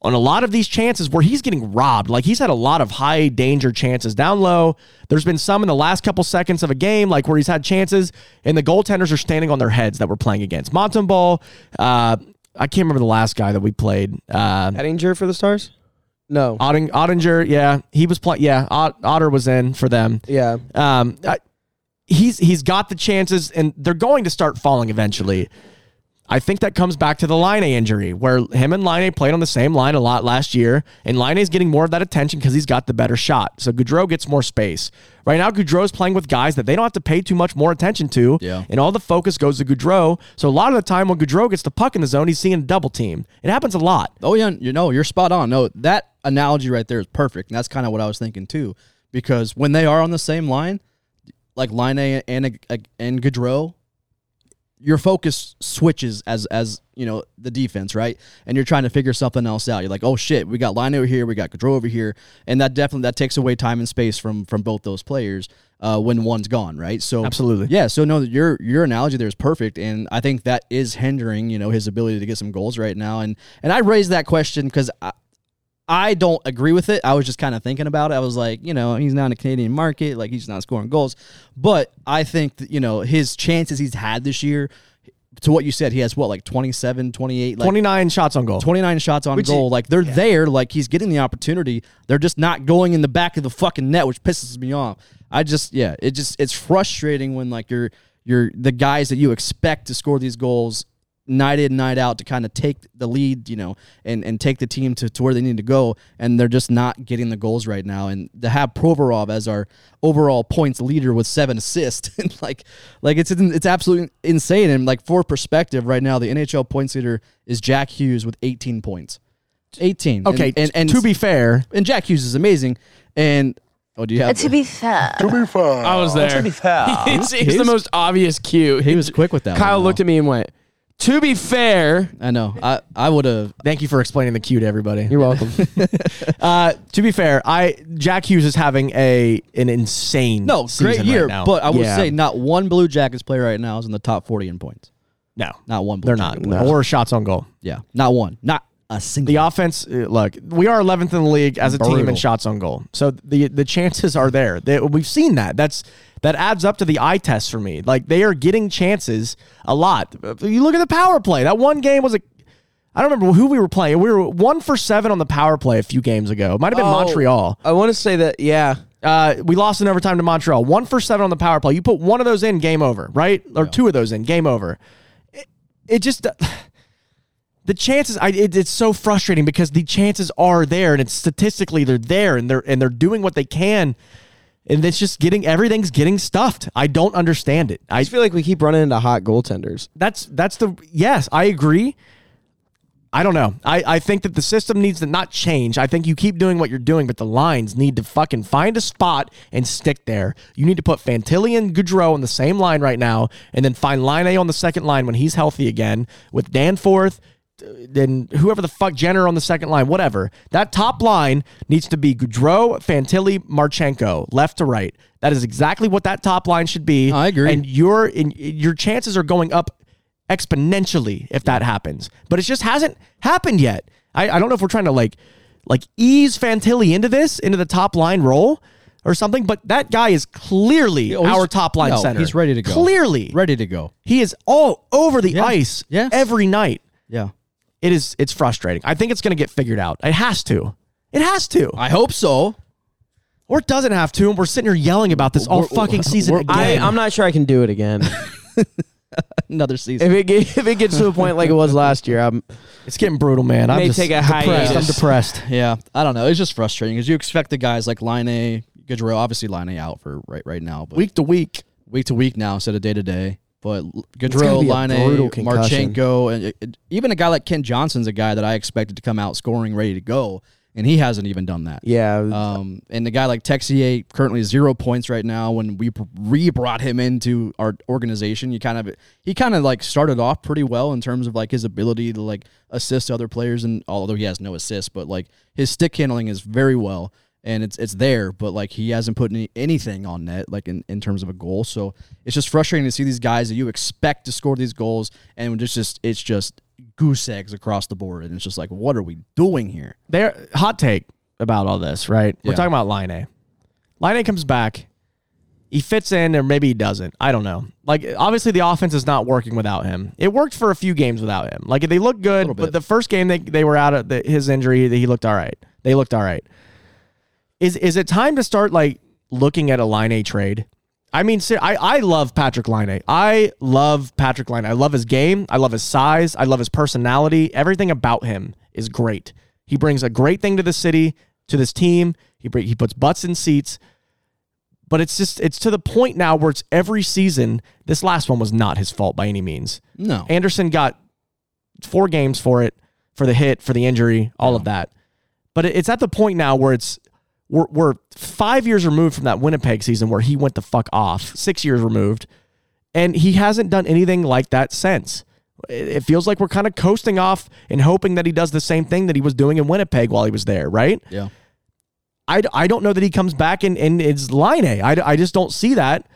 [SPEAKER 4] on a lot of these chances where he's getting robbed. Like he's had a lot of high danger chances down low. There's been some in the last couple seconds of a game, like where he's had chances, and the goaltenders are standing on their heads that we're playing against. Montembeau, uh, I can't remember the last guy that we played. Uh,
[SPEAKER 3] Ettinger for the Stars? No.
[SPEAKER 4] Otting, Ottinger, yeah, he was playing. Yeah, Ot- Otter was in for them.
[SPEAKER 3] yeah.
[SPEAKER 4] Um, I, he's he's got the chances, and they're going to start falling eventually. I think that comes back to the Line injury, where him and Line played on the same line a lot last year, and Line is getting more of that attention because he's got the better shot. So Goudreau gets more space. Right now, Goudreau's playing with guys that they don't have to pay too much more attention to,
[SPEAKER 2] Yeah.
[SPEAKER 4] and all the focus goes to Goudreau. So a lot of the time, when Goudreau gets the puck in the zone, he's seeing a double team. It happens a lot.
[SPEAKER 2] Oh yeah, you know you're spot on. No, that analogy right there is perfect, and that's kind of what I was thinking too. Because when they are on the same line, like Line A and uh, and Gaudreau, your focus switches as as you know the defense, right? And you're trying to figure something else out. You're like, oh shit, we got Line over here, we got Gaudreau over here, and that definitely that takes away time and space from from both those players uh, when one's gone, right? So
[SPEAKER 4] Absolutely.
[SPEAKER 2] yeah. So no, your your analogy there is perfect, and I think that is hindering you know his ability to get some goals right now. And and I raised that question because I, I don't agree with it. I was just kind of thinking about it. I was like, you know, he's not in the Canadian market, like he's not scoring goals, but I think that, you know his chances he's had this year. To what you said, he has what like 27, 28, like
[SPEAKER 4] 29 shots on goal.
[SPEAKER 2] 29 shots on goal. like they're there. Like he's getting the opportunity. They're just not going in the back of the fucking net, which pisses me off. I just yeah, it just it's frustrating when like you're you're the guys that you expect to score these goals night in night out to kind of take the lead, you know, and and take the team to, to where they need to go, and they're just not getting the goals right now. And to have Provorov as our overall points leader with seven assists, <laughs> and like like it's it's absolutely insane. And like for perspective, right now the NHL points leader is Jack Hughes with 18 points. 18.
[SPEAKER 4] Okay,
[SPEAKER 2] and, and, and
[SPEAKER 4] to be fair,
[SPEAKER 2] and Jack Hughes is amazing. And oh, do you have?
[SPEAKER 5] To be fair,
[SPEAKER 6] I was there. <laughs> it's it's the
[SPEAKER 2] He's-
[SPEAKER 6] most obvious cue.
[SPEAKER 2] he was quick with that.
[SPEAKER 6] Kyle
[SPEAKER 2] one,
[SPEAKER 6] looked at me and went, "To be fair,
[SPEAKER 2] though. I know. I I would have.
[SPEAKER 4] thank you for explaining the cue to everybody.
[SPEAKER 3] You're welcome.
[SPEAKER 4] <laughs> Uh, to be fair, I Jack Hughes is having a an insane
[SPEAKER 2] No, great
[SPEAKER 4] season
[SPEAKER 2] year,
[SPEAKER 4] right now.
[SPEAKER 2] but I will
[SPEAKER 4] Yeah.
[SPEAKER 2] say not one Blue Jackets player right now is in the top 40 in points.
[SPEAKER 4] no,
[SPEAKER 2] Not one. Blue
[SPEAKER 4] they're
[SPEAKER 2] Jacket
[SPEAKER 4] not
[SPEAKER 2] player.
[SPEAKER 4] or shots on goal.
[SPEAKER 2] Yeah, not one. Not a single.
[SPEAKER 4] The offense, uh, look, we are 11th in the league as a team in
[SPEAKER 2] Brutal.
[SPEAKER 4] shots on goal. So the the chances are there. They, we've seen that. That's that adds up to the eye test for me. Like they are getting chances a lot. You look at the power play. That one game was a I don't remember who we were playing. We were one for seven on the power play a few games ago. It might have been Montreal.
[SPEAKER 3] Oh, I want to say that, yeah.
[SPEAKER 4] Uh, we lost in overtime to Montreal. One for seven on the power play. You put one of those in, game over, right? Or two of those in, game over. It, it just the chances. I it, it's so frustrating because the chances are there, and it's statistically they're there, and they're and they're doing what they can, and it's just getting everything's getting stuffed. I don't understand it.
[SPEAKER 3] I
[SPEAKER 4] I
[SPEAKER 3] just feel like we keep running into hot goaltenders.
[SPEAKER 4] that's that's the yes, I agree. I don't know. I, I think that the system needs to not change. I think you keep doing what you're doing, but the lines need to fucking find a spot and stick there. You need to put Fantilli and Goudreau on the same line right now, and then find Line A on the second line when he's healthy again with Danforth, uh, then whoever the fuck Jenner on the second line, whatever. That top line needs to be Goudreau, Fantilli, Marchenko, left to right. That is exactly what that top line should be.
[SPEAKER 2] I agree.
[SPEAKER 4] And your in, your chances are going up exponentially if that happens. But it just hasn't happened yet. I, I don't know if we're trying to like like ease Fantilli into this, into the top line role or something, but that guy is clearly
[SPEAKER 2] Oh, he's-
[SPEAKER 4] our top line
[SPEAKER 2] no,
[SPEAKER 4] center.
[SPEAKER 2] He's ready to go.
[SPEAKER 4] Clearly.
[SPEAKER 2] ready to go.
[SPEAKER 4] He is all over the ice
[SPEAKER 2] Yes.
[SPEAKER 4] every night.
[SPEAKER 2] Yeah,
[SPEAKER 4] It is it's frustrating. I think it's gonna get figured out. It has to. It has to.
[SPEAKER 2] I hope so.
[SPEAKER 4] Or it doesn't have to, and we're sitting here yelling about this all fucking season again.
[SPEAKER 3] I, I'm not sure I can do it <laughs> again.
[SPEAKER 2] <laughs> Another
[SPEAKER 3] if
[SPEAKER 2] season.
[SPEAKER 3] it ge- if it gets to a point like it was last year, I'm
[SPEAKER 4] it's getting brutal, man. I'm
[SPEAKER 3] May
[SPEAKER 4] just
[SPEAKER 3] take a
[SPEAKER 4] depressed. I'm
[SPEAKER 3] hiatus.
[SPEAKER 4] depressed.
[SPEAKER 2] Yeah, I don't know. It's just frustrating because you expect the guys like Line A, Gaudreau, obviously Line A out for right right now, but
[SPEAKER 4] Week to week.
[SPEAKER 2] week to week now instead of day to day. But L-
[SPEAKER 3] gotta
[SPEAKER 2] Gaudreau,
[SPEAKER 3] be a
[SPEAKER 2] Line,
[SPEAKER 3] brutal concussion.
[SPEAKER 2] Marchenko, and uh, it- it- even a guy like Ken Johnson's a guy that I expected to come out scoring, ready to go, and he hasn't even done that.
[SPEAKER 3] Yeah.
[SPEAKER 4] Uh,
[SPEAKER 2] Um, and the guy like Texier currently zero points right now. When we re brought him into our organization, you kind of he kind of like started off pretty well in terms of like his ability to like assist other players, and although he has no assists, but like his stick handling is very well and it's it's there, but like he hasn't put any, anything on net like in, in terms of a goal. So it's just frustrating to see these guys that you expect to score these goals, and it's just it's just goose eggs across the board, and it's just like what are we doing here?
[SPEAKER 4] There, hot take about all this, right? We're
[SPEAKER 2] Yeah.
[SPEAKER 4] talking about Line A. Line A comes back. He fits in, or maybe he doesn't. I don't know. Like, obviously, the offense is not working without him. It worked for a few games without him. Like, they looked good, but
[SPEAKER 2] bit.
[SPEAKER 4] the first game they, they were out of the, his injury, he looked all right. They looked all right. Is is it time to start like looking at a Line A trade? I mean, ser- I, I love Patrick Line A. I love Patrick Line. I love his game. I love his size. I love his personality. Everything about him is great. He brings a great thing to the city, to this team. He bring, he puts butts in seats. But it's just it's to the point now where it's every season. This last one was not his fault by any means.
[SPEAKER 2] No,
[SPEAKER 4] Anderson got four games for it, for the hit, for the injury, all of that. But it- it's at the point now where it's we're, we're five years removed from that Winnipeg season where he went the fuck off. Six years removed, and he hasn't done anything like that since. It it feels like we're kind of coasting off and hoping that he does the same thing that he was doing in Winnipeg while he was there, right?
[SPEAKER 2] yeah,
[SPEAKER 4] I, I don't know that he comes back and, and it's line A. I, I just don't see that.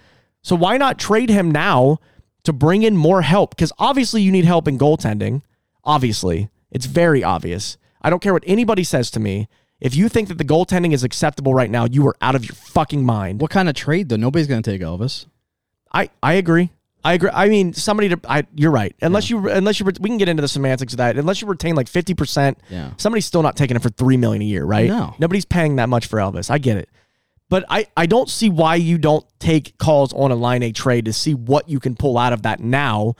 [SPEAKER 4] So why not trade him now to bring in more help? Because obviously you need help in goaltending. Obviously, it's very obvious. I don't care what anybody says to me. If you think that the goaltending is acceptable right now, you are out of your fucking mind.
[SPEAKER 2] what kind of trade though? Nobody's gonna take Elvis.
[SPEAKER 4] I, I agree. I agree. I mean, somebody to I, you're right. Unless you unless you we can get into the semantics of that. Unless you retain like fifty percent,
[SPEAKER 2] Yeah.
[SPEAKER 4] somebody's still not taking it for three million a year, right?
[SPEAKER 2] No.
[SPEAKER 4] nobody's paying that much for Elvis. I get it, but I I don't see why you don't take calls on a line A trade to see what you can pull out of that. Now,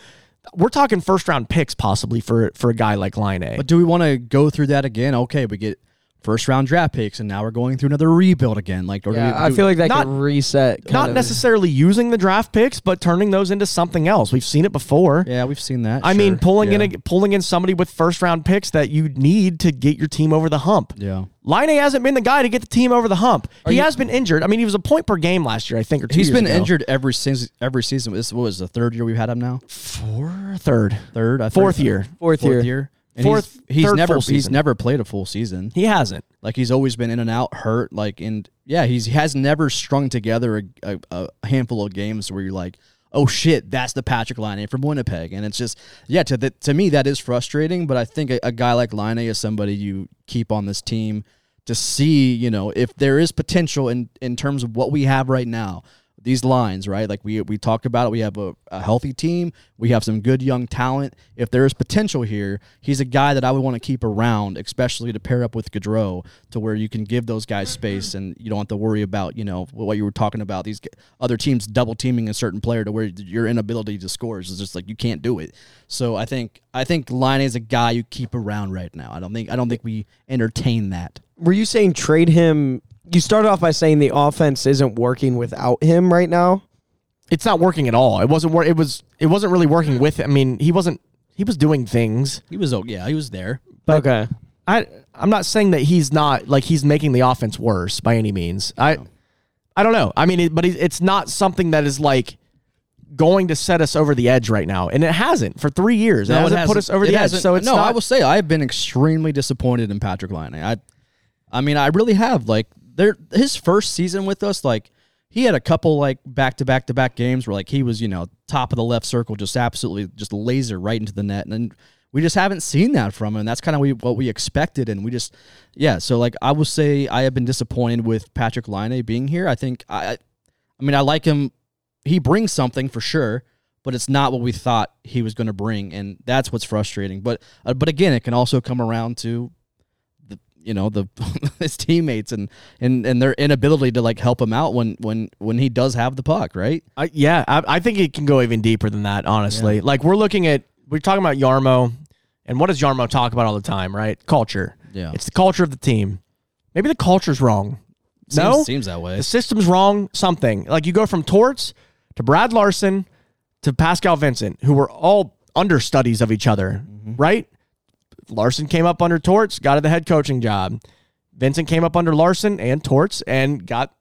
[SPEAKER 4] we're talking first round picks possibly for for a guy like line A.
[SPEAKER 2] But do we want to go through that again? Okay, we get first round draft picks, and now we're going through another rebuild again. Like, or do we,
[SPEAKER 3] yeah, I
[SPEAKER 2] do-
[SPEAKER 3] feel like that
[SPEAKER 4] not-
[SPEAKER 3] could reset. kind
[SPEAKER 4] not
[SPEAKER 3] of-
[SPEAKER 4] necessarily using the draft picks, but turning those into something else. We've seen it before.
[SPEAKER 2] yeah, we've seen that.
[SPEAKER 4] I mean,
[SPEAKER 2] sure.
[SPEAKER 4] pulling
[SPEAKER 2] yeah.
[SPEAKER 4] in a, pulling in somebody with first round picks that you need to get your team over the hump.
[SPEAKER 2] yeah.
[SPEAKER 4] Line hasn't been the guy to get the team over the hump. he has been injured. I mean, he was a point per game last year, I think, or two
[SPEAKER 2] He's
[SPEAKER 4] years
[SPEAKER 2] been
[SPEAKER 4] ago.
[SPEAKER 2] injured every season. Every season. This what was the third year we've had him now.
[SPEAKER 4] Four, third,
[SPEAKER 2] Third, I
[SPEAKER 4] fourth
[SPEAKER 2] think.
[SPEAKER 4] year.
[SPEAKER 3] Fourth
[SPEAKER 2] fourth
[SPEAKER 3] year.
[SPEAKER 2] year. And he's-
[SPEAKER 4] Fourth-
[SPEAKER 2] he's,
[SPEAKER 4] third
[SPEAKER 2] never
[SPEAKER 4] full
[SPEAKER 2] he's
[SPEAKER 4] season.
[SPEAKER 2] never played a full season.
[SPEAKER 4] He hasn't.
[SPEAKER 2] Like he's always been in and out, hurt. Like and yeah, he's, he has never strung together a, a, a handful of games where you're like, oh shit, that's the Patrick Line from Winnipeg, and it's just yeah. To the, to me, that is frustrating. But I think a, a guy like Line is somebody you keep on this team to see you know if there is potential in in terms of what we have right now these lines, right? Like we we talked about it. We have a, a healthy team. We have some good young talent. If there is potential here, he's a guy that I would want to keep around, especially to pair up with Gaudreau, to where you can give those guys space and you don't have to worry about you know what you were talking about these g- other teams double teaming a certain player to where your inability to score is just like you can't do it. So I think I think Line is a guy you keep around right now. I don't think I don't think we entertain that.
[SPEAKER 3] Were you saying trade him? You started off by saying the offense isn't working without him right now.
[SPEAKER 4] It's not working at all. It wasn't. Wor- it was. It wasn't really working with. I mean, he wasn't. He was doing things.
[SPEAKER 2] He was oh yeah he was there.
[SPEAKER 3] okay.
[SPEAKER 4] I. I'm not saying that he's not like he's making the offense worse by any means. I. I don't know. I mean, it, but it, it's not something that is like going to set us over the edge right now, and it hasn't for three years. it
[SPEAKER 2] No,
[SPEAKER 4] hasn't put
[SPEAKER 2] hasn't-
[SPEAKER 4] us over
[SPEAKER 2] it
[SPEAKER 4] the edge.
[SPEAKER 2] hasn't-
[SPEAKER 4] So it's
[SPEAKER 2] no.
[SPEAKER 4] Not,
[SPEAKER 2] I will say I've been extremely disappointed in Patrick Line. I, I mean, I really have. Like, there, his first season with us, like he had a couple like back to back to back games where like he was, you know, top of the left circle, just absolutely just laser right into the net, and then we just haven't seen that from him. And that's kind of we, what we expected, and we just, yeah. So like, I will say I have been disappointed with Patrick Line being here. I think I, I mean, I like him he brings something for sure, but it's not what we thought he was going to bring, and that's what's frustrating. But uh, but again, it can also come around to the you know the <laughs> his teammates and and and their inability to like help him out when when when he does have the puck, right?
[SPEAKER 4] I, yeah, I, I think it can go even deeper than that, honestly. Like, we're looking at, we're talking about Yarmo, and what does Yarmo talk about all the time, right? Culture.
[SPEAKER 2] Yeah.
[SPEAKER 4] It's the culture of the team. Maybe the culture's wrong. no?
[SPEAKER 2] seems, seems that way.
[SPEAKER 4] the system's wrong, something. Like, you go from Torts to Brad Larson to Pascal Vincent, who were all understudies of each other,
[SPEAKER 3] Mm-hmm.
[SPEAKER 4] right? Larson came up under Torts, got the head coaching job. Vincent came up under Larson and Torts and got.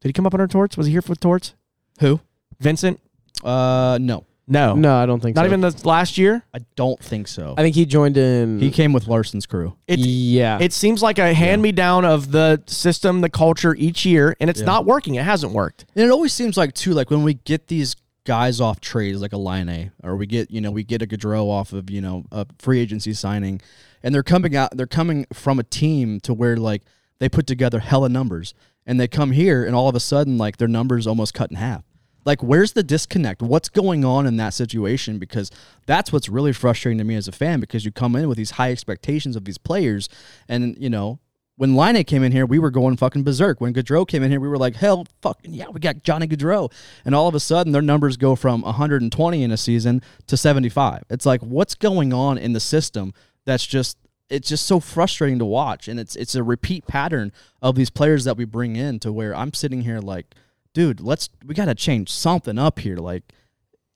[SPEAKER 4] Did he come up under Torts? Was he here for Torts?
[SPEAKER 2] Who?
[SPEAKER 4] Vincent?
[SPEAKER 2] Uh, no,
[SPEAKER 4] No.
[SPEAKER 3] No, I don't think
[SPEAKER 4] Not
[SPEAKER 3] so.
[SPEAKER 4] even the last year.
[SPEAKER 2] I don't think so.
[SPEAKER 3] I think he joined in.
[SPEAKER 2] he came with Larson's crew.
[SPEAKER 4] It's
[SPEAKER 6] yeah.
[SPEAKER 4] It seems like a hand me down of the system, the culture each year, and it's not working. It hasn't worked.
[SPEAKER 2] And it always seems like too, like when we get these guys off trades, like a Line A, or we get you know we get a Gaudreau off of you know a free agency signing, and they're coming out, they're coming from a team to where like they put together hella numbers, and they come here, and all of a sudden like their numbers almost cut in half. Like, where's the disconnect? What's going on in that situation? Because that's what's really frustrating to me as a fan. Because you come in with these high expectations of these players, and you know when Line came in here, we were going fucking berserk. When Gaudreau came in here, we were like, hell, fucking yeah, we got Johnny Gaudreau. And all of a sudden, their numbers go from 120 in a season to 75. It's like, what's going on in the system? That's just, it's just so frustrating to watch, and it's it's a repeat pattern of these players that we bring in to where I'm sitting here like, dude, let's we got to change something up here, like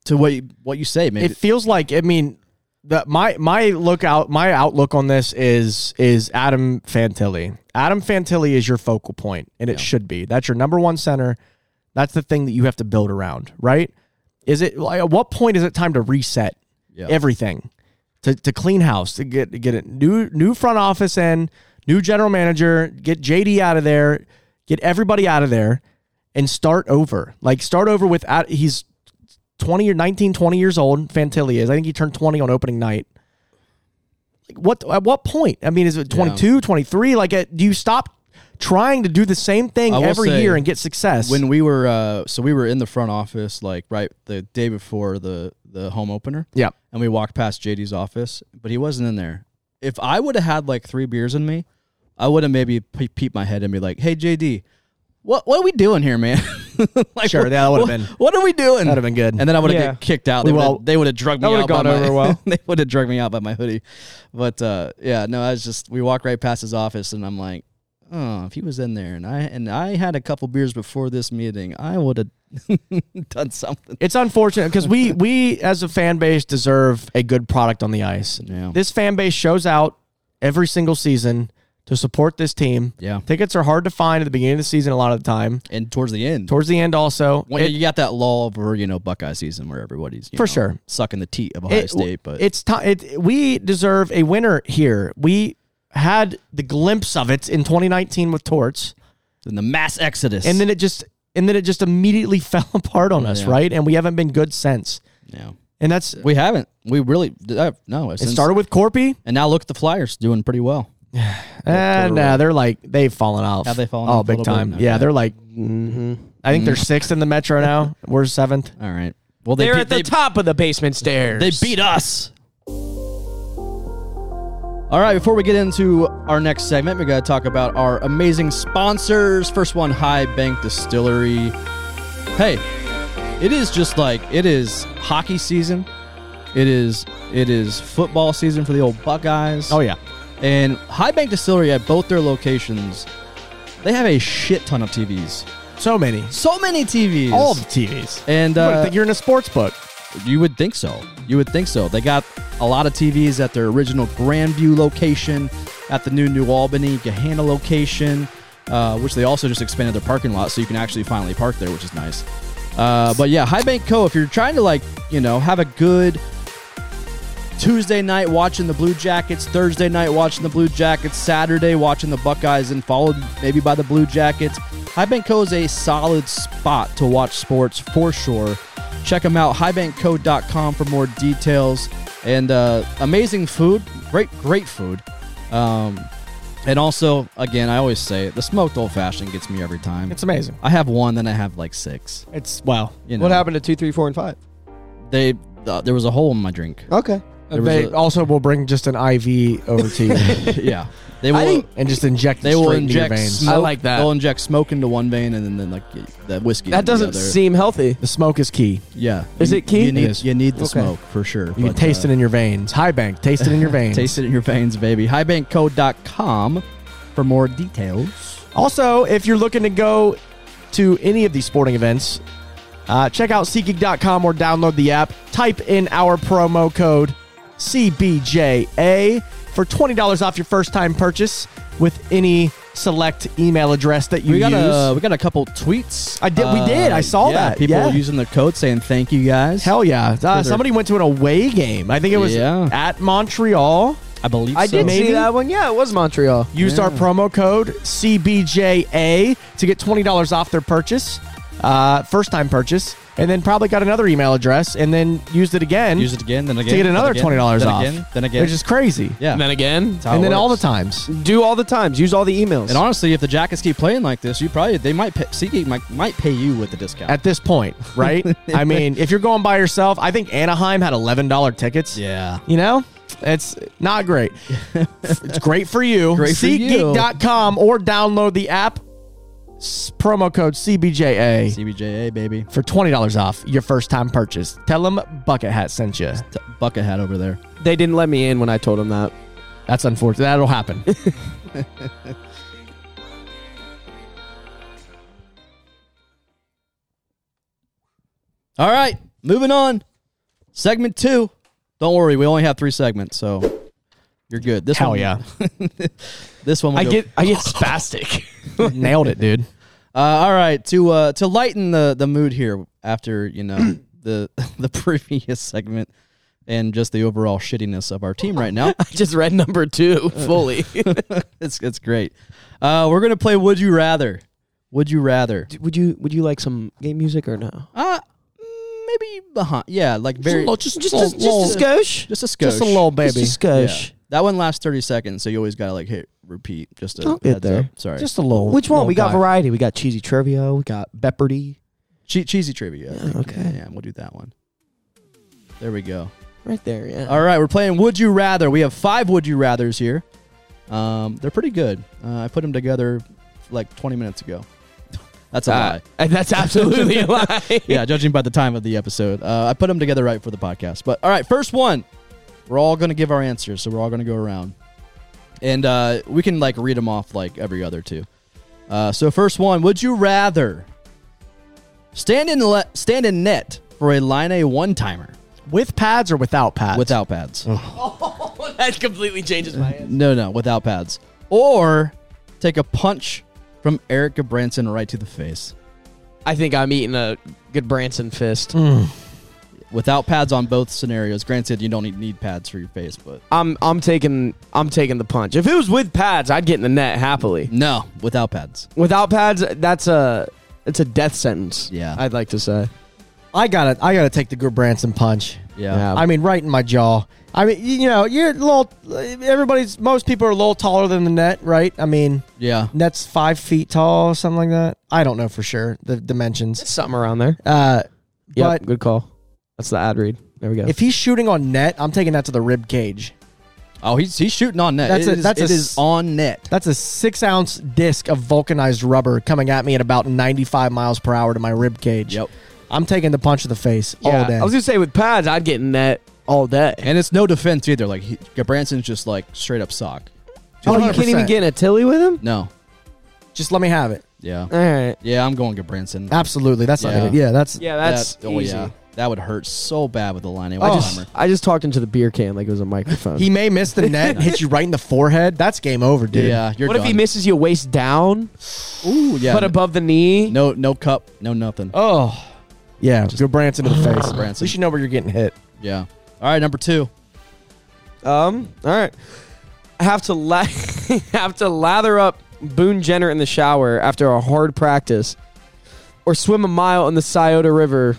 [SPEAKER 2] to what you, what you say, maybe
[SPEAKER 4] It feels like I mean, the, my my look out my outlook on this is is Adam Fantilli. Adam Fantilli is your focal point, and it should be. That's your number one center. That's the thing that you have to build around, right? Is it like, at what point is it time to reset everything, to, to clean house, to get get a new new front office in, new general manager, get JD out of there, get everybody out of there, and start over. Like start over with at- he's 20 or 19, 20 years old. Fantilli is. I think he turned 20 on opening night. Like what at what point? I mean, is it 22, 23? Like uh, do you stop trying to do the same thing
[SPEAKER 2] I will
[SPEAKER 4] every
[SPEAKER 2] say,
[SPEAKER 4] year and get success?
[SPEAKER 2] when we were uh, so we were in the front office like right the day before the the home opener
[SPEAKER 4] yeah.
[SPEAKER 2] and we walked past JD's office, but he wasn't in there. If I would have had like three beers in me, I would have maybe pe- peeped my head and be like, "Hey JD, what what are we doing here, man?" <laughs> like,
[SPEAKER 4] Sure, that would've
[SPEAKER 2] what-
[SPEAKER 4] been-
[SPEAKER 2] What are we doing?
[SPEAKER 4] That'd have been good.
[SPEAKER 2] And then I would have
[SPEAKER 6] Yeah.
[SPEAKER 2] get kicked out. They
[SPEAKER 4] We
[SPEAKER 2] well,
[SPEAKER 4] would've-
[SPEAKER 2] they would have drugged me
[SPEAKER 6] that would've
[SPEAKER 2] out. by
[SPEAKER 6] gone
[SPEAKER 2] my- <laughs>
[SPEAKER 6] over well.
[SPEAKER 2] they would have drugged me out by my hoodie. But uh, yeah, no, I was just we walk right past his office, and I'm like, oh, if he was in there, and I and I had a couple beers before this meeting, I would have <laughs> done something.
[SPEAKER 4] It's unfortunate because we we as a fan base deserve a good product on the ice.
[SPEAKER 2] Yeah.
[SPEAKER 4] This fan base shows out every single season to support this team.
[SPEAKER 2] Yeah.
[SPEAKER 4] Tickets are hard to find at the beginning of the season a lot of the time.
[SPEAKER 2] And towards the end,
[SPEAKER 4] Towards the end also.
[SPEAKER 2] When
[SPEAKER 4] it-
[SPEAKER 2] you got that lull over, you know, Buckeye season where everybody's you
[SPEAKER 4] For
[SPEAKER 2] know,
[SPEAKER 4] sure.
[SPEAKER 2] sucking the teat of Ohio State, but
[SPEAKER 4] it's time. It, we deserve a winner here. We had the glimpse of it in 2019 with Torts,
[SPEAKER 2] then the mass exodus,
[SPEAKER 4] and then it just and then it just immediately <laughs> fell apart on us,
[SPEAKER 2] Yeah.
[SPEAKER 4] right? And we haven't been good since.
[SPEAKER 2] yeah,
[SPEAKER 4] And that's
[SPEAKER 2] we haven't. We really uh, no.
[SPEAKER 4] it started with Corpy.
[SPEAKER 2] and now look, at the Flyers doing pretty well.
[SPEAKER 4] Uh, nah, they're like they've fallen off.
[SPEAKER 2] Have they fallen
[SPEAKER 4] oh,
[SPEAKER 2] off a
[SPEAKER 4] big
[SPEAKER 2] little bit?
[SPEAKER 4] time.
[SPEAKER 2] Okay. Mm-hmm.
[SPEAKER 4] Yeah, they're like mm-hmm. I think they're sixth in the Metro now. We're seventh.
[SPEAKER 2] All right. Well, they
[SPEAKER 6] They're
[SPEAKER 2] beat-
[SPEAKER 6] at the
[SPEAKER 2] they,
[SPEAKER 6] top of the basement stairs.
[SPEAKER 2] They beat us. All right, before we get into our next segment, we got to talk about our amazing sponsors. First one, High Bank Distillery. Hey, it is just like it is hockey season. It is it is football season for the old Buckeyes.
[SPEAKER 4] Oh yeah.
[SPEAKER 2] And High Bank Distillery at both their locations, they have a shit ton of TVs.
[SPEAKER 4] So many.
[SPEAKER 2] So many TVs.
[SPEAKER 4] All the TVs.
[SPEAKER 2] and
[SPEAKER 4] You would
[SPEAKER 2] uh,
[SPEAKER 4] think you're in a sports book.
[SPEAKER 2] you would think so. You would think so. They got a lot of TVs at their original Grandview location, at the new New Albany Gahanna location, uh, which they also just expanded their parking lot, so you can actually finally park there, which is nice. Uh, but yeah, High Bank Co. If you're trying to like, you know, have a good Tuesday night watching the Blue Jackets, Thursday night watching the Blue Jackets, Saturday watching the Buckeyes, and followed maybe by the Blue Jackets. High Bank Co. is a solid spot to watch sports for sure. Check them out, highbankco.com for more details. And uh, amazing food, great, great food. Um, and also, again, I always say it, the smoked old fashioned gets me every time.
[SPEAKER 4] It's amazing.
[SPEAKER 2] I have one, then I have like six.
[SPEAKER 4] It's wow.
[SPEAKER 2] You know,
[SPEAKER 3] what happened to two, three, four, and five?
[SPEAKER 2] They uh, there was a hole in my drink.
[SPEAKER 3] Okay.
[SPEAKER 2] There was
[SPEAKER 4] They
[SPEAKER 2] a-
[SPEAKER 4] also will bring just an IV over
[SPEAKER 2] <laughs>
[SPEAKER 4] to you
[SPEAKER 2] yeah, they will.
[SPEAKER 3] I think-
[SPEAKER 4] and just inject.
[SPEAKER 2] they
[SPEAKER 4] it
[SPEAKER 2] will
[SPEAKER 4] straight into your
[SPEAKER 2] inject
[SPEAKER 4] veins.
[SPEAKER 2] smoke.
[SPEAKER 6] I like that.
[SPEAKER 2] They'll inject smoke into one vein and then, then like y- the whiskey.
[SPEAKER 3] That
[SPEAKER 2] into
[SPEAKER 3] doesn't
[SPEAKER 2] the other.
[SPEAKER 3] seem healthy.
[SPEAKER 4] The smoke is key.
[SPEAKER 2] Yeah,
[SPEAKER 3] Is
[SPEAKER 2] You-
[SPEAKER 3] it key?
[SPEAKER 2] You need
[SPEAKER 4] It is.
[SPEAKER 2] you need the
[SPEAKER 3] Okay.
[SPEAKER 2] smoke for sure. uh,
[SPEAKER 4] You can taste it in your veins. High bank, taste
[SPEAKER 2] <laughs>
[SPEAKER 4] it in your veins.
[SPEAKER 2] Taste it in your veins, baby. Highbankcode.com for more details.
[SPEAKER 4] Also, if you're looking to go to any of these sporting events, Uh, check out SeatGeek.com or download the app. Type in our promo code CBJA for $20 off your first time purchase with any select email address that you
[SPEAKER 2] We got
[SPEAKER 4] use.
[SPEAKER 2] a we got a couple tweets. Uh,
[SPEAKER 4] I did- we did. I saw
[SPEAKER 2] yeah,
[SPEAKER 4] that.
[SPEAKER 2] People
[SPEAKER 4] Yeah.
[SPEAKER 2] using the code saying thank you guys.
[SPEAKER 4] Hell yeah. Uh,
[SPEAKER 2] their-
[SPEAKER 4] somebody went to an away game. I think it was
[SPEAKER 2] Yeah.
[SPEAKER 4] at Montreal.
[SPEAKER 2] I believe
[SPEAKER 3] I
[SPEAKER 2] so.
[SPEAKER 3] did
[SPEAKER 4] Maybe?
[SPEAKER 3] see that one. Yeah, it was Montreal.
[SPEAKER 4] Used our promo code CBJA to get $20 off their purchase, uh, first time purchase, and then probably got another email address and then used it again
[SPEAKER 2] Use it again, then again.
[SPEAKER 4] to get another
[SPEAKER 2] then again,
[SPEAKER 4] $20
[SPEAKER 2] then
[SPEAKER 4] off.
[SPEAKER 2] Again, then again.
[SPEAKER 4] They're just crazy.
[SPEAKER 2] yeah.
[SPEAKER 6] And then again,
[SPEAKER 2] how
[SPEAKER 4] and
[SPEAKER 2] it
[SPEAKER 4] then all the
[SPEAKER 2] works.
[SPEAKER 4] times.
[SPEAKER 3] Do all the times. Use all the emails.
[SPEAKER 2] And honestly, if the Jackets keep playing like this, you probably they might pay, SeatGeek might might pay you with the discount.
[SPEAKER 4] At this point,
[SPEAKER 2] <laughs>
[SPEAKER 4] right? I mean, if you're going by yourself, I think Anaheim had $11 tickets.
[SPEAKER 2] yeah.
[SPEAKER 4] You know, it's not great. it's great for you.
[SPEAKER 2] Great for you.
[SPEAKER 4] SeatGeek.com or download the app. S- Promo code CBJA
[SPEAKER 2] CBJA baby.
[SPEAKER 4] for $20 off your first time purchase. Tell them Bucket Hat sent you.
[SPEAKER 2] T- bucket hat over there.
[SPEAKER 3] they didn't let me in when I told them that.
[SPEAKER 4] That's unfortunate. That'll happen.
[SPEAKER 2] All right, moving on. Segment two. Don't worry, we only have three segments, so you're good. This
[SPEAKER 4] Hell
[SPEAKER 2] one,
[SPEAKER 4] yeah.
[SPEAKER 2] <laughs> This one, will
[SPEAKER 6] I
[SPEAKER 2] go-
[SPEAKER 6] get I get spastic.
[SPEAKER 4] <laughs> Nailed it, dude.
[SPEAKER 2] Uh, all right, to uh, to lighten the the mood here after
[SPEAKER 6] <clears throat>
[SPEAKER 2] you know the <laughs> the previous segment and just the overall shittiness of our team right now.
[SPEAKER 6] <laughs> I just read number
[SPEAKER 2] <laughs>
[SPEAKER 6] two fully.
[SPEAKER 2] it's it's great. Uh, we're gonna play Would You Rather. Would you rather?
[SPEAKER 3] Would you Would you like some game music or no?
[SPEAKER 2] Uh, mm, maybe behind. Yeah, like very
[SPEAKER 6] just,
[SPEAKER 3] Just, just a skosh.
[SPEAKER 2] just a skosh.
[SPEAKER 4] Just a little
[SPEAKER 3] Just a
[SPEAKER 4] baby.
[SPEAKER 3] skosh.
[SPEAKER 2] Yeah. That one lasts thirty seconds, so you always gotta like hit repeat just to
[SPEAKER 3] I'll get
[SPEAKER 2] heads
[SPEAKER 3] there.
[SPEAKER 2] up. Sorry,
[SPEAKER 4] Just a little.
[SPEAKER 3] Which one?
[SPEAKER 4] little
[SPEAKER 3] We got
[SPEAKER 4] guy.
[SPEAKER 3] variety. We got cheesy trivia. We got Beppardy.
[SPEAKER 2] che- cheesy trivia. I think.
[SPEAKER 3] okay.
[SPEAKER 2] yeah, yeah, we'll do that one. There we go.
[SPEAKER 3] Right there. Yeah.
[SPEAKER 2] All right, we're playing Would You Rather. We have five Would You Rathers here. Um, they're pretty good. Uh, I put them together like 20 minutes ago. <laughs> That's
[SPEAKER 4] Ah.
[SPEAKER 2] a
[SPEAKER 4] Uh,
[SPEAKER 2] lie.
[SPEAKER 6] and that's absolutely a lie.
[SPEAKER 2] Yeah, judging by the time of the episode, uh, I put them together right for the podcast. But all right, first one. We're all going to give our answers, so we're all going to go around, and uh, we can like read them off like every other two. Uh, so first one, would you rather stand in le- stand in net for a line A one timer
[SPEAKER 4] With pads or without pads?
[SPEAKER 2] without pads? <laughs>
[SPEAKER 6] Oh, <laughs> that completely changes my answer.
[SPEAKER 2] No, no, without pads. Or take a punch from Erica Branson right to the face.
[SPEAKER 6] I think I'm eating a good Branson fist.
[SPEAKER 3] Mm.
[SPEAKER 2] Without pads on both scenarios. Granted, you don't need, need pads for your face, but
[SPEAKER 6] I'm I'm taking I'm taking the punch. If it was with pads, I'd get in the net happily.
[SPEAKER 2] no, without pads.
[SPEAKER 6] Without pads, that's a it's a death sentence.
[SPEAKER 2] Yeah.
[SPEAKER 6] I'd like to say.
[SPEAKER 4] I got to I got to take the good Branson punch.
[SPEAKER 2] Yeah.
[SPEAKER 6] Yeah.
[SPEAKER 4] I mean, right in my jaw. I mean, you know, you're a little. Everybody's most people are a little taller than the net, right? I mean,
[SPEAKER 2] Yeah.
[SPEAKER 4] net's five feet tall, something like that. I don't know for sure the dimensions.
[SPEAKER 6] Something around there.
[SPEAKER 4] Uh,
[SPEAKER 6] Yep,
[SPEAKER 4] but
[SPEAKER 6] good call. That's the ad read. There we go.
[SPEAKER 4] if he's shooting on net, I'm taking that to the rib cage.
[SPEAKER 2] Oh, he's, he's shooting on net.
[SPEAKER 4] That's
[SPEAKER 2] That's
[SPEAKER 4] a-
[SPEAKER 2] it.
[SPEAKER 4] that's
[SPEAKER 2] that's
[SPEAKER 4] a
[SPEAKER 2] it is
[SPEAKER 4] s-
[SPEAKER 2] on net.
[SPEAKER 4] That's a six ounce disc of vulcanized rubber coming at me at about 95 miles per hour to my rib cage.
[SPEAKER 2] Yep.
[SPEAKER 4] I'm taking the punch to the face all day.
[SPEAKER 6] I was gonna say with pads, I'd get in net all day.
[SPEAKER 2] And it's no defense either. Like, he, Branson's just like straight up sock.
[SPEAKER 6] Oh, you can't even
[SPEAKER 4] 100%.
[SPEAKER 6] get in a tilly with him.
[SPEAKER 2] No.
[SPEAKER 4] Just let me have it.
[SPEAKER 2] Yeah.
[SPEAKER 6] All right.
[SPEAKER 2] Yeah, I'm going Branson.
[SPEAKER 4] Absolutely. That's yeah.
[SPEAKER 2] Yeah.
[SPEAKER 4] not it. Yeah, that's
[SPEAKER 6] Yeah, that's
[SPEAKER 2] that, oh,
[SPEAKER 6] easy.
[SPEAKER 2] yeah. That would hurt so bad with the line A
[SPEAKER 6] I
[SPEAKER 2] one timer.
[SPEAKER 6] just <sighs> I just talked into the beer can like it was a microphone.
[SPEAKER 4] He may miss the net and hit you right in the forehead. That's game over, dude.
[SPEAKER 2] Yeah, you're
[SPEAKER 6] what if he
[SPEAKER 2] done.
[SPEAKER 6] misses you waist down,
[SPEAKER 2] Ooh, yeah.
[SPEAKER 6] but above the knee?
[SPEAKER 2] no, no cup, no nothing.
[SPEAKER 6] Oh,
[SPEAKER 4] Yeah. Go Branson to the face.
[SPEAKER 2] Branson.
[SPEAKER 4] We should know where you're getting hit.
[SPEAKER 2] Yeah. All right, number two.
[SPEAKER 6] Um, all right. Have to la- <laughs> have to lather up Boone Jenner in the shower after a hard practice, or swim a mile in the Scioto River,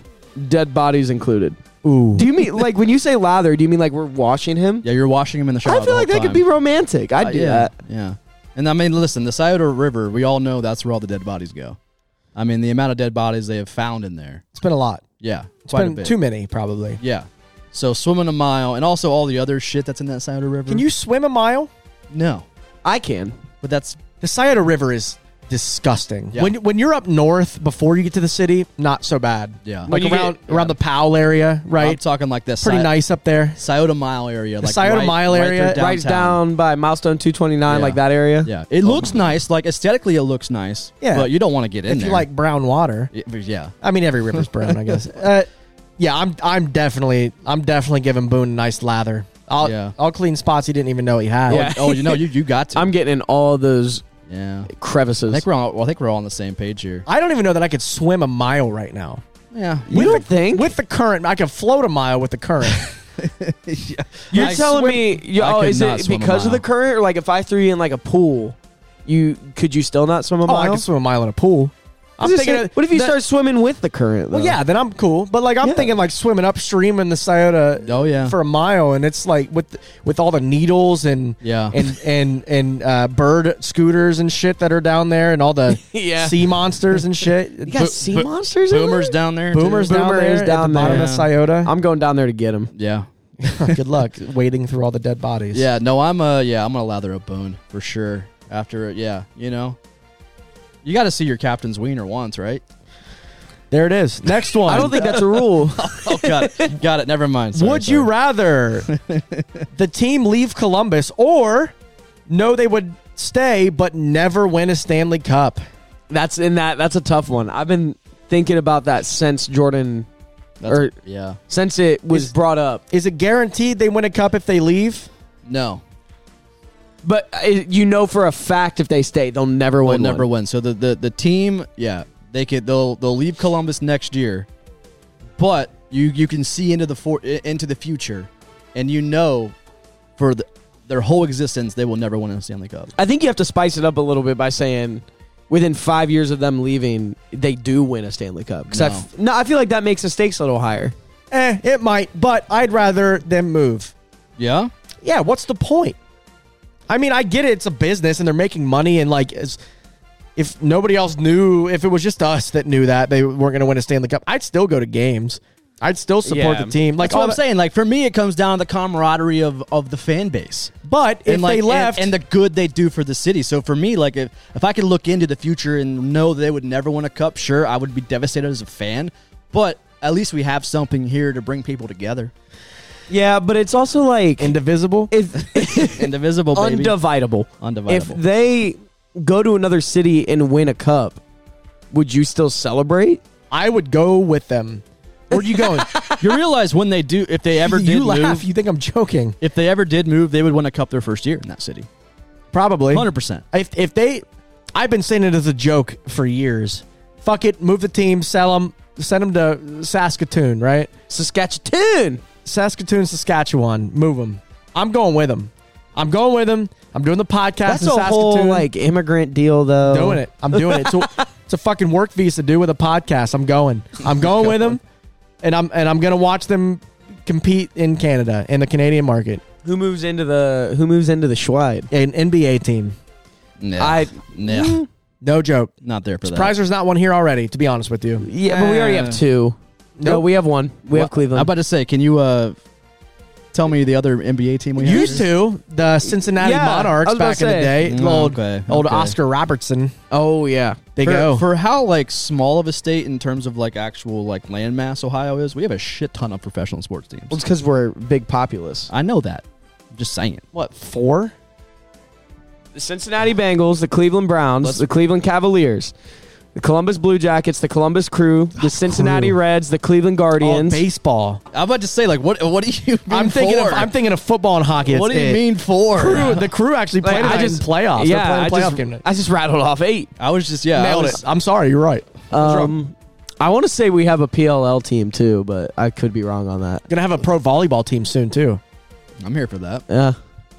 [SPEAKER 6] dead bodies included.
[SPEAKER 4] Ooh.
[SPEAKER 6] Do you mean like when you say lather? Do you mean like we're washing him?
[SPEAKER 2] Yeah, you're washing him in the shower.
[SPEAKER 6] I feel like that could be romantic. I'd do
[SPEAKER 2] yeah,
[SPEAKER 6] that.
[SPEAKER 2] Yeah. And I mean, listen, the Scioto River, we all know that's where all the dead bodies go. I mean, the amount of dead bodies they have found in there.
[SPEAKER 4] It's been a lot.
[SPEAKER 2] Yeah.
[SPEAKER 4] It's
[SPEAKER 2] quite a
[SPEAKER 4] been
[SPEAKER 2] bit.
[SPEAKER 4] too many, probably.
[SPEAKER 2] Yeah. So swimming a mile and also all the other shit that's in that Scioto River.
[SPEAKER 4] Can you swim a mile?
[SPEAKER 2] No.
[SPEAKER 6] I can.
[SPEAKER 2] But that's
[SPEAKER 4] The Scioto River is disgusting.
[SPEAKER 2] Yeah.
[SPEAKER 4] When when you're up north before you get to the city, not so bad.
[SPEAKER 2] Yeah. When
[SPEAKER 4] like
[SPEAKER 2] you
[SPEAKER 4] around around the Powell area,
[SPEAKER 2] I'm
[SPEAKER 4] right?
[SPEAKER 2] talking like this.
[SPEAKER 4] Pretty
[SPEAKER 2] Si-
[SPEAKER 4] nice up there.
[SPEAKER 2] Scioto Mile area. Like
[SPEAKER 4] Scioto
[SPEAKER 2] right-
[SPEAKER 4] Mile
[SPEAKER 2] right
[SPEAKER 4] area,
[SPEAKER 2] there
[SPEAKER 3] Right
[SPEAKER 2] downtown.
[SPEAKER 3] down by milestone 229,
[SPEAKER 2] Yeah.
[SPEAKER 3] like that area.
[SPEAKER 2] Yeah, it looks nice. Like aesthetically, it looks nice.
[SPEAKER 4] Yeah.
[SPEAKER 2] but you don't want to get in
[SPEAKER 4] If
[SPEAKER 2] there.
[SPEAKER 4] you like brown water,
[SPEAKER 2] Y- yeah,
[SPEAKER 4] I mean every river's brown, I
[SPEAKER 2] <laughs>
[SPEAKER 4] guess. Uh, yeah, I'm I'm definitely I'm definitely giving Boone a nice lather. I'll
[SPEAKER 2] Yeah.
[SPEAKER 4] I'll clean spots he didn't even know he had.
[SPEAKER 2] Oh, oh, you know, you you
[SPEAKER 4] <laughs>
[SPEAKER 2] got to.
[SPEAKER 3] I'm getting in all those
[SPEAKER 2] yeah, I
[SPEAKER 3] crevices.
[SPEAKER 2] think we're all. well, I think we're all on the same page here.
[SPEAKER 4] I don't even know that I could swim a mile right now.
[SPEAKER 2] Yeah,
[SPEAKER 3] you don't think?
[SPEAKER 4] With the current, I could float a mile with the current.
[SPEAKER 3] You're
[SPEAKER 2] I
[SPEAKER 3] telling
[SPEAKER 2] swim-
[SPEAKER 3] me, yo,
[SPEAKER 2] I
[SPEAKER 3] oh,
[SPEAKER 2] could
[SPEAKER 3] is
[SPEAKER 2] not
[SPEAKER 3] it
[SPEAKER 2] swim a
[SPEAKER 3] because of the
[SPEAKER 2] mile.
[SPEAKER 3] current, or like if I threw you in like a pool, you could you still not swim <laughs> a
[SPEAKER 4] oh, I
[SPEAKER 3] mile?
[SPEAKER 4] could swim a mile in a pool. I'm
[SPEAKER 3] Is it
[SPEAKER 4] thinking.
[SPEAKER 3] sa-
[SPEAKER 4] of-
[SPEAKER 3] what if you
[SPEAKER 4] that-
[SPEAKER 3] start swimming with the current? Though?
[SPEAKER 4] Well, yeah, then I'm cool. But like, I'm
[SPEAKER 3] Yeah.
[SPEAKER 4] thinking like swimming upstream in the Scioto
[SPEAKER 2] Oh yeah,
[SPEAKER 4] for a mile, and it's like with with all the needles and
[SPEAKER 2] Yeah.
[SPEAKER 4] and and and uh, bird scooters and shit that are down there, and all the
[SPEAKER 3] <laughs> Yeah.
[SPEAKER 4] sea monsters and shit.
[SPEAKER 3] You got
[SPEAKER 4] Bo-
[SPEAKER 3] sea
[SPEAKER 2] bo-
[SPEAKER 3] monsters. in
[SPEAKER 2] boomers
[SPEAKER 3] there?
[SPEAKER 2] down there. too.
[SPEAKER 4] boomers down
[SPEAKER 3] Boomer
[SPEAKER 4] there
[SPEAKER 3] is down
[SPEAKER 4] at the bottom
[SPEAKER 2] there.
[SPEAKER 4] of Scioto.
[SPEAKER 3] I'm going down there to get him.
[SPEAKER 2] Yeah,
[SPEAKER 4] Good luck wading through all the dead bodies.
[SPEAKER 2] yeah. No, I'm uh yeah, I'm gonna lather up Boone for sure. After yeah, you know, you got to see your captain's wiener once, right?
[SPEAKER 4] there it is. Next one.
[SPEAKER 3] I don't think that's a
[SPEAKER 4] <laughs>
[SPEAKER 3] rule.
[SPEAKER 2] Oh god, <laughs> got it. Never mind. Sorry,
[SPEAKER 4] would
[SPEAKER 2] sorry. <laughs>
[SPEAKER 4] you rather the team leave Columbus or no, they would stay but never win a Stanley Cup?
[SPEAKER 3] that's in that. That's a tough one. I've been thinking about that since Jordan,
[SPEAKER 2] That's-
[SPEAKER 3] or
[SPEAKER 2] yeah.
[SPEAKER 3] since it was
[SPEAKER 4] Is-
[SPEAKER 3] brought up.
[SPEAKER 4] Is it guaranteed they win a cup if they leave?
[SPEAKER 2] No,
[SPEAKER 3] But uh, you know for a fact if they stay, they'll never
[SPEAKER 2] will
[SPEAKER 3] win.
[SPEAKER 2] never
[SPEAKER 3] one.
[SPEAKER 2] win. So the, the the team, yeah, they could they'll they'll leave Columbus next year, but you you can see into the for, i- into the future, and you know, for the, their whole existence, they will never win a Stanley Cup.
[SPEAKER 3] I think you have to spice it up a little bit by saying within five years of them leaving, they do win a Stanley Cup. Because I,
[SPEAKER 2] No.
[SPEAKER 3] f- no, I feel like that makes the stakes a little higher.
[SPEAKER 4] Eh, it might, but I'd rather them move.
[SPEAKER 2] Yeah,
[SPEAKER 4] Yeah, what's the point? I mean, I get it. It's a business and they're making money. And like, as, if nobody else knew, if it was just us that knew that they weren't going to win a Stanley Cup, I'd still go to games. I'd still support
[SPEAKER 3] Yeah.
[SPEAKER 4] the team. Like
[SPEAKER 2] that's what
[SPEAKER 4] all
[SPEAKER 2] I'm
[SPEAKER 4] that-
[SPEAKER 2] saying. Like for me, it comes down to the camaraderie of of the fan base.
[SPEAKER 4] But if
[SPEAKER 2] and like,
[SPEAKER 4] they left,
[SPEAKER 2] and, and the good they do for the city. So for me, like if, if I could look into the future and know they would never win a cup, sure, I would be devastated as a fan. But at least we have something here to bring people together.
[SPEAKER 3] Yeah, but it's also like
[SPEAKER 4] indivisible.
[SPEAKER 2] <laughs>
[SPEAKER 3] if
[SPEAKER 2] Indivisible, baby.
[SPEAKER 3] undividable. If
[SPEAKER 2] Undividable.
[SPEAKER 3] they go to another city and win a cup, would you still celebrate?
[SPEAKER 4] I would go with them. Where are
[SPEAKER 2] <laughs>
[SPEAKER 4] you going?
[SPEAKER 2] <laughs> you realize when they do, if they ever did
[SPEAKER 4] <laughs> you
[SPEAKER 2] move,
[SPEAKER 4] laugh. You think I'm joking?
[SPEAKER 2] if they ever did move, they would win a cup their first year in that city.
[SPEAKER 4] Probably.
[SPEAKER 2] Hundred percent.
[SPEAKER 4] If if they, I've been saying it as a joke for years. Fuck it, move the team, sell them, send them to Saskatoon, right?
[SPEAKER 3] Saskatchewan.
[SPEAKER 4] Saskatoon, Saskatchewan, move them. I'm going with them. I'm going with them. I'm doing the podcast
[SPEAKER 3] That's
[SPEAKER 4] in
[SPEAKER 3] a
[SPEAKER 4] Saskatoon.
[SPEAKER 3] whole like immigrant deal, though.
[SPEAKER 4] doing it. I'm doing it. It's
[SPEAKER 3] <laughs>
[SPEAKER 4] a, it's a fucking work visa to do with a podcast. I'm going. I'm going with them, and I'm and I'm gonna watch them compete in Canada in the Canadian market,
[SPEAKER 3] Who moves into the Who moves into the Schwide?
[SPEAKER 4] an NBA team.
[SPEAKER 2] No,
[SPEAKER 3] I
[SPEAKER 4] Hmm?
[SPEAKER 2] no,
[SPEAKER 4] No joke.
[SPEAKER 2] not there for that.
[SPEAKER 4] Surprised there's not one here already. To be honest with you,
[SPEAKER 3] yeah, but we already have
[SPEAKER 2] Uh,
[SPEAKER 3] two. No,
[SPEAKER 4] Nope.
[SPEAKER 3] we have one. We
[SPEAKER 2] Well,
[SPEAKER 3] have Cleveland.
[SPEAKER 2] I'm about to say, can you uh, tell me the other NBA team we
[SPEAKER 4] used
[SPEAKER 2] have?
[SPEAKER 4] to the Cincinnati
[SPEAKER 3] Yeah, I
[SPEAKER 4] Monarchs
[SPEAKER 3] was about
[SPEAKER 4] back
[SPEAKER 3] to
[SPEAKER 4] in the
[SPEAKER 3] say.
[SPEAKER 4] day.
[SPEAKER 2] Mm,
[SPEAKER 4] old
[SPEAKER 2] okay,
[SPEAKER 4] old
[SPEAKER 2] okay.
[SPEAKER 4] Oscar Robertson.
[SPEAKER 3] oh yeah,
[SPEAKER 4] They
[SPEAKER 2] for,
[SPEAKER 4] go.
[SPEAKER 2] for how like small of a state in terms of like actual like landmass Ohio is. We have a shit ton of professional sports teams.
[SPEAKER 3] Well, it's because we're big populace.
[SPEAKER 2] I know that. I'm just saying.
[SPEAKER 4] what four?
[SPEAKER 3] the Cincinnati Bengals, the Cleveland Browns,
[SPEAKER 2] Let's-
[SPEAKER 3] the Cleveland Cavaliers, the Columbus Blue Jackets, the Columbus Crew, the Cincinnati
[SPEAKER 4] Crew.
[SPEAKER 3] Reds, the Cleveland Guardians.
[SPEAKER 4] Oh, baseball.
[SPEAKER 2] I'm about to say like what what do you? Mean
[SPEAKER 4] I'm thinking.
[SPEAKER 2] For?
[SPEAKER 4] Of, I'm thinking of football and hockey.
[SPEAKER 2] what
[SPEAKER 4] That's
[SPEAKER 2] do you
[SPEAKER 4] it.
[SPEAKER 2] mean for?
[SPEAKER 4] Crew, the crew actually
[SPEAKER 3] Like,
[SPEAKER 4] played I just, in playoffs.
[SPEAKER 3] Yeah,
[SPEAKER 4] They're
[SPEAKER 3] I,
[SPEAKER 4] playing playoff
[SPEAKER 3] just,
[SPEAKER 4] game tonight.
[SPEAKER 3] I just rattled off eight.
[SPEAKER 2] I was just yeah. I
[SPEAKER 4] Nailed
[SPEAKER 2] was,
[SPEAKER 4] it. I'm sorry. You're right.
[SPEAKER 3] Um, I want to say we have a PLL team too, but I could be wrong on that.
[SPEAKER 4] Gonna have a pro volleyball team soon too.
[SPEAKER 2] I'm here for that.
[SPEAKER 3] Yeah,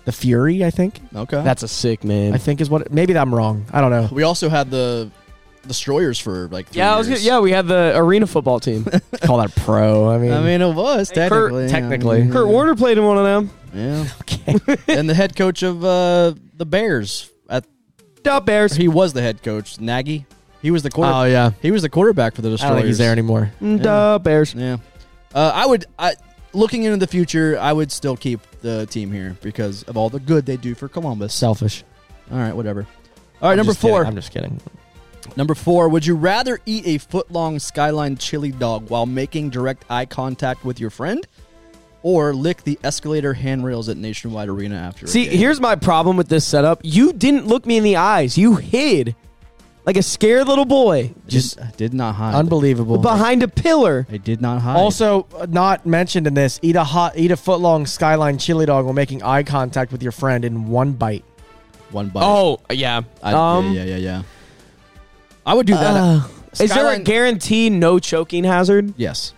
[SPEAKER 4] The Fury, I think.
[SPEAKER 2] Okay.
[SPEAKER 3] that's a sick name.
[SPEAKER 4] I think is what. Maybe I'm wrong. I don't know.
[SPEAKER 2] we also had the destroyers for like three
[SPEAKER 3] yeah, I was gonna,
[SPEAKER 2] years.
[SPEAKER 3] yeah, we have the arena
[SPEAKER 4] <laughs>
[SPEAKER 3] football team.
[SPEAKER 4] Call that pro. I mean,
[SPEAKER 2] I mean, it was technically.
[SPEAKER 3] Kurt-
[SPEAKER 4] technically.
[SPEAKER 2] I mean,
[SPEAKER 3] Kurt Warner played in one of them.
[SPEAKER 4] <laughs>
[SPEAKER 2] Yeah. <laughs> and the head coach of uh, the Bears. At,
[SPEAKER 3] The Bears.
[SPEAKER 2] he was the head coach, Nagy. He was the quarter-
[SPEAKER 4] oh yeah.
[SPEAKER 2] He was the quarterback for the
[SPEAKER 4] I
[SPEAKER 2] destroyers.
[SPEAKER 4] don't think he's there anymore.
[SPEAKER 3] The Bears.
[SPEAKER 2] Yeah. Uh, I would. I, looking into the future, I would still keep the team here because of all the good they do for Columbus.
[SPEAKER 4] Selfish.
[SPEAKER 2] All right, whatever. All right, number
[SPEAKER 4] Just kidding.
[SPEAKER 2] four.
[SPEAKER 4] I'm just kidding.
[SPEAKER 2] Number four, would you rather eat a foot long skyline chili dog while making direct eye contact with your friend or lick the escalator handrails at Nationwide Arena after? a
[SPEAKER 3] See,
[SPEAKER 2] game?
[SPEAKER 3] here's my problem with this setup. You didn't look me in the eyes. You hid like a scared little boy
[SPEAKER 2] just I did not hide.
[SPEAKER 4] Unbelievable.
[SPEAKER 3] behind a pillar.
[SPEAKER 2] I did not hide.
[SPEAKER 4] Also, uh, not mentioned in this, eat a hot, eat a foot long skyline chili dog while making eye contact with your friend in one bite.
[SPEAKER 2] one bite.
[SPEAKER 6] Oh yeah.
[SPEAKER 2] I,
[SPEAKER 3] um, uh,
[SPEAKER 2] yeah, yeah, yeah, yeah. I would do that.
[SPEAKER 3] Is there a
[SPEAKER 2] Skyline-
[SPEAKER 3] guarantee no choking hazard?
[SPEAKER 2] yes.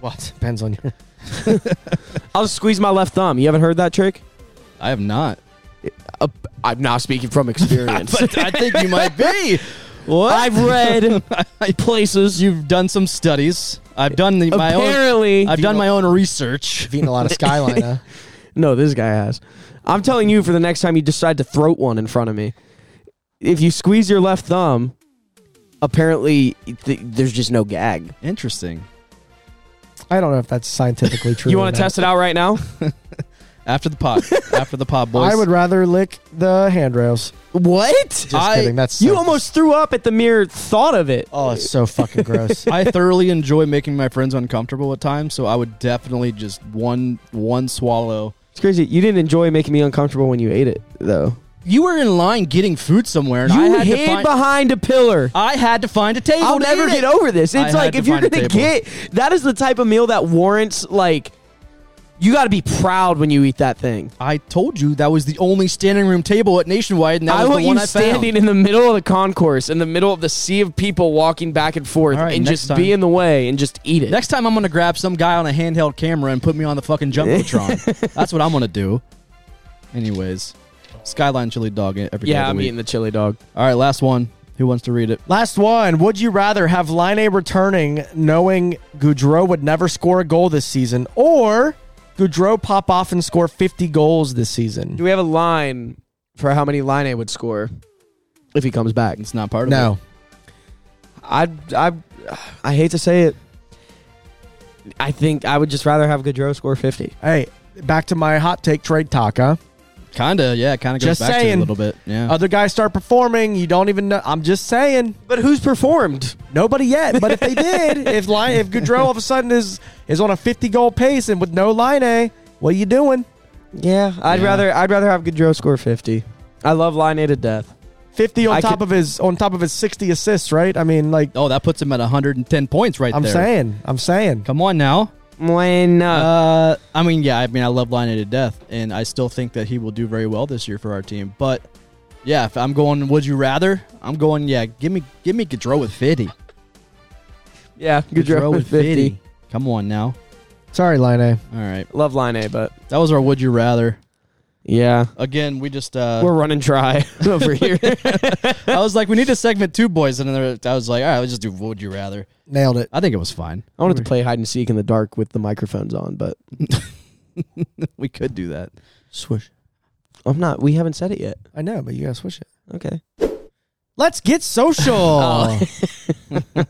[SPEAKER 4] What depends on your.
[SPEAKER 3] I'll just squeeze my left thumb. You haven't heard that trick?
[SPEAKER 2] I have
[SPEAKER 4] <laughs>
[SPEAKER 2] not.
[SPEAKER 3] Uh, I'm now speaking from experience.
[SPEAKER 2] But <laughs> I think you might be. What?
[SPEAKER 3] I've <laughs> read
[SPEAKER 2] <laughs>
[SPEAKER 3] places.
[SPEAKER 2] You've done some studies. I've done the, my own.
[SPEAKER 3] Apparently,
[SPEAKER 2] I've done my own research.
[SPEAKER 4] I've eaten a lot of skyline. huh?
[SPEAKER 3] no, this guy has. I'm telling you, for the next time you decide to throat one in front of me, if you squeeze your left thumb, apparently th- there's just no gag.
[SPEAKER 2] Interesting.
[SPEAKER 4] <laughs> I don't know if that's scientifically true.
[SPEAKER 3] You
[SPEAKER 4] or
[SPEAKER 3] want
[SPEAKER 4] not.
[SPEAKER 3] to test it out right now?
[SPEAKER 2] After the
[SPEAKER 3] <laughs>
[SPEAKER 2] pod. After the pod, boys.
[SPEAKER 4] I would rather lick the handrails.
[SPEAKER 3] what?
[SPEAKER 4] Just
[SPEAKER 2] I-
[SPEAKER 4] kidding. That's
[SPEAKER 3] You
[SPEAKER 4] so-
[SPEAKER 3] almost threw up at the mere thought of it.
[SPEAKER 4] Oh, it's so fucking <laughs>
[SPEAKER 2] <laughs>
[SPEAKER 4] gross.
[SPEAKER 2] I thoroughly enjoy making my friends uncomfortable at times, so I would definitely just one one swallow.
[SPEAKER 3] It's crazy. You didn't enjoy making me uncomfortable when you ate it, though.
[SPEAKER 2] You were in line getting food somewhere, and
[SPEAKER 3] You
[SPEAKER 2] I had
[SPEAKER 3] hid
[SPEAKER 2] to find.
[SPEAKER 3] behind a pillar.
[SPEAKER 2] I had to find a table.
[SPEAKER 3] I'll
[SPEAKER 2] to
[SPEAKER 3] never
[SPEAKER 2] eat
[SPEAKER 3] get
[SPEAKER 2] it.
[SPEAKER 3] over this.
[SPEAKER 2] I
[SPEAKER 3] It's
[SPEAKER 2] had
[SPEAKER 3] like
[SPEAKER 2] to
[SPEAKER 3] if you're
[SPEAKER 2] find a
[SPEAKER 3] gonna
[SPEAKER 2] table.
[SPEAKER 3] get that is the type of meal that warrants like you got to be proud when you eat that thing.
[SPEAKER 2] I told you that was the only standing room table at Nationwide, and that
[SPEAKER 3] I
[SPEAKER 2] was
[SPEAKER 3] want
[SPEAKER 2] the one
[SPEAKER 3] you
[SPEAKER 2] I
[SPEAKER 3] standing
[SPEAKER 2] found.
[SPEAKER 3] in the middle of the concourse, in the middle of the sea of people walking back and forth,
[SPEAKER 2] All right,
[SPEAKER 3] and
[SPEAKER 2] next
[SPEAKER 3] just
[SPEAKER 2] time.
[SPEAKER 3] be in the way and just eat it.
[SPEAKER 2] Next time, I'm gonna grab some guy on a handheld camera and put me on the fucking jumbotron. That's what I'm gonna do. Anyways, Skyline Chili Dog every day of
[SPEAKER 3] yeah,
[SPEAKER 2] the
[SPEAKER 3] I'm
[SPEAKER 2] week.
[SPEAKER 3] eating the chili dog.
[SPEAKER 2] All right, last one. Who wants to read it?
[SPEAKER 4] Last one. Would you rather have Line A returning knowing Goudreau would never score a goal this season or Goudreau pop off and score 50 goals this season?
[SPEAKER 3] Do we have a line for how many line A would score if he comes back?
[SPEAKER 2] It's not part of
[SPEAKER 4] No.
[SPEAKER 3] I I I hate to say it. I think I would just rather have Gaudreau score 50.
[SPEAKER 4] Hey, back to my hot take trade taka.
[SPEAKER 2] it. Kinda, yeah. It kinda goes
[SPEAKER 4] Just
[SPEAKER 2] back to it
[SPEAKER 4] saying.
[SPEAKER 2] a little bit. Yeah.
[SPEAKER 4] Other guys start performing. You don't even know. I'm just saying.
[SPEAKER 3] But who's performed?
[SPEAKER 4] Nobody yet. But if
[SPEAKER 3] <laughs>
[SPEAKER 4] they did, if Line, if Goudreau all of a sudden is is on a 50 goal pace and with no Line A, what are you doing?
[SPEAKER 3] Yeah, I'd
[SPEAKER 2] Yeah.
[SPEAKER 3] rather I'd rather have Gaudreau score 50. I love Line A to death.
[SPEAKER 4] 50 on
[SPEAKER 3] I
[SPEAKER 4] top
[SPEAKER 3] could-
[SPEAKER 4] of his on top of his 60 assists, right? I mean, like
[SPEAKER 2] oh, that puts him at 110 points right
[SPEAKER 4] I'm
[SPEAKER 2] there.
[SPEAKER 4] saying, I'm saying.
[SPEAKER 2] Come on now.
[SPEAKER 3] When
[SPEAKER 2] Uh, I mean, yeah, I mean, I love Line to death, and I still think that he will do very well this year for our team. But yeah, if I'm going, would you rather? I'm going, yeah, give me, give me Gaudreau with fifty.
[SPEAKER 3] yeah, Gaudreau with 50.
[SPEAKER 2] Come on now.
[SPEAKER 4] Sorry, Line A.
[SPEAKER 2] All right,
[SPEAKER 3] Love Line A, but
[SPEAKER 2] that was our would you rather.
[SPEAKER 3] yeah,
[SPEAKER 2] Again, we just uh,
[SPEAKER 3] we're running dry <laughs> <laughs> over here.
[SPEAKER 2] I was like, we need a segment two, boys, and then I was like, all right, let's just do would you rather.
[SPEAKER 4] <laughs> Nailed it.
[SPEAKER 2] I think it was fine.
[SPEAKER 3] I wanted to play hide and seek in the dark with the microphones on, but
[SPEAKER 2] We could do that.
[SPEAKER 3] swish. I'm not. We haven't said it yet.
[SPEAKER 4] I know, but you gotta switch it.
[SPEAKER 3] Okay.
[SPEAKER 4] Let's get
[SPEAKER 3] <laughs>
[SPEAKER 4] social.
[SPEAKER 3] Oh,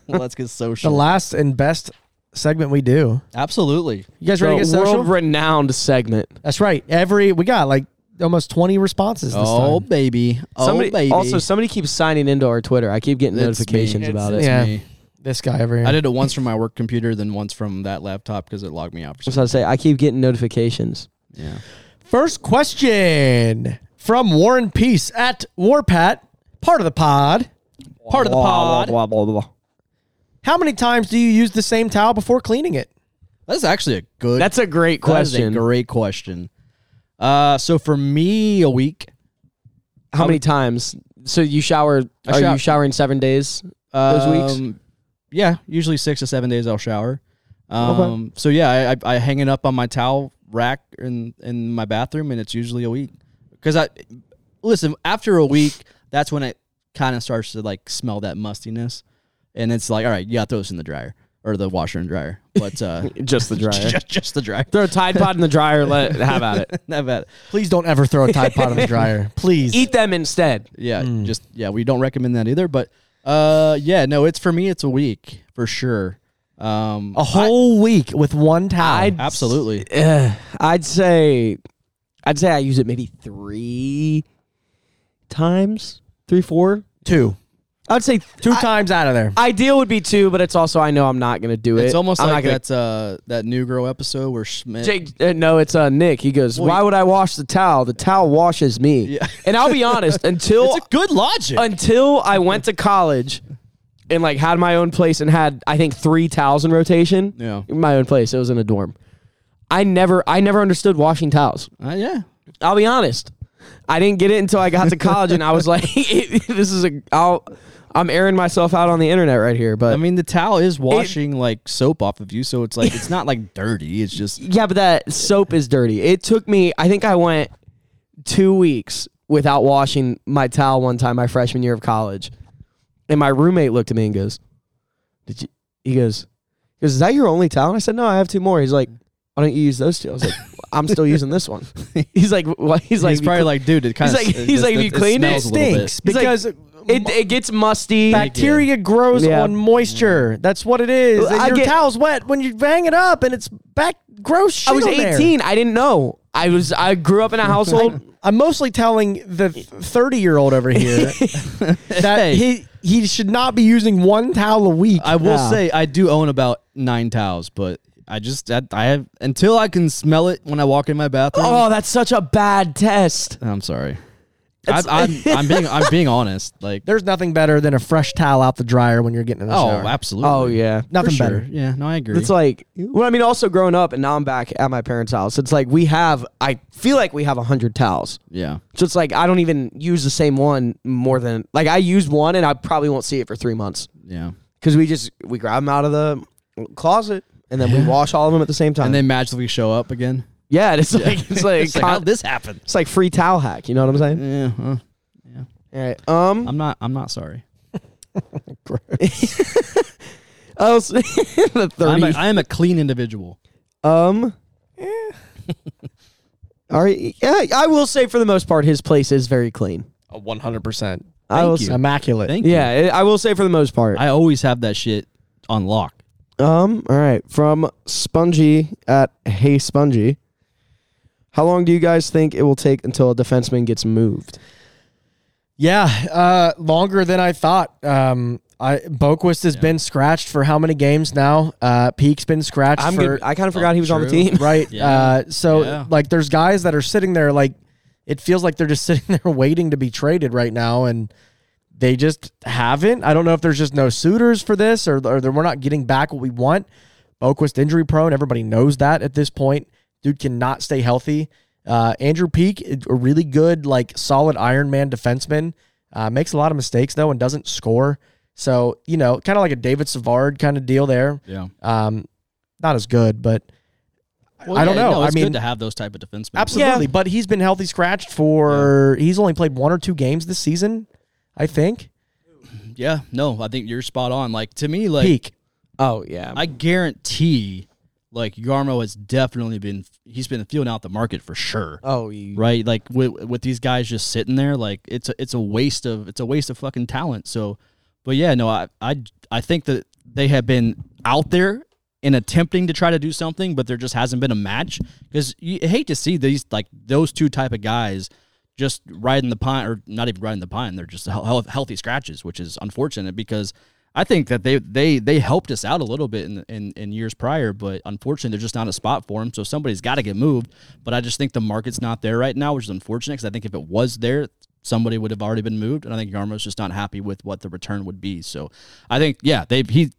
[SPEAKER 2] Let's get
[SPEAKER 4] the
[SPEAKER 2] social.
[SPEAKER 4] last and best segment we do.
[SPEAKER 2] Absolutely.
[SPEAKER 4] You guys ready to get social?
[SPEAKER 3] world-renowned segment.
[SPEAKER 4] That's right. Every we got like almost twenty responses this
[SPEAKER 2] Oh
[SPEAKER 4] time.
[SPEAKER 2] baby. Oh
[SPEAKER 3] somebody,
[SPEAKER 2] baby.
[SPEAKER 3] Also, somebody keeps signing into our Twitter. I keep getting
[SPEAKER 2] It's
[SPEAKER 3] notifications
[SPEAKER 2] me.
[SPEAKER 3] about
[SPEAKER 2] It's
[SPEAKER 3] it.
[SPEAKER 4] Yeah.
[SPEAKER 2] me.
[SPEAKER 4] This guy over here.
[SPEAKER 2] I did it once from my work computer, then once from that laptop because it logged me out. For
[SPEAKER 3] So I say I keep getting notifications.
[SPEAKER 2] some- yeah.
[SPEAKER 4] First question from Warren Peace at Warpat, part of the pod.
[SPEAKER 2] Part of the pod.
[SPEAKER 3] Blah blah blah. blah.
[SPEAKER 4] How many times do you use the same towel before cleaning it?
[SPEAKER 2] That's actually a good.
[SPEAKER 3] That's a great
[SPEAKER 2] that is
[SPEAKER 3] question.
[SPEAKER 2] a great question. Uh, so for me, a week.
[SPEAKER 3] How many times? So you shower?
[SPEAKER 2] I
[SPEAKER 3] are
[SPEAKER 2] shower-
[SPEAKER 3] you showering seven days? Those
[SPEAKER 2] Um, Yeah, usually six to seven days I'll shower. Um, So yeah, I, I, I hang it up on my towel rack in in my bathroom, and it's usually a week. Because I listen after a week, that's when it kind of starts to like smell that mustiness, and it's like, all right, yeah, throw this in the dryer or the washer and dryer, but uh,
[SPEAKER 3] Just
[SPEAKER 2] <laughs>
[SPEAKER 3] the dryer.
[SPEAKER 2] just just the dryer.
[SPEAKER 3] <laughs> Throw a Tide Pod in the dryer. Let have at <laughs> it.
[SPEAKER 2] Not bad.
[SPEAKER 4] Please don't ever throw a Tide Pod in the
[SPEAKER 3] <laughs>
[SPEAKER 4] dryer. Please.
[SPEAKER 3] Eat them instead.
[SPEAKER 2] Yeah, just yeah, we don't recommend that either. But uh, yeah, no, it's for me, it's a week for sure. Um,
[SPEAKER 4] a whole week with one towel.
[SPEAKER 3] I'd-
[SPEAKER 2] absolutely.
[SPEAKER 3] Ugh. I'd say, I'd say I use it maybe three times, three, four.
[SPEAKER 4] Two.
[SPEAKER 3] I'd say
[SPEAKER 4] Two times out of there.
[SPEAKER 3] ideal would be two, but it's also I know I'm not gonna do it.
[SPEAKER 2] It's almost
[SPEAKER 3] I'm
[SPEAKER 2] like
[SPEAKER 3] not
[SPEAKER 2] that uh, that New Girl episode where Schmidt.
[SPEAKER 3] gonna. Jake, uh, no, it's uh, Nick. He goes, "Why would I wash the towel? The towel washes me."
[SPEAKER 2] Yeah. <laughs>
[SPEAKER 3] And I'll be honest, until
[SPEAKER 2] it's a good logic.
[SPEAKER 3] until I went to college and like had my own place and had I think three towels in rotation.
[SPEAKER 2] Yeah.
[SPEAKER 3] my own place. It was in a dorm. I never, I never understood washing towels.
[SPEAKER 2] Uh, yeah,
[SPEAKER 3] I'll be honest. I didn't get it until I got to college, and I was like, <laughs> "This is a." I'll, I'm airing myself out on the internet right here, but
[SPEAKER 2] I mean the towel is washing like soap off of you, so it's like it's not like dirty. It's just
[SPEAKER 3] yeah, but that soap is dirty. It took me. I think I went two weeks without washing my towel one time my freshman year of college, and my roommate looked at me and goes, "Did you?" He goes, "He goes, is that your only towel?" And I said, "No, I have two more." He's like, "Why don't you use those two? I was like, "I'm still using this one." He's like, "What?" He's like,
[SPEAKER 2] he's probably like, dude, it kind
[SPEAKER 3] <laughs> He's
[SPEAKER 2] of
[SPEAKER 3] like- he's like, if you cleaned it, it
[SPEAKER 4] Stinks.
[SPEAKER 3] He's like,
[SPEAKER 4] Because
[SPEAKER 3] It, it gets musty.
[SPEAKER 4] bacteria grows
[SPEAKER 3] Yeah.
[SPEAKER 4] on moisture. That's what it is.
[SPEAKER 3] Well,
[SPEAKER 4] And
[SPEAKER 3] I
[SPEAKER 4] your
[SPEAKER 3] get-
[SPEAKER 4] towel's wet when you bang it up and it's back gross shit
[SPEAKER 3] I was
[SPEAKER 4] on there.
[SPEAKER 3] 18. I didn't know. I was. I grew up in a household.
[SPEAKER 4] I'm mostly telling the 30 year old over here
[SPEAKER 2] <laughs>
[SPEAKER 4] that
[SPEAKER 2] Hey.
[SPEAKER 4] he he should not be using one towel a week.
[SPEAKER 2] I will
[SPEAKER 4] Yeah.
[SPEAKER 2] say I do own about nine towels, but I just I, I have until I can smell it when I walk in my bathroom.
[SPEAKER 3] oh, that's such a bad test.
[SPEAKER 2] I'm sorry. I, I'm,
[SPEAKER 3] <laughs>
[SPEAKER 2] I'm being I'm being honest. Like
[SPEAKER 4] there's nothing better than a fresh towel out the dryer when you're getting in the
[SPEAKER 2] oh
[SPEAKER 4] shower.
[SPEAKER 2] absolutely
[SPEAKER 3] Oh yeah.
[SPEAKER 4] Nothing
[SPEAKER 2] sure.
[SPEAKER 4] better.
[SPEAKER 2] Yeah, no, I agree.
[SPEAKER 3] It's like, well, I mean, also growing up, and now I'm back at my parents' house. It's like we have, I feel like we have a hundred towels.
[SPEAKER 2] yeah,
[SPEAKER 3] So it's like I don't even use the same one more than like I use one, and I probably won't see it for three months
[SPEAKER 2] yeah.
[SPEAKER 3] because we just we grab them out of the closet and then we wash all of them at the same time.
[SPEAKER 2] And they magically show up again. <laughs>
[SPEAKER 3] yeah, and it's like it's like,
[SPEAKER 2] It's like,
[SPEAKER 3] con-
[SPEAKER 2] how'd this happen?
[SPEAKER 3] it's like free towel hack. You know what I'm saying?
[SPEAKER 2] Yeah, huh. Mm.
[SPEAKER 3] All right. Um.
[SPEAKER 2] I'm not. I'm not sorry. Uh-huh.
[SPEAKER 3] Oh, so- the
[SPEAKER 2] I'm
[SPEAKER 3] 30.
[SPEAKER 2] a, I am a clean individual.
[SPEAKER 3] <laughs> um.
[SPEAKER 2] <laughs>
[SPEAKER 3] eh. All right. Yeah, I will say for the most part, his place is very clean.
[SPEAKER 4] 100%.
[SPEAKER 3] I will.
[SPEAKER 2] you.
[SPEAKER 3] Say,
[SPEAKER 4] Immaculate.
[SPEAKER 2] Thank you.
[SPEAKER 3] yeah, I I will say for the most part.
[SPEAKER 2] I always have that shit on lock.
[SPEAKER 3] um. All right. From Spongy at Hey Spongy. How long do you guys think it will take until a defenseman gets moved?
[SPEAKER 4] Yeah, uh, longer than I thought. Um, I Boquist has been scratched for how many games now? Uh, Peak's been scratched
[SPEAKER 3] I'm.
[SPEAKER 4] for
[SPEAKER 3] good. I kind of forgot he was on the
[SPEAKER 2] true.
[SPEAKER 3] team.
[SPEAKER 4] <laughs> right.
[SPEAKER 2] Yeah.
[SPEAKER 4] Uh, so
[SPEAKER 2] Yeah.
[SPEAKER 4] like, there's guys that are sitting there like, it feels like they're just <laughs> sitting there waiting to be traded right now, and they just haven't. I don't know if there's just no suitors for this, or or that we're not getting back what we want. Boquist injury prone. Everybody knows that at this point. Dude cannot stay healthy. Uh, Andrew Peak, a really good, like solid Iron Man defenseman, uh, makes a lot of mistakes though and doesn't score. So you know, kind of like a David Savard kind of deal there.
[SPEAKER 2] Yeah.
[SPEAKER 4] Um, not as good, but
[SPEAKER 2] Well,
[SPEAKER 4] I don't
[SPEAKER 2] yeah,
[SPEAKER 4] know.
[SPEAKER 2] no,
[SPEAKER 4] I
[SPEAKER 2] it's
[SPEAKER 4] mean,
[SPEAKER 2] good to have those type of defensemen.
[SPEAKER 4] absolutely. But he's been healthy scratched for he's only played one or two games this season, I think.
[SPEAKER 2] Yeah. No, I think you're spot on. Like to me, like
[SPEAKER 4] Peak.
[SPEAKER 3] Oh yeah.
[SPEAKER 2] I guarantee, like Yarmo has definitely been he's been feeling out the market for sure.
[SPEAKER 3] oh. You,
[SPEAKER 2] Right, like with, with these guys just sitting there, like it's a, it's a waste of it's a waste of fucking talent. So, but yeah, no, I I I think that they have been out there and attempting to try to do something, but there just hasn't been a match because you hate to see these like those two type of guys just riding the pine or not even riding the pine. They're just hel- hel- healthy scratches, which is unfortunate because I think that they they they helped us out a little bit in in, in years prior, but unfortunately there's just not a spot for them. So somebody's got to get moved. But I just think the market's not there right now, which is unfortunate because I think if it was there. Somebody would have already been moved, and I think Yarmo's just not happy with what the return would be. So, I think, yeah, they he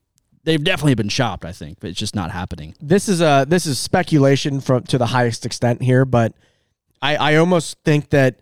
[SPEAKER 2] they've definitely been shopped. I think, but it's just not happening.
[SPEAKER 4] This is uh this is speculation from to the highest extent here, but I, I almost think that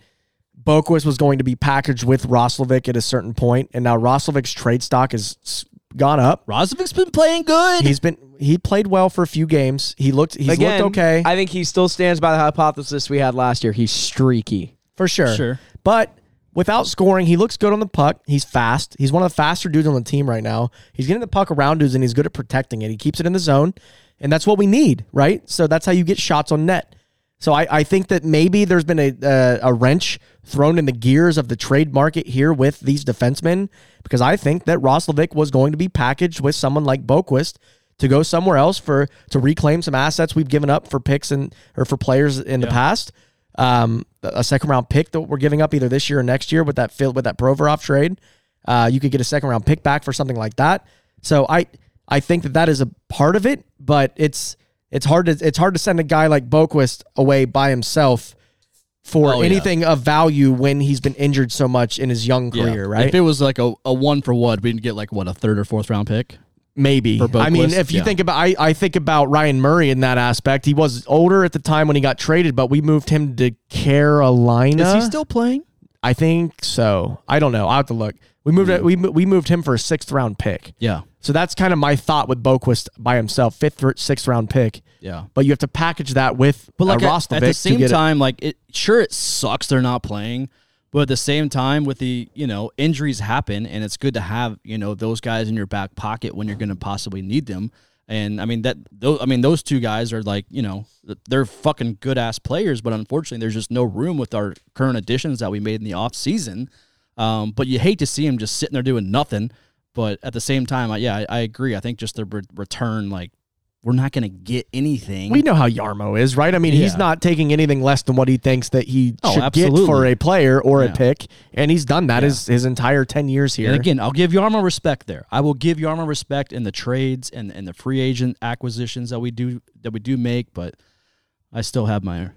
[SPEAKER 4] Boquist was going to be packaged with Roslovic at a certain point, and now Roslovic's trade stock has s- gone <laughs> up.
[SPEAKER 2] Rozovic's been playing good.
[SPEAKER 4] He's been he played well for a few games. He looked he's
[SPEAKER 3] Again,
[SPEAKER 4] looked okay.
[SPEAKER 3] I think he still stands by the hypothesis we had last year. He's streaky.
[SPEAKER 4] For sure.
[SPEAKER 2] Sure.
[SPEAKER 4] But without scoring, he looks good on the puck. He's fast. He's one of the faster dudes on the team right now. He's getting the puck around dudes and he's good at protecting it. He keeps it in the zone. And that's what we need, right? So that's how you get shots on net. So I, I think that maybe there's been a, a a wrench thrown in the gears of the trade market here with these defensemen because I think that Roslovic was going to be packaged with someone like Boquist to go somewhere else for to reclaim some assets we've given up for picks and or for players in the past. Um, a second round pick that we're giving up either this year or next year with that fill with that Provorov trade. Uh, you could get a second round pick back for something like that. So I I think that that is a part of it, but it's it's hard to it's hard to send a guy like Boquist away by himself for
[SPEAKER 2] Oh, yeah.
[SPEAKER 4] anything of value when he's been injured so much in his young
[SPEAKER 2] Yeah.
[SPEAKER 4] career, right?
[SPEAKER 2] If it was like a, a one for one, we'd get like what a third or fourth round pick.
[SPEAKER 4] Maybe.
[SPEAKER 2] For
[SPEAKER 4] I mean,
[SPEAKER 2] Boquist,
[SPEAKER 4] if you
[SPEAKER 2] yeah.
[SPEAKER 4] think about, I, I think about Ryan Murray in that aspect. He was older at the time when he got traded, but we moved him to Carolina.
[SPEAKER 2] Is he still playing?
[SPEAKER 4] I think so. I don't know. I'll have to look. We moved we mo- we moved him for a sixth round pick.
[SPEAKER 2] Yeah,
[SPEAKER 4] So that's kind of my thought with Boquist by himself, fifth or sixth round pick.
[SPEAKER 2] yeah.
[SPEAKER 4] But you have to package that with
[SPEAKER 2] But like
[SPEAKER 4] a
[SPEAKER 2] at, at
[SPEAKER 4] Roslovic
[SPEAKER 2] the
[SPEAKER 4] to
[SPEAKER 2] same
[SPEAKER 4] get it-
[SPEAKER 2] time, like it sure it sucks they're not playing, but at the same time, with the you know injuries happen, and it's good to have you know those guys in your back pocket when you're going to possibly need them. And I mean that those I mean those two guys are like you know th- they're fucking good ass players, but unfortunately there's just no room with our current additions that we made in the off season. Um, but you hate to see them just sitting there doing nothing. But at the same time, I, yeah, I, I agree. I think just the re- return, like we're not going to get anything.
[SPEAKER 4] we know how Yarmo is, right? I mean, he's
[SPEAKER 2] Yeah.
[SPEAKER 4] not taking anything less than what he thinks that he
[SPEAKER 2] Oh,
[SPEAKER 4] should
[SPEAKER 2] absolutely.
[SPEAKER 4] get for a player or
[SPEAKER 2] Yeah.
[SPEAKER 4] a pick, and he's done that his his entire ten years here.
[SPEAKER 2] And again, I'll give Yarmo respect there. I will give Yarmo respect in the trades and, and the free agent acquisitions that we do that we do make, but I still have my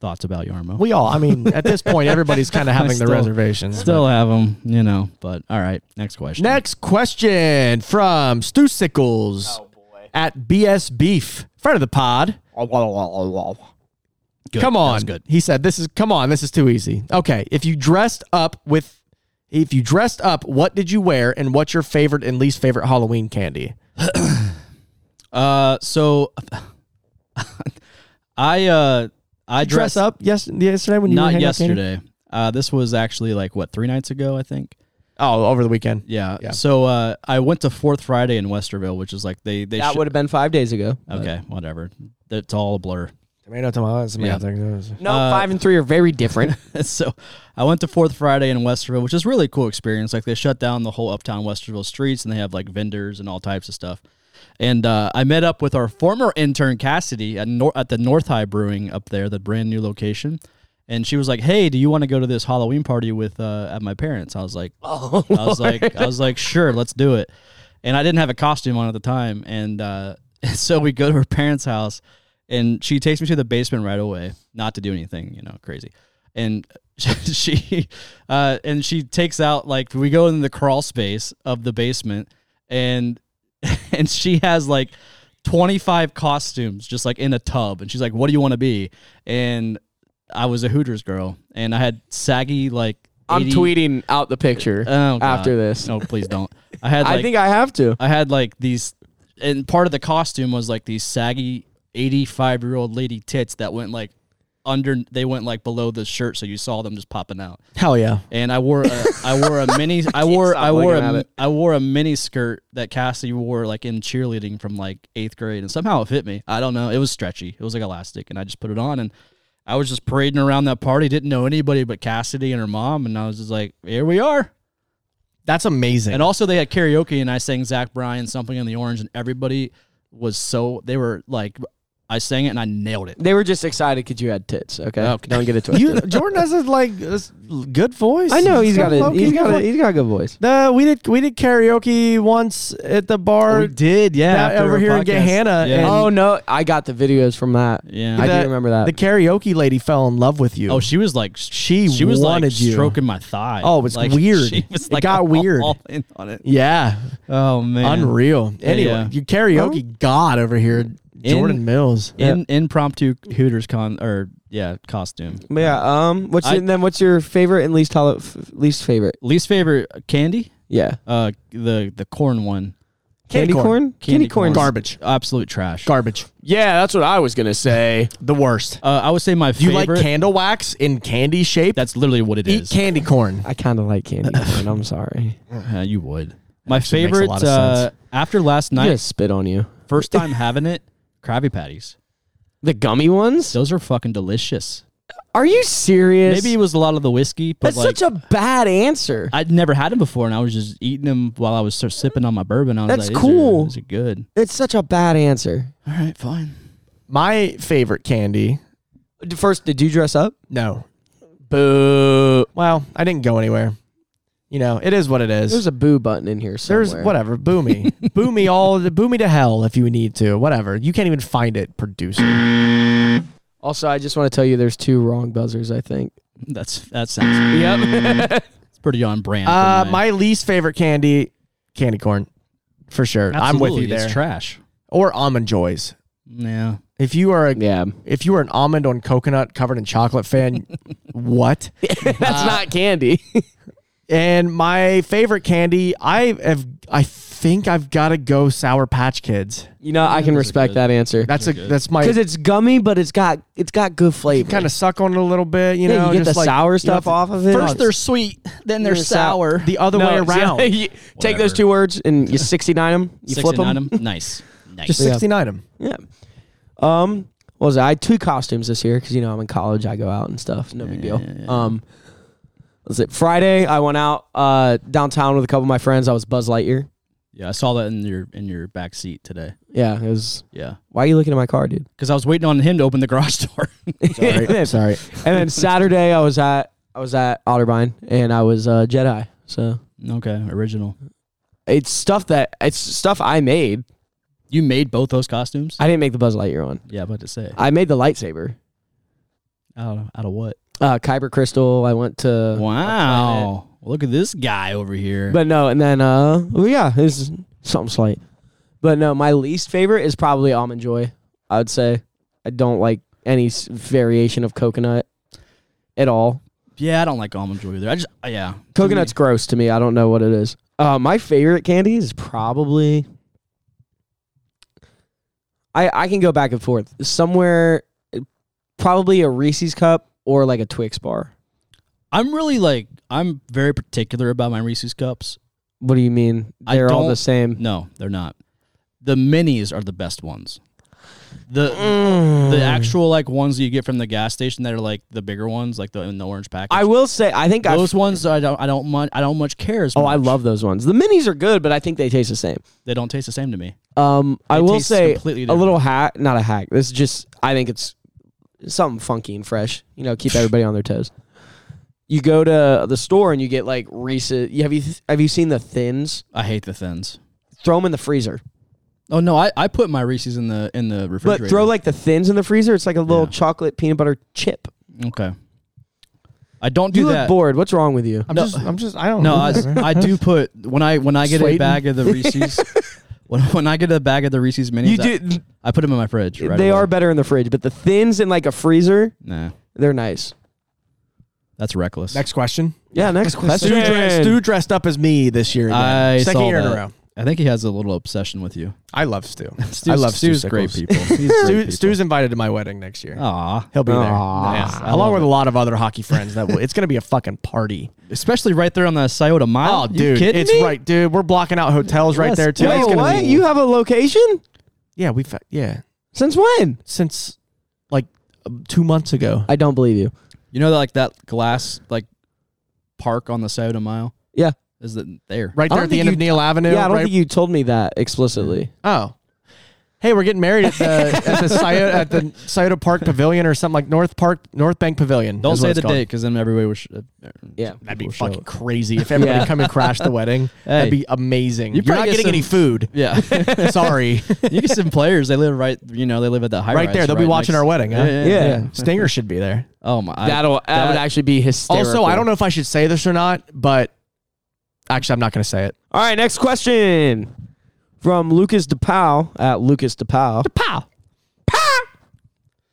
[SPEAKER 2] thoughts about Yarmo.
[SPEAKER 4] We all, I mean, at this point,
[SPEAKER 2] <laughs>
[SPEAKER 4] everybody's kind of having
[SPEAKER 2] still-
[SPEAKER 4] the reservations.
[SPEAKER 2] still have him, you know. But all right, next question.
[SPEAKER 4] Next question from Stu Sickles
[SPEAKER 6] Oh,
[SPEAKER 4] at BS Beef, friend of the pod.
[SPEAKER 2] Good.
[SPEAKER 4] Come
[SPEAKER 2] That
[SPEAKER 4] on,
[SPEAKER 2] was good.
[SPEAKER 4] He said, "This is come on. This is too easy." Okay, if you dressed up with, if you dressed up, what did you wear, and what's your favorite and least favorite Halloween candy?
[SPEAKER 2] Uh, so <laughs> I uh I
[SPEAKER 4] Dress
[SPEAKER 2] dress
[SPEAKER 4] up yes yesterday when you were
[SPEAKER 2] not
[SPEAKER 4] handing out candy?
[SPEAKER 2] yesterday. Uh, this was actually like what three nights ago, I think.
[SPEAKER 4] Oh, over the weekend.
[SPEAKER 2] Yeah.
[SPEAKER 4] Yeah.
[SPEAKER 2] So uh, I went to Fourth Friday in Westerville, which is like they they
[SPEAKER 6] That
[SPEAKER 2] sh-
[SPEAKER 6] would have been five days ago.
[SPEAKER 2] okay, whatever. It's all a blur.
[SPEAKER 4] Tomato, tomato, tomato.
[SPEAKER 6] No,
[SPEAKER 3] Uh,
[SPEAKER 4] Uh,
[SPEAKER 6] five and three are very different.
[SPEAKER 2] <laughs> so I went to Fourth Friday in Westerville, which is really a cool experience. Like they shut down the whole uptown Westerville streets and they have like vendors and all types of stuff. And uh, I met up with our former intern Cassidy at Nor- at the North High Brewing up there, the brand new location. And she was like, "Hey, do you want to go to this Halloween party with uh, at my parents?" I was like,
[SPEAKER 6] <laughs>
[SPEAKER 2] "Oh, I was like, I was like, sure, let's do it." And I didn't have a costume on at the time, and uh, <laughs> so we go to her parents' house, and she takes me to the basement right away, not to do anything, you know, crazy. And <laughs> she, uh, and she takes out like we go in the crawl space of the basement, and <laughs> and she has like 25 costumes just like in a tub and she's like what do you want to be and i was a hooters girl and i had saggy like
[SPEAKER 6] <laughs> I'm
[SPEAKER 2] 80
[SPEAKER 6] tweeting out the picture
[SPEAKER 2] Oh, God.
[SPEAKER 6] after this.
[SPEAKER 2] no please don't i had
[SPEAKER 6] <laughs>
[SPEAKER 2] like
[SPEAKER 6] I think I have to.
[SPEAKER 2] I had like these, and part of the costume was like these saggy eighty-five year old lady tits that went like under. They went like below the shirt, so you saw them just popping out.
[SPEAKER 4] Hell yeah!
[SPEAKER 2] And I wore a, I wore a
[SPEAKER 6] <laughs>
[SPEAKER 2] mini, I wore, I wore,
[SPEAKER 6] looking at
[SPEAKER 2] a,
[SPEAKER 6] it.
[SPEAKER 2] I wore a mini skirt that Cassie wore like in cheerleading from like eighth grade, and somehow it fit me. I don't know. It was stretchy. It was like elastic, and I just put it on and. I was just parading around that party, didn't know anybody but Cassidy and her mom, and I was just like, "Here we are."
[SPEAKER 4] That's amazing.
[SPEAKER 2] And also they had karaoke and I sang Zach Bryan something in the orange and everybody was so they were like I sang it and I nailed it.
[SPEAKER 6] They were just excited because you had tits. Okay,
[SPEAKER 2] Okay.
[SPEAKER 6] don't <laughs> get it twisted.
[SPEAKER 4] You Jordan has a like a s- good voice.
[SPEAKER 3] I know he's
[SPEAKER 4] He's
[SPEAKER 3] got a
[SPEAKER 4] low-key
[SPEAKER 3] he's
[SPEAKER 4] good
[SPEAKER 3] got a
[SPEAKER 4] voice.
[SPEAKER 3] he's got a good voice.
[SPEAKER 4] The, we did we did karaoke once at the bar
[SPEAKER 2] Oh, did, yeah.
[SPEAKER 4] that over here in Gahanna.
[SPEAKER 2] Yeah.
[SPEAKER 4] And
[SPEAKER 6] oh no, I got the videos from that.
[SPEAKER 2] Yeah.
[SPEAKER 6] I
[SPEAKER 4] That-
[SPEAKER 6] do remember that.
[SPEAKER 4] the karaoke lady fell in love with you.
[SPEAKER 2] Uh, oh, she was like
[SPEAKER 4] She
[SPEAKER 2] she was like
[SPEAKER 4] wanted you.
[SPEAKER 2] stroking my thigh.
[SPEAKER 4] Oh, it's
[SPEAKER 2] Like, <laughs>
[SPEAKER 4] weird.
[SPEAKER 2] She was
[SPEAKER 4] It
[SPEAKER 2] like
[SPEAKER 4] got
[SPEAKER 2] all-
[SPEAKER 4] weird.
[SPEAKER 2] all in on it.
[SPEAKER 4] yeah,
[SPEAKER 2] Oh man.
[SPEAKER 4] unreal. Anyway,
[SPEAKER 2] yeah.
[SPEAKER 4] you karaoke god over here, Jordan
[SPEAKER 2] In-
[SPEAKER 4] Mills.
[SPEAKER 2] In impromptu Hooters con or yeah, costume.
[SPEAKER 3] But yeah, um, what's
[SPEAKER 2] I-
[SPEAKER 3] your, then? What's your favorite and least hollow, f- least favorite?
[SPEAKER 2] Least favorite candy?
[SPEAKER 3] Yeah,
[SPEAKER 2] Uh the the corn one.
[SPEAKER 3] candy, corn,
[SPEAKER 2] Candy corn.
[SPEAKER 4] garbage,
[SPEAKER 2] Absolute trash.
[SPEAKER 4] garbage,
[SPEAKER 6] yeah, that's what I was gonna say.
[SPEAKER 4] the worst.
[SPEAKER 2] uh, I would say my
[SPEAKER 4] Do you
[SPEAKER 2] favorite
[SPEAKER 4] like candle wax in candy shape?
[SPEAKER 2] that's literally what it is.
[SPEAKER 4] Eat candy corn.
[SPEAKER 3] <laughs> I kind of
[SPEAKER 2] <laughs>
[SPEAKER 3] like candy corn. I'm sorry.
[SPEAKER 2] Uh, you would. My
[SPEAKER 4] Actually makes a
[SPEAKER 2] favorite
[SPEAKER 4] lot of
[SPEAKER 2] uh,
[SPEAKER 4] sense.
[SPEAKER 2] after last
[SPEAKER 6] I'm
[SPEAKER 2] night,
[SPEAKER 6] gonna spit on you.
[SPEAKER 3] <laughs>
[SPEAKER 2] first time having it, Krabby Patties.
[SPEAKER 6] The gummy ones?
[SPEAKER 2] Those are fucking delicious.
[SPEAKER 6] Are you serious?
[SPEAKER 2] Maybe it was a lot of the whiskey, but
[SPEAKER 6] that's
[SPEAKER 2] like
[SPEAKER 6] such a bad answer.
[SPEAKER 2] I'd never had them before, and I was just eating them while I was sort of sipping on my bourbon. I was
[SPEAKER 6] That's
[SPEAKER 2] like, "These are-
[SPEAKER 6] cool.
[SPEAKER 2] These are good.
[SPEAKER 6] It's such a bad answer.
[SPEAKER 2] All right, fine.
[SPEAKER 4] My favorite candy.
[SPEAKER 3] First, did you dress up?
[SPEAKER 4] No, Boo. Well, I didn't go anywhere. You know, it is what it is.
[SPEAKER 7] There's a boo button in here somewhere.
[SPEAKER 4] There's whatever. Boo
[SPEAKER 2] <laughs>
[SPEAKER 4] me. boo me all. Boo me to hell if you need to. Whatever. You can't even find it, producer.
[SPEAKER 7] Also, I just want to tell you there's two wrong buzzers, I think.
[SPEAKER 2] That's that sounds.
[SPEAKER 6] <laughs>
[SPEAKER 7] Yep.
[SPEAKER 2] It's pretty on brand. for
[SPEAKER 4] Uh,
[SPEAKER 2] mine.
[SPEAKER 4] my least favorite candy, candy corn, for sure. I'm with
[SPEAKER 2] Absolutely,
[SPEAKER 4] you there.
[SPEAKER 2] It's trash.
[SPEAKER 4] or almond joys.
[SPEAKER 2] Yeah.
[SPEAKER 4] If you are a
[SPEAKER 3] Yeah.
[SPEAKER 4] if you are an almond on coconut covered in chocolate fan, what?
[SPEAKER 3] <laughs> That's not candy.
[SPEAKER 4] And my favorite candy, I have I think I've got to go Sour Patch Kids.
[SPEAKER 3] <laughs> You know, I can
[SPEAKER 2] those are
[SPEAKER 3] respect
[SPEAKER 2] good.
[SPEAKER 3] that answer.
[SPEAKER 4] That's a that's my
[SPEAKER 3] Because it's gummy, but it's got it's got good flavor.
[SPEAKER 4] kind of suck on it a little bit, you
[SPEAKER 3] yeah,
[SPEAKER 4] know,
[SPEAKER 3] you get
[SPEAKER 4] just
[SPEAKER 3] the
[SPEAKER 4] like-
[SPEAKER 3] sour stuff off of it. Oh,
[SPEAKER 2] First they're sweet, then they're sour.
[SPEAKER 4] the other
[SPEAKER 3] <laughs>
[SPEAKER 4] way
[SPEAKER 3] No, see,
[SPEAKER 4] around.
[SPEAKER 3] you take those
[SPEAKER 2] Whatever.
[SPEAKER 3] two words and you 69 them. You flip them.
[SPEAKER 2] Nice. Nice.
[SPEAKER 4] Just 69 them.
[SPEAKER 3] Yeah. Um, what was it? I had two costumes this year because you know I'm in college. I go out and stuff. No big deal. Um, was it Friday? I went out uh, downtown with a couple of my friends. I was Buzz Lightyear.
[SPEAKER 2] yeah, I saw that in your in your back seat today.
[SPEAKER 3] Yeah, it was.
[SPEAKER 2] Yeah.
[SPEAKER 3] Why are you looking at my car, dude?
[SPEAKER 2] Because I was waiting on him to open the garage <laughs> door.
[SPEAKER 3] <laughs> and, then,
[SPEAKER 4] Sorry.
[SPEAKER 3] and then Saturday I was at I was at Otterbein and I was uh, Jedi. So
[SPEAKER 2] okay, original.
[SPEAKER 3] it's stuff that it's stuff I made.
[SPEAKER 2] You made both those costumes?
[SPEAKER 3] I didn't make the Buzz Lightyear one.
[SPEAKER 2] yeah, I'm about to say.
[SPEAKER 3] I made the lightsaber.
[SPEAKER 2] out, of, out of what?
[SPEAKER 3] Uh, Kyber crystal. I went to
[SPEAKER 2] Wow. Look at this guy over here.
[SPEAKER 3] But no, and then uh, well, yeah, it's something slight. But no, my least favorite is probably almond joy. I would say I don't like any s- variation of coconut at all.
[SPEAKER 2] yeah, I don't like almond joy either. I just, uh, yeah. To
[SPEAKER 3] Coconut's
[SPEAKER 2] me-
[SPEAKER 3] gross to me. I don't know what it is. Uh, my favorite candy is probably. I I can go back and forth. Somewhere, eh, probably a Reese's cup or like a Twix bar.
[SPEAKER 2] I'm really like, I'm very particular about my Reese's cups.
[SPEAKER 3] What do you mean?
[SPEAKER 2] I
[SPEAKER 3] They're all the
[SPEAKER 2] don't-
[SPEAKER 3] same.
[SPEAKER 2] No, they're not. The minis are the best ones. The
[SPEAKER 3] Mm.
[SPEAKER 2] the actual like ones that you get from the gas station that are like the bigger ones, like the in the orange package.
[SPEAKER 3] I will say I think I
[SPEAKER 2] those ones I don't I don't much I don't much care as
[SPEAKER 3] Oh,
[SPEAKER 2] much.
[SPEAKER 3] I love those ones. The minis are good, but I think they taste the same.
[SPEAKER 2] They don't taste the same to me.
[SPEAKER 3] Um, I will
[SPEAKER 2] taste
[SPEAKER 3] say
[SPEAKER 2] completely
[SPEAKER 3] a
[SPEAKER 2] different.
[SPEAKER 3] little hack, not a hack. This is just I think it's something funky and fresh. You know, keep everybody on their toes. You go to the store and you get like Reese's. you- Have you have you seen the thins?
[SPEAKER 2] I hate the thins.
[SPEAKER 3] Throw them in the freezer,
[SPEAKER 2] Oh no, I, I put my Reese's in the in the refrigerator.
[SPEAKER 3] but throw like the thins in the freezer. It's like a little
[SPEAKER 2] Yeah.
[SPEAKER 3] chocolate peanut butter chip.
[SPEAKER 2] okay. I don't do
[SPEAKER 3] You look
[SPEAKER 2] that.
[SPEAKER 3] bored. What's wrong with you?
[SPEAKER 4] I'm just I'm just I don't
[SPEAKER 2] No,
[SPEAKER 4] know.
[SPEAKER 2] I,
[SPEAKER 4] <laughs>
[SPEAKER 2] I do put when I when I get a
[SPEAKER 4] Slayton.
[SPEAKER 2] bag of the
[SPEAKER 4] <laughs>
[SPEAKER 2] Reese's when, when I get a bag of the Reese's minis.
[SPEAKER 3] You
[SPEAKER 2] I-
[SPEAKER 3] do.
[SPEAKER 2] I, put them in my fridge. Right
[SPEAKER 3] they
[SPEAKER 2] away.
[SPEAKER 3] are better in the fridge, but the thins in like a freezer,
[SPEAKER 2] nah.
[SPEAKER 3] they're nice.
[SPEAKER 2] That's reckless.
[SPEAKER 4] Next question.
[SPEAKER 3] Yeah. Next question.
[SPEAKER 4] Stu, dre- Stu dressed up as me this year. Again.
[SPEAKER 2] I
[SPEAKER 4] Second
[SPEAKER 2] saw
[SPEAKER 4] year in
[SPEAKER 2] that.
[SPEAKER 4] a row.
[SPEAKER 2] I think he has a little obsession with you.
[SPEAKER 4] I love Stu.
[SPEAKER 2] Stu's,
[SPEAKER 4] I love
[SPEAKER 2] Stu's
[SPEAKER 4] Stu
[SPEAKER 2] great
[SPEAKER 4] Sickles.
[SPEAKER 2] people. He's great
[SPEAKER 4] Stu,
[SPEAKER 2] people. Oh,
[SPEAKER 4] Stu's invited to my wedding next year.
[SPEAKER 2] Aw.
[SPEAKER 4] He'll be there.
[SPEAKER 3] Aw.
[SPEAKER 4] Yes. Along with a lot of other hockey friends. That will, it's going to be a fucking party.
[SPEAKER 2] especially right there on the Scioto Mile.
[SPEAKER 4] Oh,
[SPEAKER 2] You
[SPEAKER 4] dude,
[SPEAKER 2] kidding
[SPEAKER 4] it's
[SPEAKER 2] me?
[SPEAKER 4] right, dude. We're blocking out hotels right
[SPEAKER 2] Yes,
[SPEAKER 4] there too.
[SPEAKER 2] dude.
[SPEAKER 4] It's
[SPEAKER 3] Wait,
[SPEAKER 4] gonna
[SPEAKER 3] what?
[SPEAKER 4] be-
[SPEAKER 3] You have a location?
[SPEAKER 4] yeah, we fa- yeah
[SPEAKER 3] Since when?
[SPEAKER 4] since like uh, two months ago.
[SPEAKER 3] I don't believe you.
[SPEAKER 2] You know, like that glass like park on the Scioto Mile.
[SPEAKER 3] Yeah.
[SPEAKER 2] is it there?
[SPEAKER 4] Right
[SPEAKER 3] I
[SPEAKER 4] there
[SPEAKER 3] don't
[SPEAKER 4] at the
[SPEAKER 3] think
[SPEAKER 4] end of
[SPEAKER 3] you-
[SPEAKER 4] Neil Avenue.
[SPEAKER 3] Yeah, I don't
[SPEAKER 4] right-
[SPEAKER 3] think you told me that explicitly.
[SPEAKER 4] oh, hey, we're getting married at the at the Scioto, at the Scioto Park Pavilion or something like North Park North Bank Pavilion.
[SPEAKER 2] Don't
[SPEAKER 4] is what
[SPEAKER 2] say
[SPEAKER 4] it's
[SPEAKER 2] the
[SPEAKER 4] called.
[SPEAKER 2] date because then everybody was. Uh,
[SPEAKER 3] Yeah.
[SPEAKER 4] That'd be
[SPEAKER 2] We'll show
[SPEAKER 4] fucking crazy if everybody
[SPEAKER 3] Yeah.
[SPEAKER 4] come and crash the wedding.
[SPEAKER 2] <laughs> Hey.
[SPEAKER 4] That'd be amazing.
[SPEAKER 2] You
[SPEAKER 4] You are
[SPEAKER 2] probably
[SPEAKER 4] not
[SPEAKER 2] get
[SPEAKER 4] getting any
[SPEAKER 2] some- <laughs>
[SPEAKER 4] food.
[SPEAKER 2] yeah.
[SPEAKER 4] Sorry,
[SPEAKER 2] you get some players. They live right. You know, they live at that high
[SPEAKER 4] <laughs> right there.
[SPEAKER 2] rise
[SPEAKER 4] They'll be
[SPEAKER 2] right
[SPEAKER 4] watching
[SPEAKER 2] next-
[SPEAKER 4] our wedding. Huh?
[SPEAKER 2] Yeah, yeah,
[SPEAKER 3] Yeah.
[SPEAKER 2] yeah.
[SPEAKER 4] <laughs> Stinger should be there.
[SPEAKER 2] Oh my.
[SPEAKER 3] That'll that, would actually be hysterical.
[SPEAKER 4] Also, I don't know if I should say this or not, but actually, I'm not going to say it.
[SPEAKER 3] All right, next question from Lucas DePau at Lucas DePau.
[SPEAKER 4] Pow! <laughs>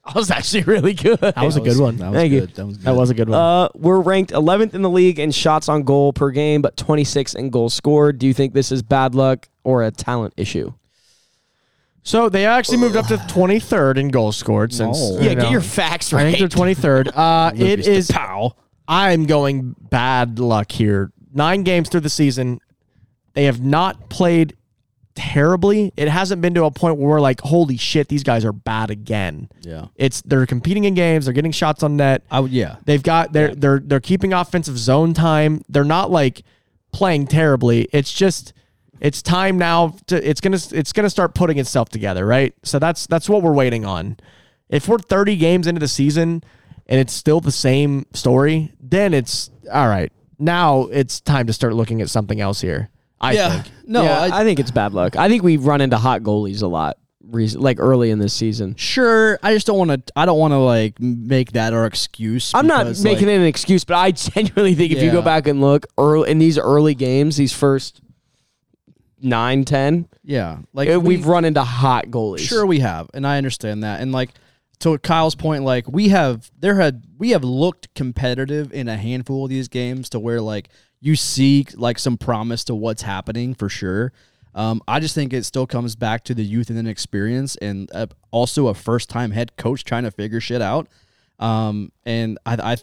[SPEAKER 3] That was actually really good.
[SPEAKER 4] That was a good one.
[SPEAKER 2] That was
[SPEAKER 3] Thank you.
[SPEAKER 2] good. That was good.
[SPEAKER 4] That was a good one.
[SPEAKER 3] Uh, we're ranked 11th in the league in shots on goal per game, but 26 in goals scored. Do you think this is bad luck or a talent issue?
[SPEAKER 4] so they actually moved up to 23rd in goals scored since.
[SPEAKER 2] No.
[SPEAKER 4] you know,
[SPEAKER 3] facts
[SPEAKER 4] I think they're 23rd. Uh, it
[SPEAKER 2] Lucas
[SPEAKER 4] is. Pow! I'm going bad luck here. Nine games through the season, they have not played terribly. It hasn't been to a point where we're like, holy shit, these guys are bad again.
[SPEAKER 2] Yeah.
[SPEAKER 4] It's they're competing in games, they're getting shots on net.
[SPEAKER 2] I would. Yeah.
[SPEAKER 4] They've got they're they're they're keeping offensive zone time. They're not like playing terribly. It's just it's time now to it's gonna it's gonna start putting itself together, right? So that's that's what we're waiting on. If we're 30 games into the season and it's still the same story, then it's all right. Now it's time to start looking at something else here. I
[SPEAKER 2] yeah.
[SPEAKER 4] think.
[SPEAKER 2] No,
[SPEAKER 3] Yeah,
[SPEAKER 2] I,
[SPEAKER 3] I, think it's bad luck. I think we've run into hot goalies a lot, rec- like early in this season.
[SPEAKER 2] sure. I just don't want to. I don't want to like make that our excuse.
[SPEAKER 3] I'm not
[SPEAKER 2] because,
[SPEAKER 3] making
[SPEAKER 2] like,
[SPEAKER 3] it an excuse, but I <laughs> genuinely think if you go
[SPEAKER 2] Yeah.
[SPEAKER 3] back and look early in these early games, these first nine, ten,
[SPEAKER 2] Yeah, like
[SPEAKER 3] it-
[SPEAKER 2] we-
[SPEAKER 3] we've run into hot goalies.
[SPEAKER 2] Sure, we have, and I understand that. And like to Kyle's point, like we have there had we have looked competitive in a handful of these games to where like you see like some promise to what's happening for sure. Um, I just think it still comes back to the youth and inexperience, and uh, also a first time head coach trying to figure shit out. Um, and I, I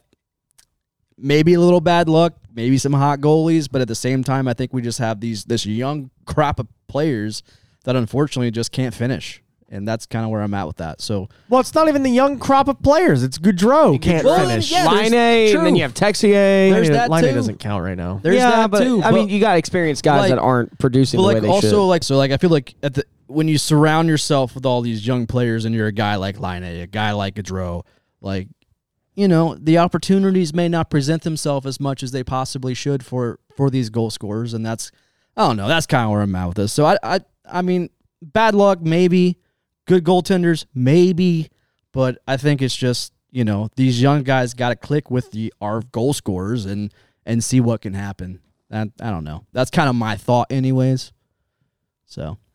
[SPEAKER 2] maybe a little bad luck, maybe some hot goalies, but at the same time, I think we just have these this young crop of players that unfortunately just can't finish, and that's kind of where I'm at with that. So
[SPEAKER 4] Well, it's not even the young crop of players. It's Goudreau can't
[SPEAKER 2] Well,
[SPEAKER 4] finish.
[SPEAKER 2] yeah,
[SPEAKER 3] Line
[SPEAKER 2] there's-
[SPEAKER 3] A, and then
[SPEAKER 2] true.
[SPEAKER 3] you have Texier.
[SPEAKER 2] There's
[SPEAKER 4] Line-
[SPEAKER 2] that
[SPEAKER 4] Line
[SPEAKER 2] too.
[SPEAKER 4] doesn't count right now.
[SPEAKER 2] there's
[SPEAKER 3] yeah,
[SPEAKER 2] that
[SPEAKER 3] but
[SPEAKER 2] too.
[SPEAKER 3] I
[SPEAKER 2] but-
[SPEAKER 3] mean, you got experienced guys
[SPEAKER 2] like-
[SPEAKER 3] that aren't producing
[SPEAKER 2] but
[SPEAKER 3] the
[SPEAKER 2] like
[SPEAKER 3] way they
[SPEAKER 2] also
[SPEAKER 3] should.
[SPEAKER 2] like so like I feel like at the when you surround yourself with all these young players and you're a guy like Line, a guy like Gaudreau, like you know the opportunities may not present themselves as much as they possibly should for for these goal scorers, and that's I don't know that's kind of where I'm at with this. So I I I mean bad luck maybe, good goaltenders maybe, but I think it's just you know these young guys got to click with the our goal scorers and and see what can happen. That I don't know. That's kind of my thought, anyways. So <laughs>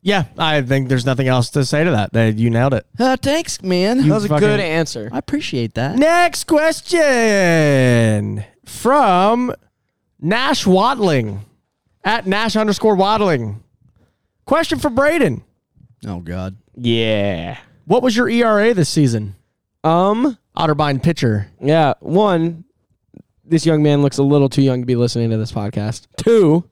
[SPEAKER 4] Yeah, I think there's nothing else to say to that. That you nailed it.
[SPEAKER 2] uh, thanks, man.
[SPEAKER 4] You
[SPEAKER 3] that was a
[SPEAKER 4] fucking-
[SPEAKER 3] good answer.
[SPEAKER 2] I appreciate that.
[SPEAKER 4] Next question from Nash Waddling at Nash underscore Waddling. Question for Braden.
[SPEAKER 2] Oh God,
[SPEAKER 3] Yeah.
[SPEAKER 4] What was your ERA this season?
[SPEAKER 3] Um.
[SPEAKER 4] Otterbein pitcher.
[SPEAKER 3] Yeah. One, this young man looks a little too young to be listening to this podcast. Two,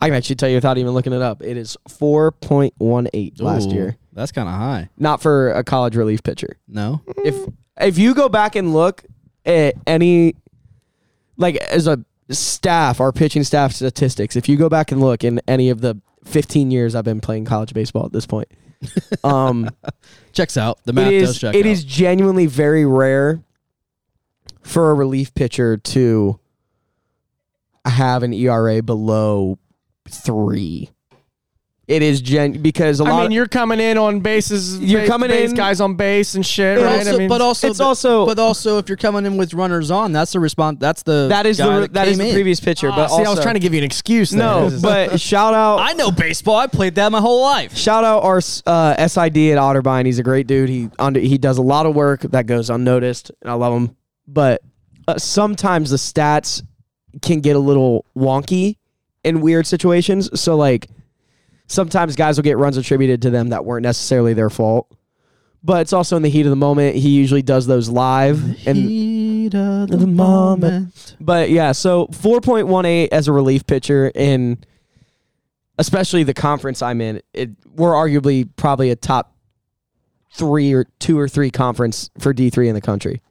[SPEAKER 3] I can actually tell you without even looking it up. It is 4.18 last
[SPEAKER 2] Ooh,
[SPEAKER 3] year.
[SPEAKER 2] that's kind of high.
[SPEAKER 3] Not for a college relief pitcher.
[SPEAKER 2] No,
[SPEAKER 3] If if you go back and look at any like as a staff, our pitching staff statistics, if you go back and look in any of the 15 years I've been playing college baseball at this point. Um
[SPEAKER 2] checks out. The math
[SPEAKER 3] it
[SPEAKER 2] does
[SPEAKER 3] is
[SPEAKER 2] check
[SPEAKER 3] it
[SPEAKER 2] out.
[SPEAKER 3] is genuinely very rare for a relief pitcher to have an ERA below three. It is gen because a
[SPEAKER 4] I
[SPEAKER 3] lot.
[SPEAKER 4] mean, you're coming in on bases.
[SPEAKER 3] You're
[SPEAKER 4] base-
[SPEAKER 3] coming
[SPEAKER 4] base
[SPEAKER 3] in-
[SPEAKER 4] guys on base and shit,
[SPEAKER 2] But
[SPEAKER 4] right?
[SPEAKER 2] also,
[SPEAKER 4] I mean,
[SPEAKER 2] but also,
[SPEAKER 3] it's also-
[SPEAKER 2] but also, if you're coming in with runners on, that's the response. That's the
[SPEAKER 3] of, that is
[SPEAKER 2] guy
[SPEAKER 3] the that is
[SPEAKER 2] came
[SPEAKER 3] the
[SPEAKER 2] in.
[SPEAKER 3] previous pitcher,
[SPEAKER 4] Ah,
[SPEAKER 3] but
[SPEAKER 4] see,
[SPEAKER 3] also
[SPEAKER 4] I was trying to give you an excuse. there.
[SPEAKER 3] no.
[SPEAKER 4] This is-
[SPEAKER 3] But shout out,
[SPEAKER 2] I know baseball. I played that my whole life.
[SPEAKER 3] shout out our uh, SID at Otterbein. He's a great dude. He under he does a lot of work that goes unnoticed, and I love him. But uh, sometimes the stats can get a little wonky in weird situations. So like sometimes guys will get runs attributed to them that weren't necessarily their fault. But it's also in the heat of the moment. He usually does those live and
[SPEAKER 2] Heat of
[SPEAKER 3] the moment. but yeah, so 4.18 as a relief pitcher in especially the conference I'm in, it, we're arguably probably a top three or two or three conference for D3 in the country.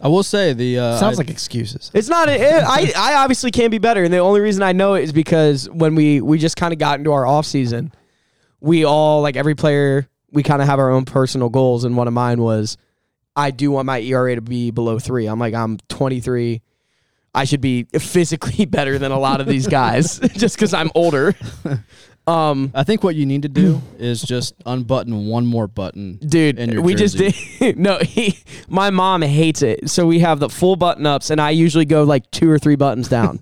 [SPEAKER 2] I will say the uh,
[SPEAKER 4] sounds
[SPEAKER 2] I-
[SPEAKER 4] like excuses.
[SPEAKER 3] It's not, it, I, I obviously can be better. And the only reason I know it is because when we, we just kind of got into our offseason, we all, like every player, we kind of have our own personal goals. And one of mine was, I do want my ERA to be below three. I'm like, I'm 23. I should be physically <laughs> better than a lot of these guys <laughs> just because I'm
[SPEAKER 2] <laughs>
[SPEAKER 3] older. Um,
[SPEAKER 2] I think what you need to do is just unbutton one more button,
[SPEAKER 3] dude,
[SPEAKER 2] in your
[SPEAKER 3] we
[SPEAKER 2] jersey.
[SPEAKER 3] just did. <laughs> no, he, my mom hates it. So we have the full button ups, and I usually go like two or three buttons down.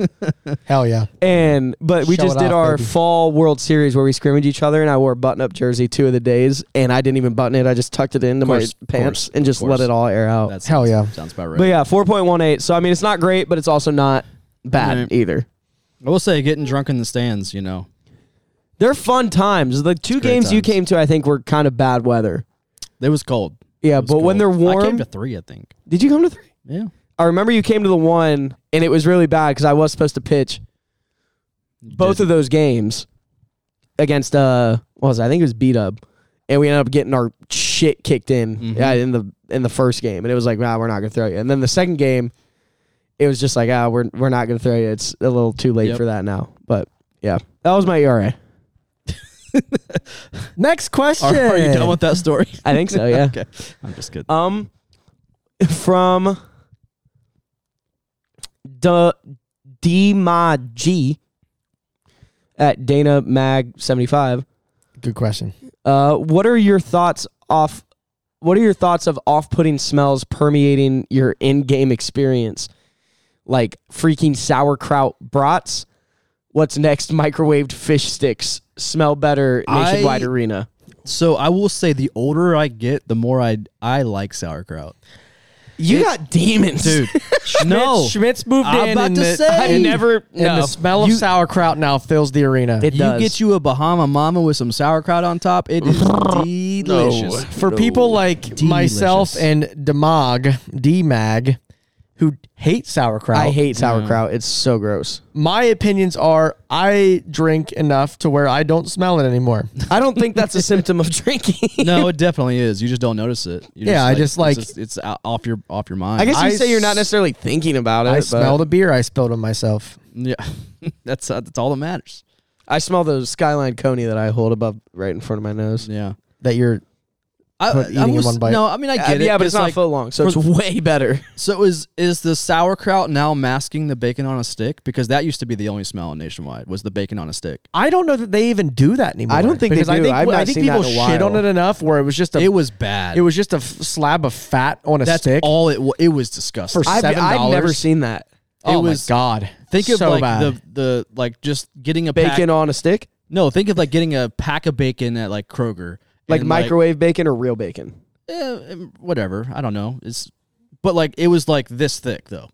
[SPEAKER 4] Hell yeah.
[SPEAKER 3] And but we
[SPEAKER 4] Show
[SPEAKER 3] just
[SPEAKER 4] it
[SPEAKER 3] did
[SPEAKER 4] off,
[SPEAKER 3] our
[SPEAKER 4] baby.
[SPEAKER 3] fall World Series where we scrimmage each other, and I wore a button-up jersey two of the days, and I didn't even button it. I just tucked it into
[SPEAKER 2] Course,
[SPEAKER 3] my pants
[SPEAKER 2] course,
[SPEAKER 3] and just
[SPEAKER 2] course.
[SPEAKER 3] let it all air out. <laughs>
[SPEAKER 2] That sounds,
[SPEAKER 4] Hell yeah.
[SPEAKER 2] sounds about right.
[SPEAKER 3] but yeah, four point one eight. So I mean, it's not great, but it's also not bad
[SPEAKER 2] Right.
[SPEAKER 3] either.
[SPEAKER 2] I will say getting drunk in the stands, you know,
[SPEAKER 3] They're fun times. The two
[SPEAKER 2] great
[SPEAKER 3] games you
[SPEAKER 2] times.
[SPEAKER 3] came to, I think, were kind of bad weather.
[SPEAKER 2] it was cold.
[SPEAKER 3] Yeah,
[SPEAKER 2] It was
[SPEAKER 3] but when
[SPEAKER 2] cold.
[SPEAKER 3] they're
[SPEAKER 2] I came
[SPEAKER 3] warm,
[SPEAKER 2] to three, I think.
[SPEAKER 3] did you come to three?
[SPEAKER 2] Yeah,
[SPEAKER 3] I remember you came to the one, and it was really bad because I was supposed to pitch both of those games against uh what was it? I think it was beat up and we ended up getting our shit kicked in
[SPEAKER 2] Mhm.
[SPEAKER 3] yeah, in the in the first game and it was like nah, we're not gonna throw you and then the second game it was just like ah we're we're not gonna throw you it's a little too late
[SPEAKER 2] Yep.
[SPEAKER 3] for that now but yeah that was my E
[SPEAKER 2] <laughs>
[SPEAKER 3] ERA
[SPEAKER 4] Next question.
[SPEAKER 2] Are, are you done with that story? <laughs>
[SPEAKER 3] I think so yeah
[SPEAKER 2] okay, I'm just kidding.
[SPEAKER 3] um from D- Dima G at Dana Mag 75.
[SPEAKER 4] Good question.
[SPEAKER 3] Uh, what are your thoughts off? What are your thoughts of off-putting smells permeating your in-game experience, like freaking sauerkraut brats? What's next? Microwaved fish sticks smell better nationwide
[SPEAKER 2] I-
[SPEAKER 3] arena.
[SPEAKER 2] So I will say, the older I get, the more I I like sauerkraut,
[SPEAKER 3] You got
[SPEAKER 2] <laughs>
[SPEAKER 3] demons,
[SPEAKER 2] dude. no,
[SPEAKER 4] Schmitz moved
[SPEAKER 2] I'm
[SPEAKER 4] in.
[SPEAKER 2] about
[SPEAKER 4] and
[SPEAKER 2] to
[SPEAKER 4] the,
[SPEAKER 2] say.
[SPEAKER 4] I never.
[SPEAKER 3] no.
[SPEAKER 4] And the smell of
[SPEAKER 2] You-
[SPEAKER 4] sauerkraut now fills the arena.
[SPEAKER 3] It
[SPEAKER 2] you
[SPEAKER 3] does.
[SPEAKER 2] get you a Bahama Mama with some sauerkraut on top. It <laughs> is delicious.
[SPEAKER 4] For people like myself and Demag, Demag, who hate sauerkraut,
[SPEAKER 3] I hate sauerkraut. It's so gross.
[SPEAKER 4] my opinions are I drink enough to where I don't smell it anymore.
[SPEAKER 3] I don't
[SPEAKER 4] <laughs>
[SPEAKER 3] think that's a symptom of drinking.
[SPEAKER 2] No, <laughs> it definitely is. You just don't notice it. You're
[SPEAKER 4] Yeah, I just
[SPEAKER 2] it's
[SPEAKER 4] like-
[SPEAKER 2] it's, out off your off your mind.
[SPEAKER 3] I guess you
[SPEAKER 4] I
[SPEAKER 3] say you're not
[SPEAKER 4] s-
[SPEAKER 3] necessarily thinking about it.
[SPEAKER 4] I
[SPEAKER 3] but-
[SPEAKER 4] smelled a beer I spilled on myself.
[SPEAKER 2] <laughs> yeah, <laughs> that's uh, that's all that matters.
[SPEAKER 3] I smell the skyline coney that I hold above right in front of my nose.
[SPEAKER 2] Yeah,
[SPEAKER 4] That you're
[SPEAKER 2] I,
[SPEAKER 4] Put eating
[SPEAKER 2] I
[SPEAKER 4] in
[SPEAKER 2] was,
[SPEAKER 4] one bite.
[SPEAKER 2] No, I mean I
[SPEAKER 3] Uh,
[SPEAKER 2] get it.
[SPEAKER 3] yeah, but
[SPEAKER 2] 'cause,
[SPEAKER 3] it's not
[SPEAKER 2] like,
[SPEAKER 3] foot long, so it's
[SPEAKER 4] <laughs>
[SPEAKER 3] way better.
[SPEAKER 2] So is is the sauerkraut now masking the bacon on a stick? Because that used to be the only smell in nationwide was the bacon on a stick.
[SPEAKER 4] I don't know that they even do that anymore.
[SPEAKER 3] I don't think they
[SPEAKER 4] because I
[SPEAKER 3] do.
[SPEAKER 4] think,
[SPEAKER 3] I've
[SPEAKER 4] I
[SPEAKER 3] not
[SPEAKER 4] think
[SPEAKER 3] seen that
[SPEAKER 4] people
[SPEAKER 3] in a
[SPEAKER 4] shit on
[SPEAKER 3] while.
[SPEAKER 4] it enough where it was just a
[SPEAKER 2] It was bad.
[SPEAKER 4] it was just a f- slab of fat on a
[SPEAKER 2] that's
[SPEAKER 4] stick.
[SPEAKER 2] all it was. It was disgusting.
[SPEAKER 4] For-
[SPEAKER 3] I've, I've
[SPEAKER 4] $7?
[SPEAKER 3] never seen that
[SPEAKER 4] oh
[SPEAKER 2] it was-
[SPEAKER 4] my god!
[SPEAKER 2] think of
[SPEAKER 4] so
[SPEAKER 2] like
[SPEAKER 4] bad.
[SPEAKER 2] the the like just getting a pack-
[SPEAKER 3] bacon on a stick,
[SPEAKER 2] no, think of like getting a pack of bacon at like Kroger,
[SPEAKER 3] like
[SPEAKER 2] and,
[SPEAKER 3] microwave bacon or real bacon.
[SPEAKER 2] eh, whatever. I don't know. It's but like it was like this thick though.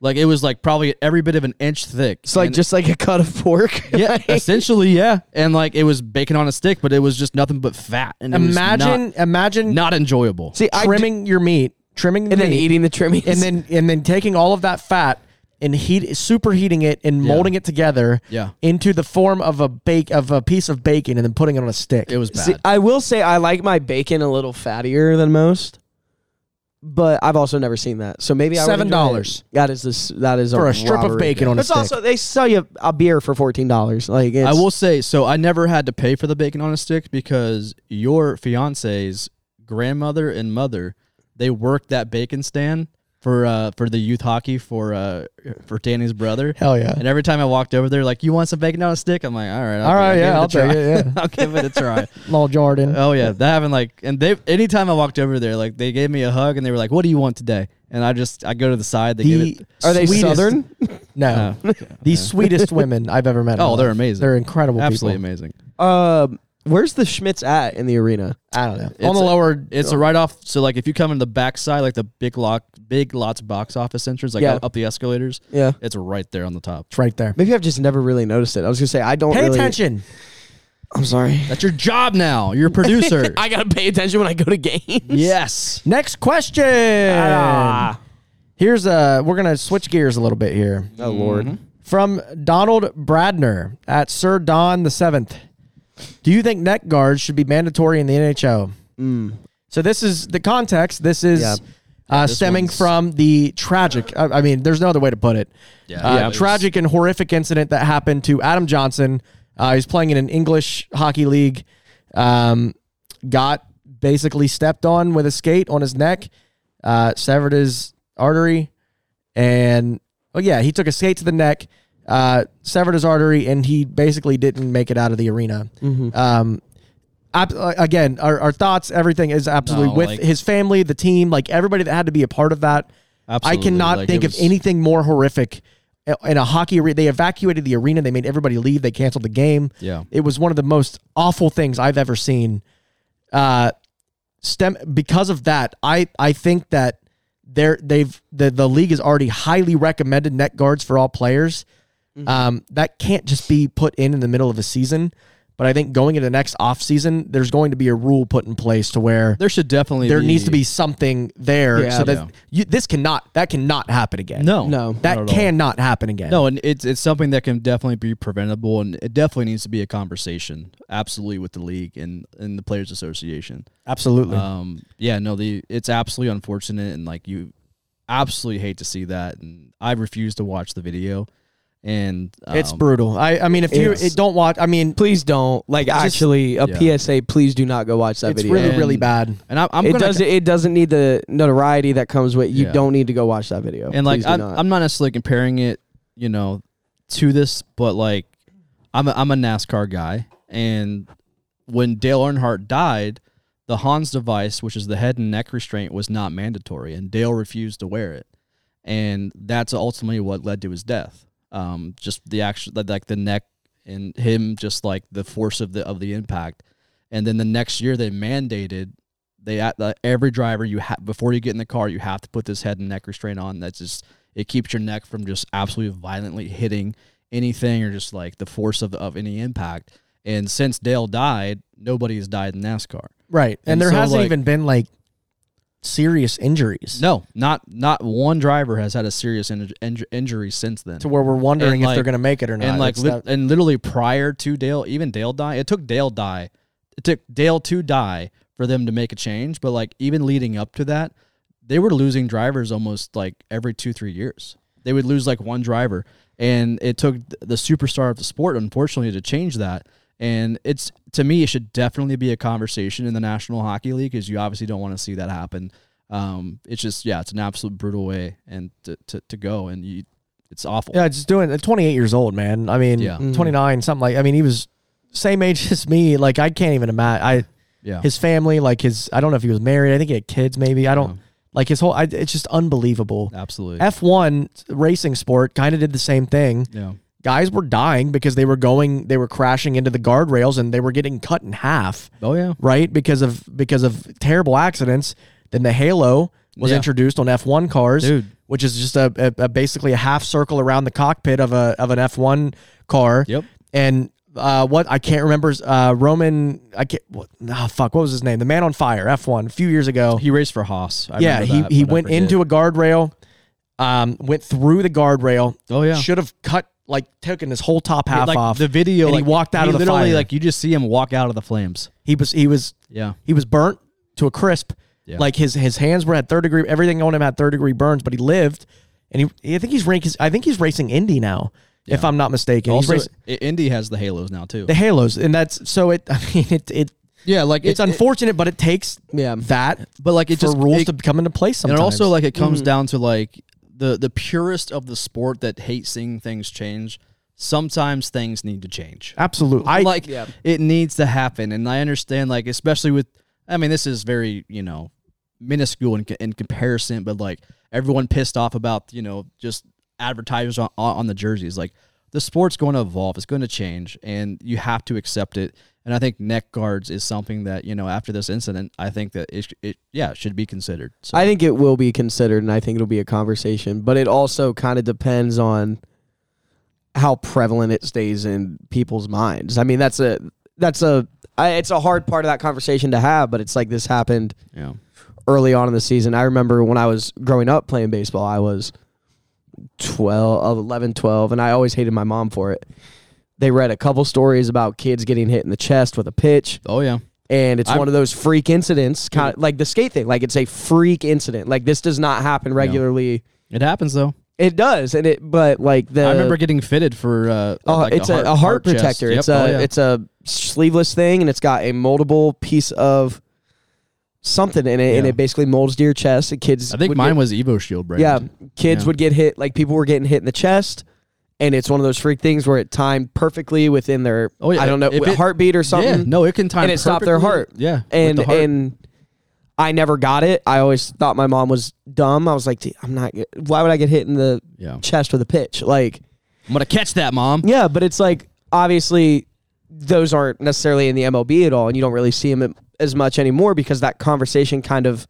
[SPEAKER 2] Like it was like probably every bit of an inch thick.
[SPEAKER 3] It's like
[SPEAKER 2] And-
[SPEAKER 3] just like a cut of
[SPEAKER 4] <laughs>
[SPEAKER 3] pork. <laughs>
[SPEAKER 2] yeah, essentially yeah. And like it was bacon on a stick, but it was just nothing but fat. And it was not-
[SPEAKER 4] imagine imagine
[SPEAKER 2] not enjoyable.
[SPEAKER 3] See, I do-
[SPEAKER 4] trimming your meat, trimming
[SPEAKER 3] and
[SPEAKER 4] the
[SPEAKER 3] then
[SPEAKER 4] meat,
[SPEAKER 3] eating the trimmings.
[SPEAKER 4] and then and then taking all of that fat and heat superheating it and molding it together
[SPEAKER 2] Yeah.
[SPEAKER 4] into the form of a bake of a piece of bacon and then putting it on a stick.
[SPEAKER 2] it was bad.
[SPEAKER 3] See, I will say I like my bacon a little fattier than most, but I've also never seen that. So maybe I would enjoy
[SPEAKER 4] $7.
[SPEAKER 3] it. That is this. That is
[SPEAKER 4] For
[SPEAKER 3] a
[SPEAKER 4] a strip of
[SPEAKER 3] robbery.
[SPEAKER 4] bacon on a
[SPEAKER 3] It's
[SPEAKER 4] stick.
[SPEAKER 3] also they sell you a beer for fourteen dollars. Like it's,
[SPEAKER 2] I will say so. I never had to pay for the bacon on a stick because your fiance's grandmother and mother they worked that bacon stand for uh, for the youth hockey for uh, for Danny's brother.
[SPEAKER 4] Hell yeah.
[SPEAKER 2] And every time I walked over there, like, "You want some bacon on a stick?" I'm like, "All right, I'll
[SPEAKER 4] All
[SPEAKER 2] do
[SPEAKER 4] right, yeah,
[SPEAKER 2] I'll
[SPEAKER 4] I'll
[SPEAKER 2] give
[SPEAKER 4] take
[SPEAKER 2] it a
[SPEAKER 4] it.
[SPEAKER 2] try."
[SPEAKER 4] Yeah,
[SPEAKER 2] <laughs> I'll give it a try.
[SPEAKER 4] Lol Jordan.
[SPEAKER 3] Uh,
[SPEAKER 2] Oh yeah, that happened. Like, and they anytime I walked over there, like they gave me a hug and they were like, "What do you want today?" And I just I go to the side. They give
[SPEAKER 4] The
[SPEAKER 2] it.
[SPEAKER 3] Are they
[SPEAKER 4] sweetest-
[SPEAKER 3] southern? <laughs> Oh,
[SPEAKER 4] No, the sweetest women I've ever met. in
[SPEAKER 2] Oh,
[SPEAKER 4] my
[SPEAKER 2] they're
[SPEAKER 4] life.
[SPEAKER 2] amazing.
[SPEAKER 4] They're incredible.
[SPEAKER 2] Absolutely
[SPEAKER 4] people.
[SPEAKER 2] amazing.
[SPEAKER 3] Um, where's the Schmitz at in the arena?
[SPEAKER 4] I don't know.
[SPEAKER 2] It's
[SPEAKER 4] on the
[SPEAKER 2] a-
[SPEAKER 4] lower,
[SPEAKER 2] It's a write off. So like if you come in the backside, like the big lock, big lots box office entrance, like
[SPEAKER 3] Yeah.
[SPEAKER 2] up, up the escalators,
[SPEAKER 3] Yeah.
[SPEAKER 2] it's right there on the top.
[SPEAKER 4] it's right there.
[SPEAKER 3] Maybe I've just never really noticed it. I was gonna say I don't.
[SPEAKER 4] Pay
[SPEAKER 3] really-
[SPEAKER 4] attention.
[SPEAKER 3] I'm sorry.
[SPEAKER 2] That's your job now. You're a producer.
[SPEAKER 4] <laughs>
[SPEAKER 3] <laughs> I gotta pay attention when I go to games.
[SPEAKER 2] yes.
[SPEAKER 4] Next question.
[SPEAKER 3] Ah.
[SPEAKER 4] Here's a. We're gonna switch gears a little bit here.
[SPEAKER 3] Oh lord.
[SPEAKER 4] From Donald Bradner at Sir Don the Seventh. Do you think neck guards should be mandatory in the NHL? So this is the context. This is
[SPEAKER 3] Mm. Yeah.
[SPEAKER 4] uh, stemming from the tragic. I, I mean, there's no other way to put it.
[SPEAKER 2] Yeah.
[SPEAKER 4] Uh,
[SPEAKER 2] Yeah.
[SPEAKER 4] Tragic and horrific incident that happened to Adam Johnson. Uh, he's playing in an English hockey league. Um, got basically stepped on with a skate on his neck, uh, severed his artery, and oh yeah, he took a skate to the neck, uh, severed his artery, and he basically didn't make it out of the arena. Um, ab- uh, again, our, our thoughts, everything is absolutely
[SPEAKER 2] No,
[SPEAKER 4] with
[SPEAKER 2] like-
[SPEAKER 4] his family, the team, like everybody that had to be a part of that.
[SPEAKER 2] Absolutely,
[SPEAKER 4] I cannot
[SPEAKER 2] like,
[SPEAKER 4] think
[SPEAKER 2] it
[SPEAKER 4] of
[SPEAKER 2] was-
[SPEAKER 4] anything more horrific. In a hockey arena, they evacuated the arena. They made everybody leave. They canceled the game.
[SPEAKER 2] Yeah.
[SPEAKER 4] it was one of the most awful things I've ever seen. Uh, stem because of that, I I think that they're they've the the league has already highly recommended net guards for all players.
[SPEAKER 2] Mm-hmm.
[SPEAKER 4] Um, that can't just be put in in the middle of a season. But I think going into the next off season, there's going to be a rule put in place to where
[SPEAKER 2] There should definitely
[SPEAKER 4] there
[SPEAKER 2] be,
[SPEAKER 4] needs to be something there
[SPEAKER 3] Yeah.
[SPEAKER 4] so that
[SPEAKER 2] Yeah.
[SPEAKER 4] you, this cannot that cannot happen again.
[SPEAKER 2] no
[SPEAKER 3] No.
[SPEAKER 2] not
[SPEAKER 4] that
[SPEAKER 2] at all.
[SPEAKER 4] cannot happen again.
[SPEAKER 2] No, and it's it's something that can definitely be preventable, and it definitely needs to be a conversation, absolutely, with the league and, and the players' association.
[SPEAKER 4] absolutely.
[SPEAKER 2] Um, yeah, no, the it's absolutely unfortunate, and like you absolutely hate to see that, and I refuse to watch the video. and
[SPEAKER 4] It's
[SPEAKER 2] um,
[SPEAKER 4] brutal. I, I mean, if you
[SPEAKER 3] It's-
[SPEAKER 4] it, don't watch, I mean,
[SPEAKER 3] Please don't. Like actually, a
[SPEAKER 2] Yeah.
[SPEAKER 3] PSA. Please do not go watch that
[SPEAKER 4] it's
[SPEAKER 3] video.
[SPEAKER 4] really, really
[SPEAKER 2] And-
[SPEAKER 4] bad.
[SPEAKER 2] And I, I'm
[SPEAKER 3] it
[SPEAKER 2] gonna,
[SPEAKER 3] does. It doesn't need the notoriety that comes with. You
[SPEAKER 2] Yeah.
[SPEAKER 3] don't need to go watch that video.
[SPEAKER 2] and like
[SPEAKER 3] Please do
[SPEAKER 2] I'm
[SPEAKER 3] not.
[SPEAKER 2] I'm not necessarily comparing it, you know, to this, but like I'm a, I'm a NASCAR guy, and when Dale Earnhardt died, the Hans device, which is the head and neck restraint, was not mandatory, and Dale refused to wear it, and that's ultimately what led to his death. Um, just the action, like the neck and him, just like the force of the of the impact, and then the next year they mandated they at the, every driver you have before you get in the car you have to put this head and neck restraint on that's just it keeps your neck from just absolutely violently hitting anything or just like the force of, of any impact and since dale died nobody has died in nascar
[SPEAKER 4] Right. And,
[SPEAKER 2] And
[SPEAKER 4] there
[SPEAKER 2] so,
[SPEAKER 4] hasn't
[SPEAKER 2] like-
[SPEAKER 4] even been like serious injuries
[SPEAKER 2] no not not one driver has had a serious inj inj- injury since then
[SPEAKER 4] to where we're wondering
[SPEAKER 2] And,
[SPEAKER 4] if
[SPEAKER 2] like-
[SPEAKER 4] they're going to make it or not.
[SPEAKER 2] and like
[SPEAKER 4] It's
[SPEAKER 2] lit-
[SPEAKER 4] not-
[SPEAKER 2] and literally prior to Dale, even Dale die, it took Dale die, it took Dale to die for them to make a change. But like even leading up to that, they were losing drivers almost like every two three years. They would lose like one driver, and it took th- the superstar of the sport, unfortunately, to change that. And it's to me, it should definitely be a conversation in the National Hockey League because you obviously don't want to see that happen. Um, it's just yeah, it's an absolute brutal way and to, to, to go, and you, it's awful.
[SPEAKER 4] yeah, just doing. 28 years old, man. I mean,
[SPEAKER 2] Yeah.
[SPEAKER 4] 29, something like. I mean, he was same age <laughs> as me. Like, I can't even imagine. I
[SPEAKER 2] Yeah,
[SPEAKER 4] his family, like his. I don't know if he was married. I think he had kids. Maybe I don't.
[SPEAKER 2] Yeah.
[SPEAKER 4] Like his whole. I, it's just unbelievable.
[SPEAKER 2] absolutely.
[SPEAKER 4] F1 racing sport kind of did the same thing.
[SPEAKER 2] yeah.
[SPEAKER 4] Guys were dying because they were going, they were crashing into the guardrails and they were getting cut in half,
[SPEAKER 2] Oh yeah.
[SPEAKER 4] right? Because of because of terrible accidents. Then the halo was
[SPEAKER 2] Yeah.
[SPEAKER 4] introduced on F1 cars,
[SPEAKER 2] Dude.
[SPEAKER 4] which is just a, a, a basically a half circle around the cockpit of a of an F1 car.
[SPEAKER 2] Yep.
[SPEAKER 4] And uh, what I can't remember is uh, Roman. I can't. What, ah, fuck. What was his name? The man on fire. F1 a few years ago.
[SPEAKER 2] He raced for Haas. I
[SPEAKER 4] yeah.
[SPEAKER 2] remember
[SPEAKER 4] He
[SPEAKER 2] that,
[SPEAKER 4] he
[SPEAKER 2] but I
[SPEAKER 4] went
[SPEAKER 2] forget.
[SPEAKER 4] into a guardrail. Um, went through the guardrail,
[SPEAKER 2] Oh yeah.
[SPEAKER 4] should have cut like taken his whole top half
[SPEAKER 2] like
[SPEAKER 4] off.
[SPEAKER 2] the video.
[SPEAKER 4] and he
[SPEAKER 2] like,
[SPEAKER 4] walked out
[SPEAKER 2] he
[SPEAKER 4] of the
[SPEAKER 2] literally
[SPEAKER 4] fire.
[SPEAKER 2] like you just see him walk out of the flames.
[SPEAKER 4] he was he was
[SPEAKER 2] Yeah.
[SPEAKER 4] he was burnt to a crisp.
[SPEAKER 2] Yeah.
[SPEAKER 4] Like his his hands were at third degree. Everything on him had third degree burns, but he lived. And he, I think he's rank, I think he's racing Indy now, if I'm not mistaken. He's
[SPEAKER 2] Also,
[SPEAKER 4] racing-
[SPEAKER 2] I- Indy has the halos now too.
[SPEAKER 4] the halos, and that's so it. <laughs> I mean, it it
[SPEAKER 2] yeah, like
[SPEAKER 4] it's unfortunate, but it takes
[SPEAKER 3] yeah.
[SPEAKER 4] that
[SPEAKER 2] but like it
[SPEAKER 4] for
[SPEAKER 2] just
[SPEAKER 4] rules
[SPEAKER 2] it-
[SPEAKER 4] to come into place.
[SPEAKER 2] and it
[SPEAKER 4] Sometimes Mm-hmm.
[SPEAKER 2] also like it comes down to like the the purest of the sport that hates seeing things change. Sometimes things need to change.
[SPEAKER 4] absolutely, I
[SPEAKER 2] like it needs to happen and i understand like especially with i mean this is very you know minuscule in, in comparison but like everyone pissed off about you know just advertisers on, on on the jerseys like the sport's going to evolve it's going to change and you have to accept it and i think neck guards is something that you know after this incident i think that it, sh- it yeah should be considered so
[SPEAKER 3] I think it will be considered, and I think it'll be a conversation. But it also kind of depends on how prevalent it stays in people's minds. I mean, that's a that's a I, it's a hard part of that conversation to have. But it's like this happened
[SPEAKER 2] yeah
[SPEAKER 3] early on in the season. I remember when I was growing up playing baseball, I was 12, 11, 12, and I always hated my mom for it. They read a couple stories about kids getting hit in the chest with a pitch
[SPEAKER 2] oh yeah
[SPEAKER 3] and it's
[SPEAKER 2] I'm-
[SPEAKER 3] one of those freak incidents, kind of like the skate thing. Like it's a freak incident. Like this does not happen regularly.
[SPEAKER 2] it happens though
[SPEAKER 3] It does, and it but like the
[SPEAKER 2] i remember getting fitted for uh
[SPEAKER 3] Oh,
[SPEAKER 2] like
[SPEAKER 3] Uh, it's a, a heart,
[SPEAKER 2] chest.
[SPEAKER 3] protector.
[SPEAKER 2] Yep.
[SPEAKER 3] It's a
[SPEAKER 2] Oh, yeah.
[SPEAKER 3] it's a sleeveless thing, and it's got a moldable piece of something in it, and
[SPEAKER 2] Yeah.
[SPEAKER 3] it basically molds to your chest. And kids,
[SPEAKER 2] i think
[SPEAKER 3] would
[SPEAKER 2] mine
[SPEAKER 3] get-
[SPEAKER 2] was evo shield brand
[SPEAKER 3] yeah, kids
[SPEAKER 2] Yeah.
[SPEAKER 3] would get hit. Like people were getting hit in the chest. And it's one of those freak things where it timed perfectly within their,
[SPEAKER 2] Oh, yeah.
[SPEAKER 3] I don't know,
[SPEAKER 2] If it-
[SPEAKER 3] heartbeat or something.
[SPEAKER 2] Yeah, no, it can time
[SPEAKER 3] and it stopped their
[SPEAKER 2] perfectly.
[SPEAKER 3] heart.
[SPEAKER 2] Yeah, with
[SPEAKER 3] and
[SPEAKER 2] the heart.
[SPEAKER 3] and I never got it. I always thought my mom was dumb. I was like, "Dude, I'm not. get- Why would I get hit in the
[SPEAKER 2] yeah,
[SPEAKER 3] chest with a pitch? Like,
[SPEAKER 2] I'm gonna catch that, mom.
[SPEAKER 3] yeah, but it's like obviously those aren't necessarily in the MLB at all, and you don't really see them as much anymore because that conversation kind of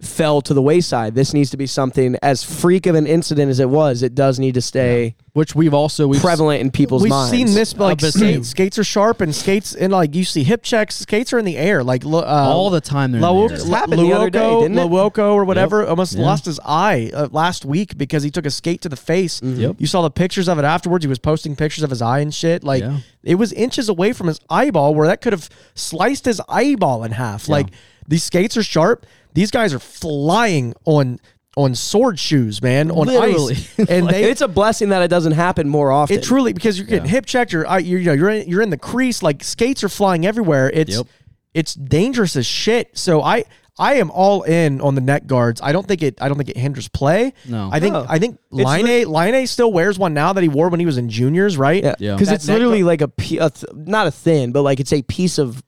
[SPEAKER 3] fell to the wayside. This needs to be something as freak of an incident as it was. It does need to stay
[SPEAKER 2] Which we've also we've
[SPEAKER 3] prevalent in people's
[SPEAKER 4] We've
[SPEAKER 3] minds.
[SPEAKER 4] seen this, but like
[SPEAKER 2] but
[SPEAKER 4] skate,
[SPEAKER 2] same.
[SPEAKER 4] skates are sharp and skates and like you see hip checks. Skates are in the air, like lo- uh,
[SPEAKER 2] all the time. They're in
[SPEAKER 4] Lawo-
[SPEAKER 2] the air.
[SPEAKER 3] just happened the other day,
[SPEAKER 4] Luoco-
[SPEAKER 3] didn't it?
[SPEAKER 4] Luoco or whatever almost
[SPEAKER 2] Yeah.
[SPEAKER 4] lost his eye uh, last week because he took a skate to the face.
[SPEAKER 2] Yep.
[SPEAKER 4] You saw the pictures of it afterwards. He was posting pictures of his eye and shit. Like
[SPEAKER 2] Yeah.
[SPEAKER 4] it was inches away from his eyeball, where that could have sliced his eyeball in half. Like these skates are sharp. These guys are flying on on sword shoes, man, on
[SPEAKER 2] Literally.
[SPEAKER 4] ice,
[SPEAKER 2] <laughs>
[SPEAKER 4] and they
[SPEAKER 6] it's a blessing that it doesn't happen more often.
[SPEAKER 4] it truly because you're getting hip checked. You're, out- you're you know you're in, you're in the crease. Like skates are flying everywhere. It's
[SPEAKER 2] Yep.
[SPEAKER 4] it's dangerous as shit. So I I am all in on the neck guards. I don't think it I don't think it hinders play.
[SPEAKER 2] No.
[SPEAKER 4] I think
[SPEAKER 6] No.
[SPEAKER 4] I think Line A Line A still wears one now that he wore when he was in juniors, right?
[SPEAKER 6] Yeah,
[SPEAKER 2] Yeah.
[SPEAKER 6] because
[SPEAKER 2] That
[SPEAKER 6] it's literally like a, pi- a th- not a thin, but like it's a piece of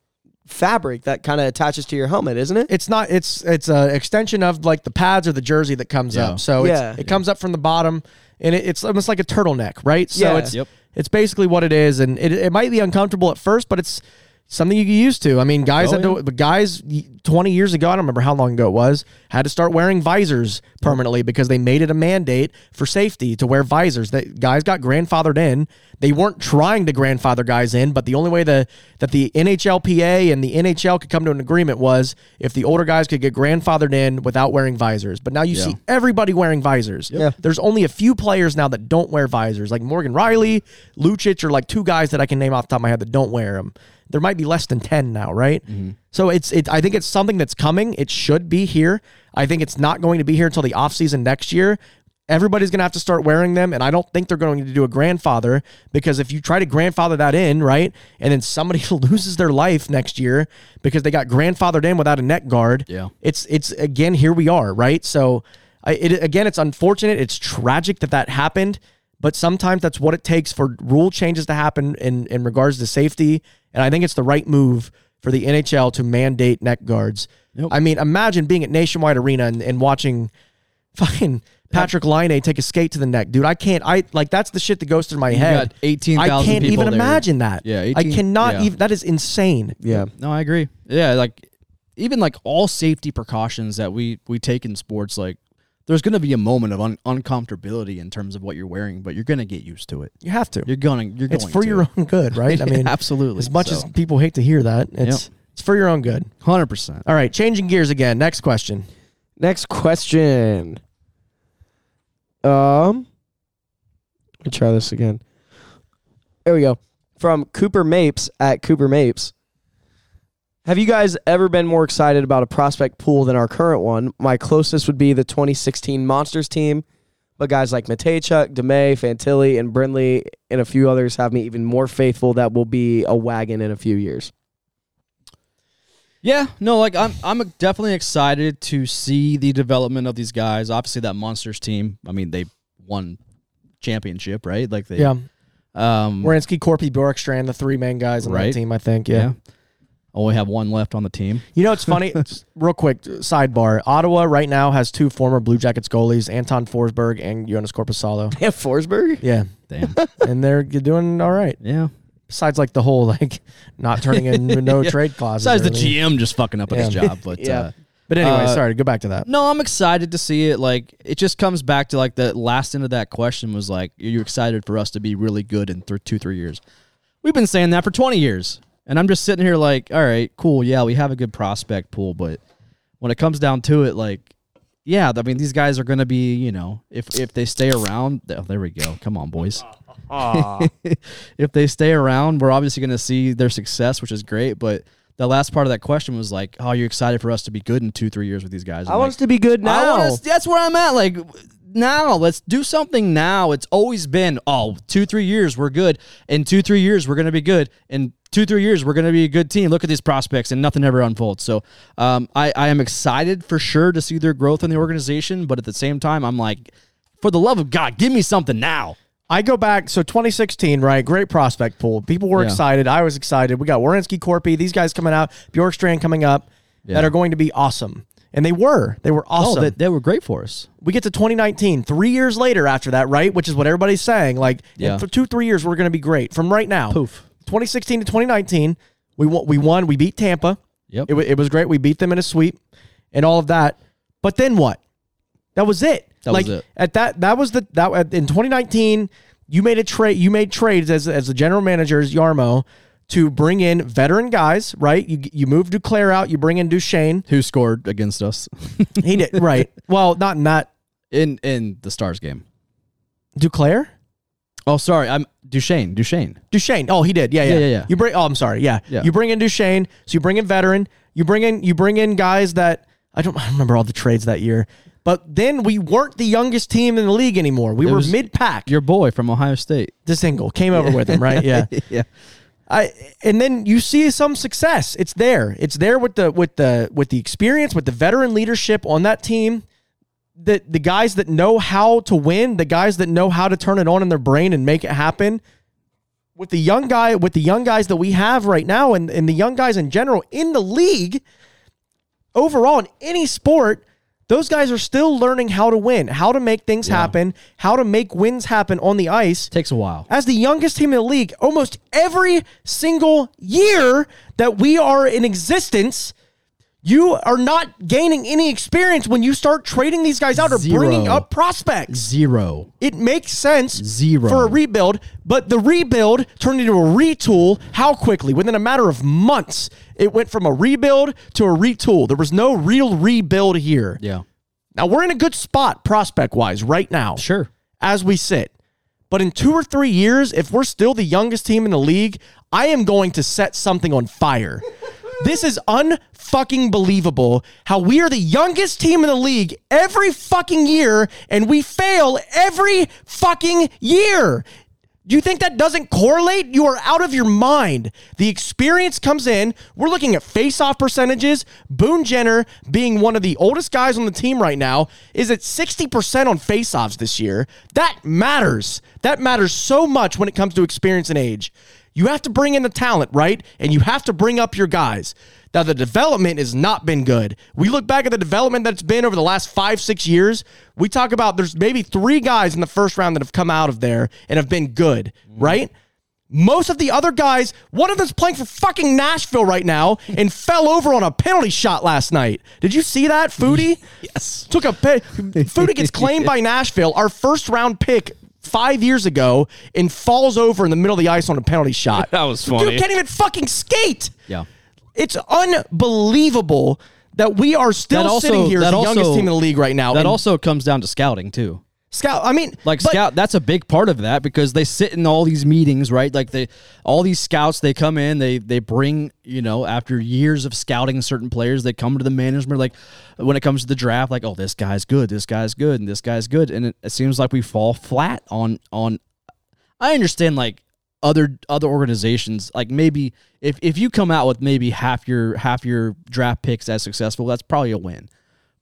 [SPEAKER 6] fabric that kind of attaches to your helmet, isn't it?
[SPEAKER 4] It's not. It's it's an extension of like the pads or the jersey that comes
[SPEAKER 2] Yeah.
[SPEAKER 4] up. So it's,
[SPEAKER 6] Yeah.
[SPEAKER 4] it comes up from the bottom, and it, it's almost like a turtleneck, right? So
[SPEAKER 6] Yeah.
[SPEAKER 4] it's
[SPEAKER 2] Yep.
[SPEAKER 4] it's basically what it is, and it, it might be uncomfortable at first, but it's something you get used to. I mean, guys had to, but guys y- twenty years ago, I don't remember how long ago it was, had to start wearing visors permanently because they made it a mandate for safety to wear visors. That guys got grandfathered in. They weren't trying to grandfather guys in, but the only way the that the NHLPA and the NHL could come to an agreement was if the older guys could get grandfathered in without wearing visors. But now you see everybody wearing visors. Yeah. There's only a few players now that don't wear visors, like Morgan Riley, Lucic are like two guys that I can name off the top of my head that don't wear them. There might be less than ten now, right? So it's it. I think it's something that's coming. It should be here. I think it's not going to be here until the offseason next year. Everybody's going to have to start wearing them, and I don't think they're going to do a grandfather because if you try to grandfather that in, right, and then somebody <laughs> loses their life next year because they got grandfathered in without a neck guard,
[SPEAKER 2] Yeah.
[SPEAKER 4] it's it's again here we are, right? So, I, it again, it's unfortunate, it's tragic that that happened, but sometimes that's what it takes for rule changes to happen in in regards to safety, and I think it's the right move for the NHL to mandate neck guards. I mean, imagine being at Nationwide Arena and, and watching <laughs> fucking Patrick Line take a skate to the neck, dude. I can't. I like that's the shit that goes through my head.
[SPEAKER 2] got 18,000
[SPEAKER 4] I can't
[SPEAKER 2] people
[SPEAKER 4] even
[SPEAKER 2] there.
[SPEAKER 4] imagine that.
[SPEAKER 2] Yeah,
[SPEAKER 4] I
[SPEAKER 2] 18
[SPEAKER 4] cannot
[SPEAKER 2] yeah.
[SPEAKER 4] even. That is insane.
[SPEAKER 6] Yeah.
[SPEAKER 2] No, I agree. Yeah, like even like all safety precautions that we we take in sports, like there's going to be a moment of un- uncomfortability in terms of what you're wearing, but you're going to get used to it.
[SPEAKER 4] You have to.
[SPEAKER 2] You're going. You're going.
[SPEAKER 4] it's for
[SPEAKER 2] to.
[SPEAKER 4] your own
[SPEAKER 2] <laughs>
[SPEAKER 4] good, right? I mean,
[SPEAKER 2] absolutely.
[SPEAKER 4] As much as
[SPEAKER 2] So-
[SPEAKER 4] people hate to hear that, it's it's for your own good.
[SPEAKER 2] hundred percent.
[SPEAKER 4] All right, changing gears again. Next question.
[SPEAKER 6] Next question. Um, let me try this again. There we go. From Cooper Mapes at Cooper Mapes. Have you guys ever been more excited about a prospect pool than our current one? My closest would be the 2016 Monsters team, but guys like Matejchuk, DeMay, Fantilli, and Brindley, and a few others have me even more faithful that will be a wagon in a few years. <laughs>
[SPEAKER 2] Yeah, no, like I'm, I'm definitely excited to see the development of these guys. Obviously, that monsters team. I mean, they won championship, right? Like they,
[SPEAKER 4] Yeah,
[SPEAKER 2] um,
[SPEAKER 4] Wierenski, Corpy, Bjorkstrand, the three main guys on
[SPEAKER 2] Right.
[SPEAKER 4] that team. I think.
[SPEAKER 2] yeah.
[SPEAKER 4] Yeah.
[SPEAKER 2] Only have one left on the team.
[SPEAKER 4] You know, it's
[SPEAKER 2] <laughs>
[SPEAKER 4] funny. it's- real quick, sidebar. Ottawa right now has two former Blue Jackets goalies, Anton Forsberg and
[SPEAKER 2] <laughs>
[SPEAKER 4] Jonas Corposalo.
[SPEAKER 6] Yeah, Forsberg?
[SPEAKER 4] Yeah,
[SPEAKER 2] Damn.
[SPEAKER 4] and they're doing all right.
[SPEAKER 2] yeah.
[SPEAKER 4] Besides, like the whole like not
[SPEAKER 2] <laughs>
[SPEAKER 4] turning in no trade clauses.
[SPEAKER 2] Besides
[SPEAKER 4] or
[SPEAKER 2] the
[SPEAKER 4] anything.
[SPEAKER 2] GM just fucking up at his
[SPEAKER 4] Yeah.
[SPEAKER 2] job, but
[SPEAKER 6] Yeah.
[SPEAKER 2] uh,
[SPEAKER 4] But anyway,
[SPEAKER 2] Uh,
[SPEAKER 4] sorry. Go back to that.
[SPEAKER 2] No, I'm excited to see it. Like it just comes back to like the last end of that question was like, are you excited for us to be really good in th- two, three years? We've been saying that for 20 years, and I'm just sitting here like, all right, cool, yeah, we have a good prospect pool, but when it comes down to it, like, yeah, I mean, these guys are going to be, you know, if if they stay around, oh, there we go, come on, boys. <laughs> if they stay around, we're obviously going to see their success, which is great, but. The last part of that question was like, "Oh, you're excited for us to be good in two, three years with these guys?"
[SPEAKER 6] I
[SPEAKER 2] I'm
[SPEAKER 6] want
[SPEAKER 2] like,
[SPEAKER 6] us to be good now.
[SPEAKER 2] I wanna, that's where I'm at. Like now, let's do something now. It's always been oh, two three years we're good. In two three years we're gonna be good. In two three years we're gonna be a good team. Look at these prospects, and nothing ever unfolds. So um, I I am excited for sure to see their growth in the organization, but at the same time I'm like, for the love of God, give me something now.
[SPEAKER 4] I go back, so 2016, right? Great prospect pool. People were
[SPEAKER 2] Yeah.
[SPEAKER 4] excited. I was excited. We got Wierenski, Corpy, these guys coming out, Bjorkstrand coming up that are going to be awesome. And they were. They were awesome.
[SPEAKER 2] Oh, they, they were great for us.
[SPEAKER 4] we get to 2019, three years later after that, right? Which is what everybody's saying. Like,
[SPEAKER 2] Yeah.
[SPEAKER 4] in th- two, three years, we're going to be great from right now.
[SPEAKER 2] Poof.
[SPEAKER 4] 2016 to 2019, we won. We, won, we beat Tampa.
[SPEAKER 2] Yep.
[SPEAKER 4] It, wa- it was great. We beat them in a sweep and all of that. But then what? That was it.
[SPEAKER 2] That
[SPEAKER 4] like
[SPEAKER 2] was it.
[SPEAKER 4] at that that was the that at- in 2019 you made a trade you made trades as as the general manager as Yarmo to bring in veteran guys, right? You you move Duclair out, you bring in Duchesne.
[SPEAKER 2] Who scored against us
[SPEAKER 4] He did right. Well, not in that
[SPEAKER 2] <laughs> in in the Stars game?
[SPEAKER 4] Duclair?
[SPEAKER 2] Oh, sorry, I'm Duchesne. Duchesne.
[SPEAKER 4] Duchesne. Oh, he did. Yeah, yeah,
[SPEAKER 2] Yeah, yeah, yeah.
[SPEAKER 4] You bring. Oh, I'm sorry. Yeah.
[SPEAKER 2] Yeah.
[SPEAKER 4] You bring in Duchesne. So you bring in veteran. You bring in you bring in guys that I don't I don't remember all the trades that year. But then we weren't the youngest team in the league anymore. We
[SPEAKER 2] It
[SPEAKER 4] were
[SPEAKER 2] was-
[SPEAKER 4] mid pack.
[SPEAKER 2] Your boy from Ohio State.
[SPEAKER 4] The single came over with him, right?
[SPEAKER 2] <laughs>
[SPEAKER 4] Yeah.
[SPEAKER 2] yeah.
[SPEAKER 4] I and then you see some success. It's there. It's there with the with the with the experience, with the veteran leadership on that team. The the guys that know how to win, the guys that know how to turn it on in their brain and make it happen. With the young guy, with the young guys that we have right now and, and the young guys in general in the league, overall in any sport, those guys are still learning how to win, how to make things happen, how to make wins happen on the ice
[SPEAKER 2] Takes a while.
[SPEAKER 4] as the youngest team in the league almost every single year that we are in existence. You are not gaining any experience when you start trading these guys out or
[SPEAKER 2] Zero.
[SPEAKER 4] bringing up prospects.
[SPEAKER 2] Zero.
[SPEAKER 4] It makes sense
[SPEAKER 2] Zero.
[SPEAKER 4] for a rebuild, but the rebuild turned into a retool. How quickly? Within a matter of months, it went from a rebuild to a retool. There was no real rebuild here.
[SPEAKER 2] Yeah.
[SPEAKER 4] Now we're in a good spot prospect wise right now
[SPEAKER 2] Sure.
[SPEAKER 4] as we sit. But in two or three years, if we're still the youngest team in the league, I am going to set something on fire. <laughs> this is unfucking believable how we are the youngest team in the league every fucking year and we fail every fucking year. Do you think that doesn't correlate? You are out of your mind. The experience comes in. We're looking at face-off percentages. Boone Jenner, being one of the oldest guys on the team right now, is at 60% on face-offs this year. That matters. That matters so much when it comes to experience and age. You have to bring in the talent, right? And you have to bring up your guys. Now, the development has not been good. We look back at the development that's been over the last five, six years. We talk about there's maybe three guys in the first round that have come out of there and have been good,
[SPEAKER 5] Mm-hmm.
[SPEAKER 4] right? Most of the other guys, one of them's playing for fucking Nashville right now
[SPEAKER 5] <laughs>
[SPEAKER 4] and fell over on a penalty shot last night. Did you see that,
[SPEAKER 5] <laughs>
[SPEAKER 4] Foodie? yes. Took a pe- Foodie gets claimed by Nashville, our first round pick five years ago, and falls over in the middle of the ice on a penalty shot.
[SPEAKER 5] <laughs> That was
[SPEAKER 4] The
[SPEAKER 5] funny.
[SPEAKER 4] Dude can't even fucking skate.
[SPEAKER 2] Yeah.
[SPEAKER 4] It's unbelievable that we are still
[SPEAKER 2] That also-
[SPEAKER 4] sitting here as
[SPEAKER 2] that
[SPEAKER 4] the youngest
[SPEAKER 2] also-
[SPEAKER 4] team in the league right now.
[SPEAKER 2] That
[SPEAKER 4] And
[SPEAKER 2] also comes down to scouting too.
[SPEAKER 4] scout. I mean,
[SPEAKER 2] Like
[SPEAKER 4] but-
[SPEAKER 2] scout, that's a big part of that because they sit in all these meetings, right? Like they, all these scouts, they come in, they they bring, you know, after years of scouting certain players, they come to the management. Like when it comes to the draft, like oh, this guy's good, this guy's good, and this guy's good, and it, it seems like we fall flat on on. I understand like other other organizations, like maybe if if you come out with maybe half your half your draft picks as successful, that's probably a win.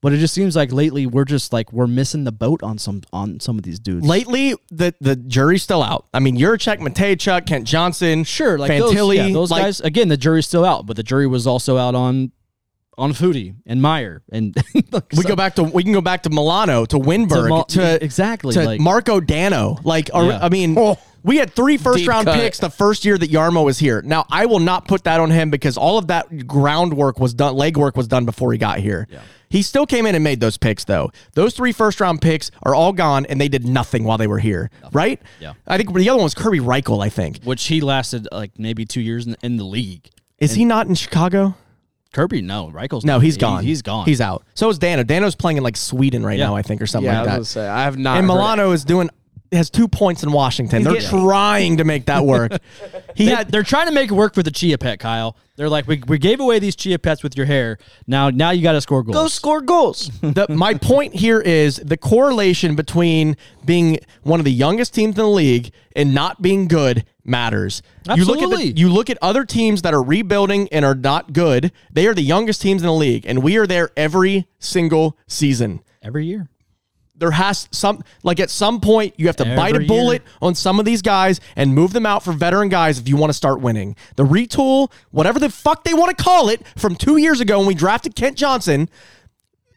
[SPEAKER 2] But it just seems like lately we're just like we're missing the boat on some on some of these dudes.
[SPEAKER 4] Lately, the the jury's still out. I mean, Juracek, Matejchuk, Kent Johnson,
[SPEAKER 2] Sure, like
[SPEAKER 4] Fantilli,
[SPEAKER 2] those, yeah, those
[SPEAKER 4] like,
[SPEAKER 2] guys. Again, the jury's still out, but the jury was also out on on Foodie and Meyer, and <laughs>
[SPEAKER 4] We go back to we can go back to Milano to Winberg to,
[SPEAKER 2] Mul- exactly,
[SPEAKER 4] to
[SPEAKER 2] like-
[SPEAKER 4] Marco Dano. Like are-
[SPEAKER 2] Yeah.
[SPEAKER 4] I mean,
[SPEAKER 6] Oh.
[SPEAKER 4] we had three first round picks the first year that Yarmo was here. Now I will not put that on him because all of that groundwork was done, legwork was done before he got here. He still came in and made those picks though. Those three first round picks are all gone and they did nothing while they were here, right?
[SPEAKER 2] Yeah.
[SPEAKER 4] I think the other one was Kirby Reichel. I think
[SPEAKER 2] which he lasted like maybe two years in, in the league.
[SPEAKER 4] is he not in Chicago?
[SPEAKER 2] Kirby, no, Reichel's
[SPEAKER 4] No,
[SPEAKER 2] not-
[SPEAKER 4] he's
[SPEAKER 2] he-
[SPEAKER 4] gone.
[SPEAKER 2] He's gone.
[SPEAKER 4] He's out. So is Dano. Dano's playing in like Sweden right
[SPEAKER 2] Yeah.
[SPEAKER 4] now, I think, or something
[SPEAKER 6] Yeah,
[SPEAKER 4] like
[SPEAKER 6] I
[SPEAKER 4] that.
[SPEAKER 6] was gonna say I have
[SPEAKER 3] Ah,
[SPEAKER 6] not.
[SPEAKER 4] and
[SPEAKER 6] heard it.
[SPEAKER 4] Milano is doing has two points in Washington. They're
[SPEAKER 6] getting-
[SPEAKER 4] trying to make that work. He
[SPEAKER 2] They,
[SPEAKER 4] had
[SPEAKER 2] they're trying to make it work for the chia pet, Kyle. They're like, we, we gave away these chia pets with your hair. Now now you got to score goals.
[SPEAKER 3] Go score
[SPEAKER 6] <laughs>
[SPEAKER 3] goals.
[SPEAKER 4] the, my point here is the correlation between being one of the youngest teams in the league and not being good matters. You look at
[SPEAKER 2] Absolutely.
[SPEAKER 4] the, you look at other teams that are rebuilding and are not good. They are the youngest teams in the league, and we are there every single season.
[SPEAKER 2] Every year,
[SPEAKER 4] there has some like at some point you have to bite a
[SPEAKER 2] Every
[SPEAKER 4] bullet
[SPEAKER 2] year.
[SPEAKER 4] on some of these guys and move them out for veteran guys if you want to start winning. The retool, whatever the fuck they want to call it, from two years ago when we drafted Kent Johnson,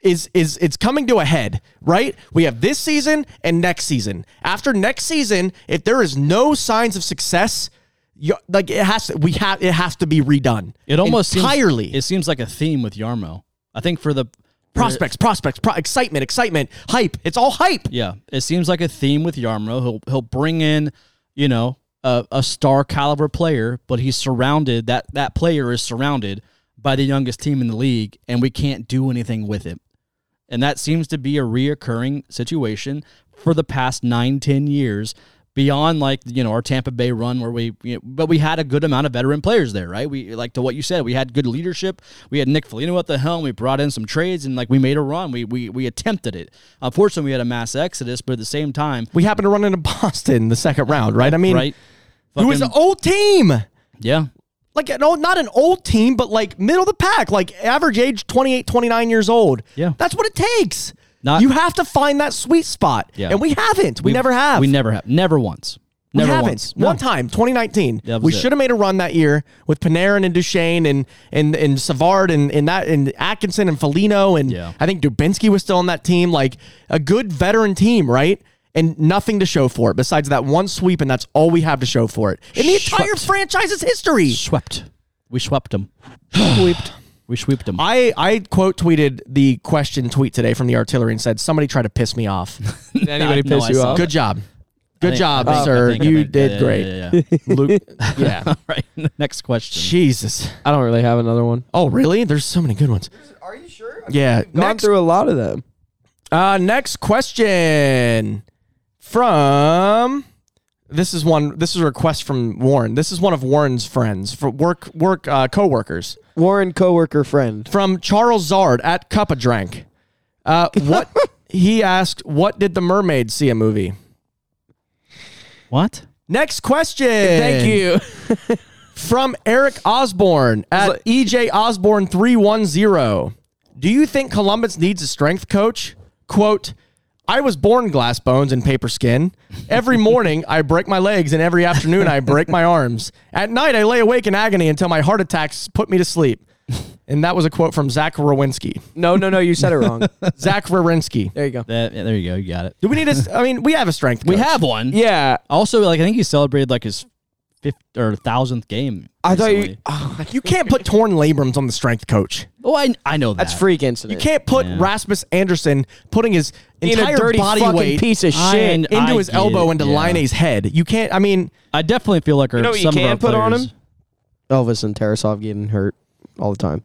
[SPEAKER 4] is is it's coming to a head, right? We have this season and next season. After next season, if there is no signs of success, you, like it has to, we have it has to be redone.
[SPEAKER 2] it almost
[SPEAKER 4] entirely
[SPEAKER 2] Seems, it seems like a theme with Yarmo. I think for the
[SPEAKER 4] prospects, prospects, pro- excitement, excitement, hype. It's all hype.
[SPEAKER 2] Yeah, it seems like a theme with Yarmo. He'll he'll bring in, you know, a, a star caliber player, but he's surrounded that that player is surrounded by the youngest team in the league, and we can't do anything with it. And that seems to be a reoccurring situation for the past nine ten years. beyond like you know our Tampa Bay run where we you know, but we had a good amount of veteran players there, right? We like to what you said, we had good leadership. We had Nick Foligno at the helm. We brought in some trades and like we made a run. We we we attempted it. Unfortunately, we had a mass exodus, but at the same time,
[SPEAKER 4] We happened to run into <laughs> Boston in the second round, right? I mean,
[SPEAKER 2] right?
[SPEAKER 4] who is an
[SPEAKER 2] Fucking-
[SPEAKER 4] old team?
[SPEAKER 2] yeah.
[SPEAKER 4] like an old, not an old team, but like middle of the pack, like average age 28, 29 years old.
[SPEAKER 2] Yeah.
[SPEAKER 4] That's what it takes.
[SPEAKER 2] Not-
[SPEAKER 4] you have to find that sweet spot.
[SPEAKER 2] Yeah.
[SPEAKER 4] And we haven't. We
[SPEAKER 2] We've-
[SPEAKER 4] never have.
[SPEAKER 2] We never have. Never once.
[SPEAKER 4] We
[SPEAKER 2] Never
[SPEAKER 4] haven't.
[SPEAKER 2] once.
[SPEAKER 4] One time, 2019.
[SPEAKER 2] That was
[SPEAKER 4] We
[SPEAKER 2] it.
[SPEAKER 4] should have made a run that year with Panarin and Duchesne and and and Savard and, and that and Atkinson and Felino and
[SPEAKER 2] Yeah.
[SPEAKER 4] I think Dubinsky was still on that team. Like a good veteran team, right? And nothing to show for it besides that one sweep, and that's all we have to show for it in the entire
[SPEAKER 2] Swept.
[SPEAKER 4] franchise's history.
[SPEAKER 2] Swept. We swept them. We <sighs> swept them.
[SPEAKER 4] I, I quote tweeted the question tweet today from the artillery and said, Somebody try to piss
[SPEAKER 2] <laughs>
[SPEAKER 4] me off.
[SPEAKER 3] Did anybody
[SPEAKER 2] No,
[SPEAKER 3] piss
[SPEAKER 2] I
[SPEAKER 3] you
[SPEAKER 2] saw
[SPEAKER 3] off?
[SPEAKER 4] Good job.
[SPEAKER 2] I
[SPEAKER 4] Good
[SPEAKER 2] think-
[SPEAKER 4] job,
[SPEAKER 2] I think- I
[SPEAKER 4] sir.
[SPEAKER 2] think- I
[SPEAKER 4] you
[SPEAKER 2] think-
[SPEAKER 4] did
[SPEAKER 2] yeah,
[SPEAKER 4] great.
[SPEAKER 2] yeah, yeah, <laughs> yeah.
[SPEAKER 4] Luke. Yeah.
[SPEAKER 2] All right. <laughs> Next question.
[SPEAKER 4] Jesus.
[SPEAKER 3] I don't really have another one.
[SPEAKER 4] Oh, really? There's so many good ones.
[SPEAKER 8] Are you sure?
[SPEAKER 4] Yeah.
[SPEAKER 3] Gone
[SPEAKER 4] Next,
[SPEAKER 3] through a lot of them.
[SPEAKER 4] uh, next question from. This is one. This is a request from Warren. This is one of Warren's friends, for work work uh, coworkers.
[SPEAKER 3] Warren, coworker, friend.
[SPEAKER 4] from Charles Zard at Cup of Drank. Uh, what
[SPEAKER 8] <laughs>
[SPEAKER 4] he asked, what did the mermaid see a movie?
[SPEAKER 2] What?
[SPEAKER 4] Next question.
[SPEAKER 3] Thank <laughs> you.
[SPEAKER 4] From Eric Osborne at EJ Osborne 310. Do you think Columbus needs a strength coach? Quote, I was born glass bones and paper skin. Every morning I break my legs and every afternoon I break my arms. At night I lay awake in agony until my heart attacks put me to sleep. And that was a quote from Zach Rowinski.
[SPEAKER 3] No, no, no. You said it <laughs> wrong.
[SPEAKER 4] Zach Rowinski.
[SPEAKER 3] There you go.
[SPEAKER 2] That, yeah, there you go. You got it.
[SPEAKER 4] Do we need a? I mean, we have a strength.
[SPEAKER 2] We
[SPEAKER 4] coach.
[SPEAKER 2] have one.
[SPEAKER 3] Yeah,
[SPEAKER 2] Also, like I think he celebrated like his fifth or thousandth game.
[SPEAKER 3] I thought you.
[SPEAKER 2] recently.
[SPEAKER 3] Oh,
[SPEAKER 4] You can't put Torn Labrams on the strength coach.
[SPEAKER 2] Oh, I I know that.
[SPEAKER 3] that's freak incident.
[SPEAKER 4] You can't put
[SPEAKER 2] Yeah.
[SPEAKER 4] Rasmus Anderson putting his
[SPEAKER 3] Being
[SPEAKER 4] entire
[SPEAKER 3] a dirty
[SPEAKER 4] body
[SPEAKER 3] fucking
[SPEAKER 4] weight
[SPEAKER 3] piece of
[SPEAKER 2] I-
[SPEAKER 3] shit.
[SPEAKER 2] and
[SPEAKER 4] into his
[SPEAKER 2] get
[SPEAKER 4] elbow
[SPEAKER 2] it,
[SPEAKER 4] into
[SPEAKER 2] yeah.
[SPEAKER 4] Line's head. You can't. I mean,
[SPEAKER 2] I definitely feel like our,
[SPEAKER 3] know what you
[SPEAKER 2] some of our
[SPEAKER 3] can put on
[SPEAKER 2] players-
[SPEAKER 3] him? Elvis and Tarasov getting hurt all the time.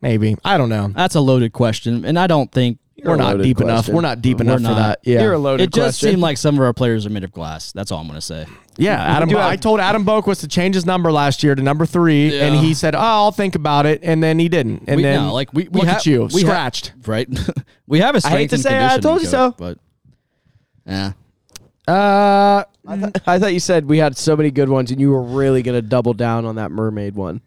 [SPEAKER 4] maybe I don't know.
[SPEAKER 2] That's a loaded question, and I don't think
[SPEAKER 4] We're not
[SPEAKER 3] loaded
[SPEAKER 4] deep enough.
[SPEAKER 3] question.
[SPEAKER 4] We're not deep enough for
[SPEAKER 2] not.
[SPEAKER 4] that. Yeah.
[SPEAKER 3] You're a loaded
[SPEAKER 2] it just
[SPEAKER 3] question.
[SPEAKER 2] seemed like some of our players are made of glass. That's all I'm gonna say. <laughs>
[SPEAKER 4] yeah. Adam.
[SPEAKER 3] do
[SPEAKER 4] Bo-
[SPEAKER 3] have-
[SPEAKER 4] I told Adam Boquist to change his number last year to number three, and
[SPEAKER 2] Yeah.
[SPEAKER 4] he said, "Oh, I'll think about it," and then he didn't. And
[SPEAKER 2] We-
[SPEAKER 4] then
[SPEAKER 2] no, like, we- we
[SPEAKER 4] look
[SPEAKER 2] ha-
[SPEAKER 4] at you
[SPEAKER 2] we ha-
[SPEAKER 4] scratched.
[SPEAKER 2] Right? <laughs> we have a strength
[SPEAKER 3] hate to
[SPEAKER 2] and
[SPEAKER 3] say I
[SPEAKER 2] conditioning
[SPEAKER 3] told you
[SPEAKER 2] coach, but yeah,
[SPEAKER 4] uh,
[SPEAKER 3] I thought you said we had so many good ones, and you were really gonna double down on that mermaid one.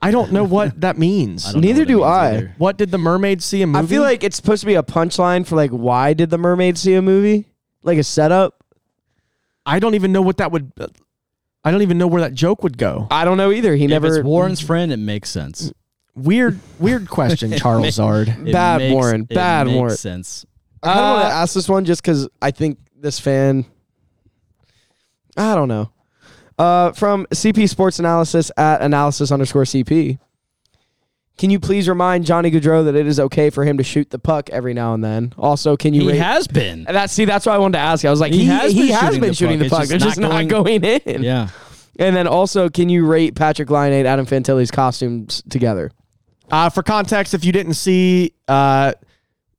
[SPEAKER 4] I don't
[SPEAKER 2] <laughs>
[SPEAKER 4] know what that means.
[SPEAKER 2] I don't know
[SPEAKER 3] Neither
[SPEAKER 2] what it
[SPEAKER 3] do
[SPEAKER 2] means
[SPEAKER 3] I.
[SPEAKER 2] either.
[SPEAKER 4] What did the mermaid see a movie?
[SPEAKER 3] I feel like it's supposed to be a punchline for like why did the mermaid see a movie? Like a setup.
[SPEAKER 4] I don't even know what that would. I don't even know where that joke would go.
[SPEAKER 3] I don't know either. He
[SPEAKER 2] If
[SPEAKER 3] never
[SPEAKER 2] it's Warren's friend, it makes sense.
[SPEAKER 4] Weird, weird question,
[SPEAKER 2] <laughs>
[SPEAKER 4] Charles Zard.
[SPEAKER 2] It
[SPEAKER 3] Bad
[SPEAKER 2] makes-
[SPEAKER 3] Warren.
[SPEAKER 2] it
[SPEAKER 3] Bad
[SPEAKER 2] makes
[SPEAKER 3] Warren.
[SPEAKER 2] Sense.
[SPEAKER 3] I kind of want
[SPEAKER 4] Uh,
[SPEAKER 3] to ask this one just because I think this fan. I don't know. Uh, from CP Sports Analysis at analysis underscore CP. Can you please remind Johnny Gaudreau that it is okay for him to shoot the puck every now and then? Also, can you
[SPEAKER 2] He
[SPEAKER 3] rate-
[SPEAKER 2] has been.
[SPEAKER 3] And that see, that's what I wanted to ask. you. I was like,
[SPEAKER 2] He
[SPEAKER 3] he,
[SPEAKER 2] has been
[SPEAKER 3] he has
[SPEAKER 2] shooting
[SPEAKER 3] been
[SPEAKER 2] the
[SPEAKER 3] shooting
[SPEAKER 2] puck.
[SPEAKER 3] the
[SPEAKER 2] It's
[SPEAKER 3] puck.
[SPEAKER 2] just
[SPEAKER 3] It's just
[SPEAKER 2] not
[SPEAKER 3] not going, in.
[SPEAKER 2] Yeah.
[SPEAKER 3] And then also, can you rate Patrick Line Adam Fantilli's costumes together?
[SPEAKER 4] Uh, for context, if you didn't see, uh,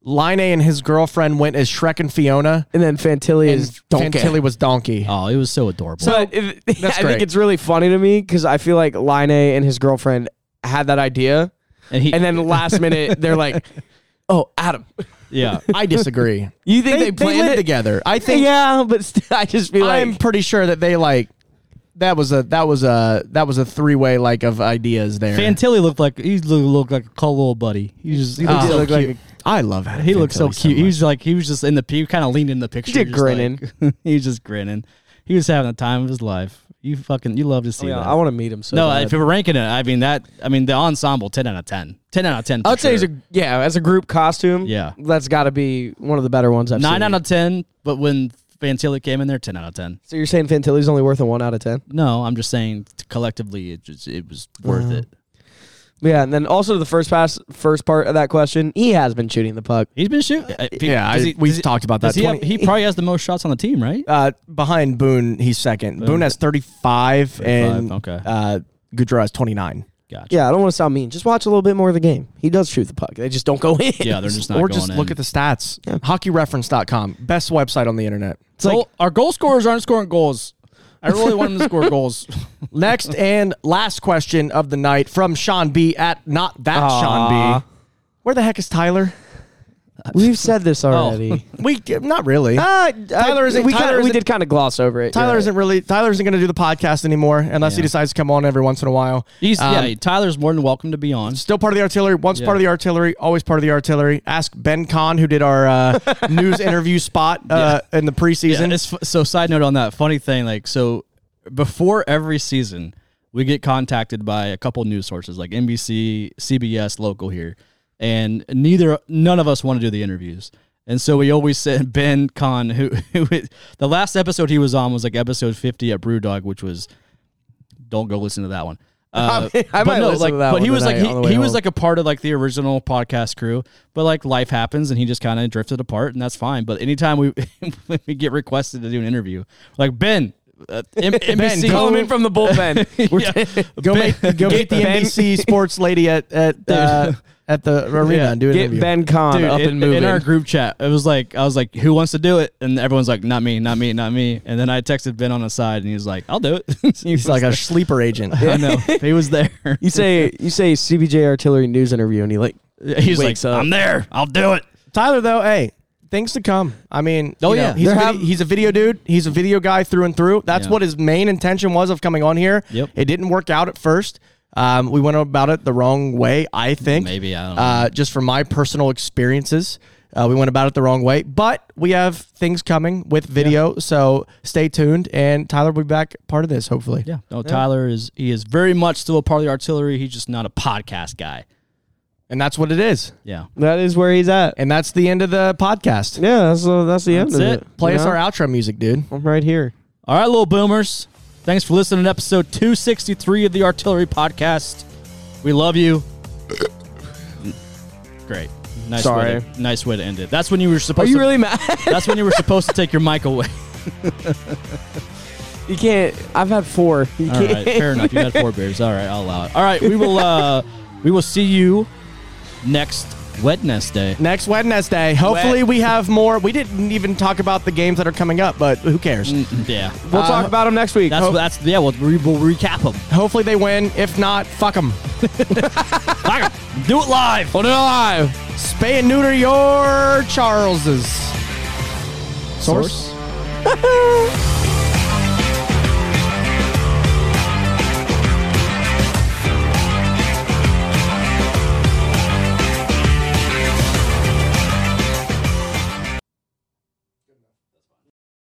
[SPEAKER 4] Line and his girlfriend went as Shrek and Fiona,
[SPEAKER 3] And then Fantilli
[SPEAKER 4] and
[SPEAKER 3] is donkey.
[SPEAKER 4] Fantilli was Donkey.
[SPEAKER 2] Oh, it was so adorable.
[SPEAKER 3] So it, <laughs> I
[SPEAKER 4] great.
[SPEAKER 3] think it's really funny to me because I feel like Line and his girlfriend had that idea,
[SPEAKER 2] and he,
[SPEAKER 3] and then last minute they're like, "Oh, Adam, <laughs>
[SPEAKER 2] yeah. <laughs>
[SPEAKER 4] I disagree.
[SPEAKER 3] you think they, planned
[SPEAKER 4] lived
[SPEAKER 3] it
[SPEAKER 4] together. I think.
[SPEAKER 3] Yeah, but st- <laughs> I just feel
[SPEAKER 4] I'm
[SPEAKER 3] like
[SPEAKER 4] pretty sure that they like. That was a that was a that was a three way like of ideas there.
[SPEAKER 2] Fantilli looked like he looked, looked like a cool little buddy. He just he looked
[SPEAKER 4] Oh,
[SPEAKER 2] so
[SPEAKER 4] look
[SPEAKER 2] cute.
[SPEAKER 4] like a- I love Adam.
[SPEAKER 2] he looked so
[SPEAKER 4] Fantilli
[SPEAKER 2] cute. he
[SPEAKER 4] much.
[SPEAKER 2] was like he was just in the he kind of leaned in the picture,
[SPEAKER 3] Just
[SPEAKER 2] just like-
[SPEAKER 3] grinning.
[SPEAKER 2] <laughs> he was just grinning. He was having the time of his life. You fucking you love to see that.
[SPEAKER 3] Oh, I want to meet him. So
[SPEAKER 2] no,
[SPEAKER 3] bad.
[SPEAKER 2] if you were ranking it, I mean that. I mean the ensemble, ten out of ten. Ten out of ten. for
[SPEAKER 3] I'd say he's
[SPEAKER 2] sure.
[SPEAKER 3] a yeah as a group costume.
[SPEAKER 2] Yeah.
[SPEAKER 3] that's got to be one of the better ones I've
[SPEAKER 2] nine
[SPEAKER 3] seen.
[SPEAKER 2] out of ten. But when Fantilli came in there, ten out of ten.
[SPEAKER 3] so you're saying Fantilli's only worth a one out of ten?
[SPEAKER 2] No, I'm just saying t- collectively, it just it was worth
[SPEAKER 3] Uh-huh.
[SPEAKER 2] it.
[SPEAKER 3] Yeah, and then also the first pass, first part of that question, he has been shooting the puck.
[SPEAKER 2] He's been shooting. Uh,
[SPEAKER 4] Yeah, I, we talked about that.
[SPEAKER 2] He, have-
[SPEAKER 4] 20
[SPEAKER 2] he probably has the most shots on the team, right?
[SPEAKER 4] uh, behind Boone, he's second. Boone has 35, and
[SPEAKER 2] okay.
[SPEAKER 4] uh, Goudreau has 29.
[SPEAKER 2] Gotcha.
[SPEAKER 3] Yeah, I don't want to sound mean. Just watch a little bit more of the game. He does shoot the puck. They just don't go <laughs> in.
[SPEAKER 2] Yeah, they're just not
[SPEAKER 4] or
[SPEAKER 2] going
[SPEAKER 4] just look
[SPEAKER 2] in.
[SPEAKER 4] at the stats. HockeyReference.com, best website on the internet.
[SPEAKER 2] Goal- our goal scorers aren't scoring goals. I really want them to
[SPEAKER 4] <laughs>
[SPEAKER 2] score goals. <laughs>
[SPEAKER 4] Next and last question of the night from Sean B at not that Sean B. Where the heck is Tyler?
[SPEAKER 3] We've said this <laughs> already.
[SPEAKER 4] We not really.
[SPEAKER 3] Ah,
[SPEAKER 4] Tyler isn't-
[SPEAKER 3] we
[SPEAKER 4] Tyler
[SPEAKER 3] kinda, we
[SPEAKER 4] isn't-
[SPEAKER 3] did kind of gloss over it.
[SPEAKER 4] Tyler
[SPEAKER 3] You're
[SPEAKER 4] isn't really. Tyler isn't going to do the podcast anymore unless he
[SPEAKER 2] Yeah.
[SPEAKER 4] decides to come on every once in a while.
[SPEAKER 2] He's,
[SPEAKER 4] Um,
[SPEAKER 2] yeah, Tyler's more than welcome to be on.
[SPEAKER 4] Still part of the artillery. Once
[SPEAKER 2] Yeah.
[SPEAKER 4] part of the artillery. Always part of the artillery. Ask Ben Kahn, who did
[SPEAKER 2] <laughs>
[SPEAKER 4] our uh, news interview spot uh, in the
[SPEAKER 2] Yeah,
[SPEAKER 4] preseason.
[SPEAKER 2] it's f- so side note on that funny thing like so before every season we get contacted by a couple news sources like NBC, CBS, local here, and neither none of us want to do the interviews. And so we always <laughs> send Ben Kahn, who, who is- the last episode he was on was like episode fifty at BrewDog, which was don't go listen to that one. Uh,
[SPEAKER 3] <laughs> I might listen
[SPEAKER 2] like,
[SPEAKER 3] to that
[SPEAKER 2] but he
[SPEAKER 3] one
[SPEAKER 2] was like
[SPEAKER 3] tonight on the
[SPEAKER 2] he,
[SPEAKER 3] way
[SPEAKER 2] he was
[SPEAKER 3] home.
[SPEAKER 2] like a part of like the original podcast crew, but like life happens and he just kind of drifted apart, and that's fine. But anytime we <laughs> when we get requested to do an interview, like Ben, uh, M-
[SPEAKER 4] Ben,
[SPEAKER 2] NBC,
[SPEAKER 4] come
[SPEAKER 3] coming from the bullpen. <laughs> We're
[SPEAKER 2] Yeah.
[SPEAKER 4] go
[SPEAKER 2] Ben-
[SPEAKER 4] make go get the <laughs>
[SPEAKER 3] Ben-
[SPEAKER 4] NBC sports lady at at uh, at the <laughs> arena and do an
[SPEAKER 3] Get
[SPEAKER 4] interview.
[SPEAKER 3] Ben Con
[SPEAKER 2] Dude,
[SPEAKER 3] up
[SPEAKER 2] in,
[SPEAKER 3] and moving.
[SPEAKER 2] in our group chat, it was like I was like, "Who wants to do it?" And everyone's like, "Not me, not me, not me." And then I texted Ben on the side, and he was like, "I'll do it." <laughs>
[SPEAKER 4] He's like a sleeper agent.
[SPEAKER 2] I know he was there.
[SPEAKER 3] you say you say CBJ Artillery News interview, and you like
[SPEAKER 2] <laughs> He's
[SPEAKER 3] wakes
[SPEAKER 2] like,
[SPEAKER 3] up.
[SPEAKER 2] "I'm there, I'll do it."
[SPEAKER 4] <laughs> Tyler, though, hey, things to come. I mean,
[SPEAKER 2] Oh,
[SPEAKER 4] you know,
[SPEAKER 2] yeah.
[SPEAKER 4] he's a,
[SPEAKER 2] There
[SPEAKER 4] vid-
[SPEAKER 2] have-
[SPEAKER 4] he's a video dude. He's a video guy through and through. That's
[SPEAKER 2] Yeah.
[SPEAKER 4] what his main intention was of coming on here.
[SPEAKER 2] Yep.
[SPEAKER 4] It didn't work out at first. Um, we went about it the wrong way, I think.
[SPEAKER 2] Maybe, I don't know.
[SPEAKER 4] Uh, just from my personal experiences, uh, we went about it the wrong way. But we have things coming with video, so stay tuned. And Tyler will be back part of this, hopefully.
[SPEAKER 2] Yeah. No, Tyler is he is very much still a part of the artillery. He's just not a podcast guy.
[SPEAKER 4] And that's what it is.
[SPEAKER 2] Yeah.
[SPEAKER 3] that is where he's at.
[SPEAKER 4] And that's the end of the podcast.
[SPEAKER 3] Yeah, that's uh, that's the end
[SPEAKER 2] That's
[SPEAKER 3] of
[SPEAKER 2] it.
[SPEAKER 3] it.
[SPEAKER 4] Play
[SPEAKER 3] you
[SPEAKER 4] us
[SPEAKER 3] know?
[SPEAKER 4] our outro music, dude.
[SPEAKER 3] I'm right here.
[SPEAKER 2] All right, little boomers. Thanks for listening to episode 263 of the Artillery Podcast. We love you. Great. Nice
[SPEAKER 3] Sorry.
[SPEAKER 2] way to, nice way to end it. That's when you were
[SPEAKER 3] Are
[SPEAKER 2] supposed
[SPEAKER 3] you
[SPEAKER 2] to
[SPEAKER 3] really mad? <laughs>
[SPEAKER 2] That's when you were supposed to take your mic away.
[SPEAKER 3] You can't. I've had four. You
[SPEAKER 2] All
[SPEAKER 3] can't.
[SPEAKER 2] right, fair enough. You had four beers. All right, I'll allow it. All right, we will uh we will see you next
[SPEAKER 3] <laughs>
[SPEAKER 2] Wednesday.
[SPEAKER 4] Next Wednesday. Hopefully, we have more. We didn't even talk about the games that are coming up, but who cares?
[SPEAKER 2] Yeah.
[SPEAKER 3] We'll talk about them next week.
[SPEAKER 2] That's that's yeah, we'll, re- we'll recap them.
[SPEAKER 4] Hopefully, they win. If not, fuck them.
[SPEAKER 2] Do it live.
[SPEAKER 3] Hold it alive.
[SPEAKER 4] Spay and neuter your Charleses. Source?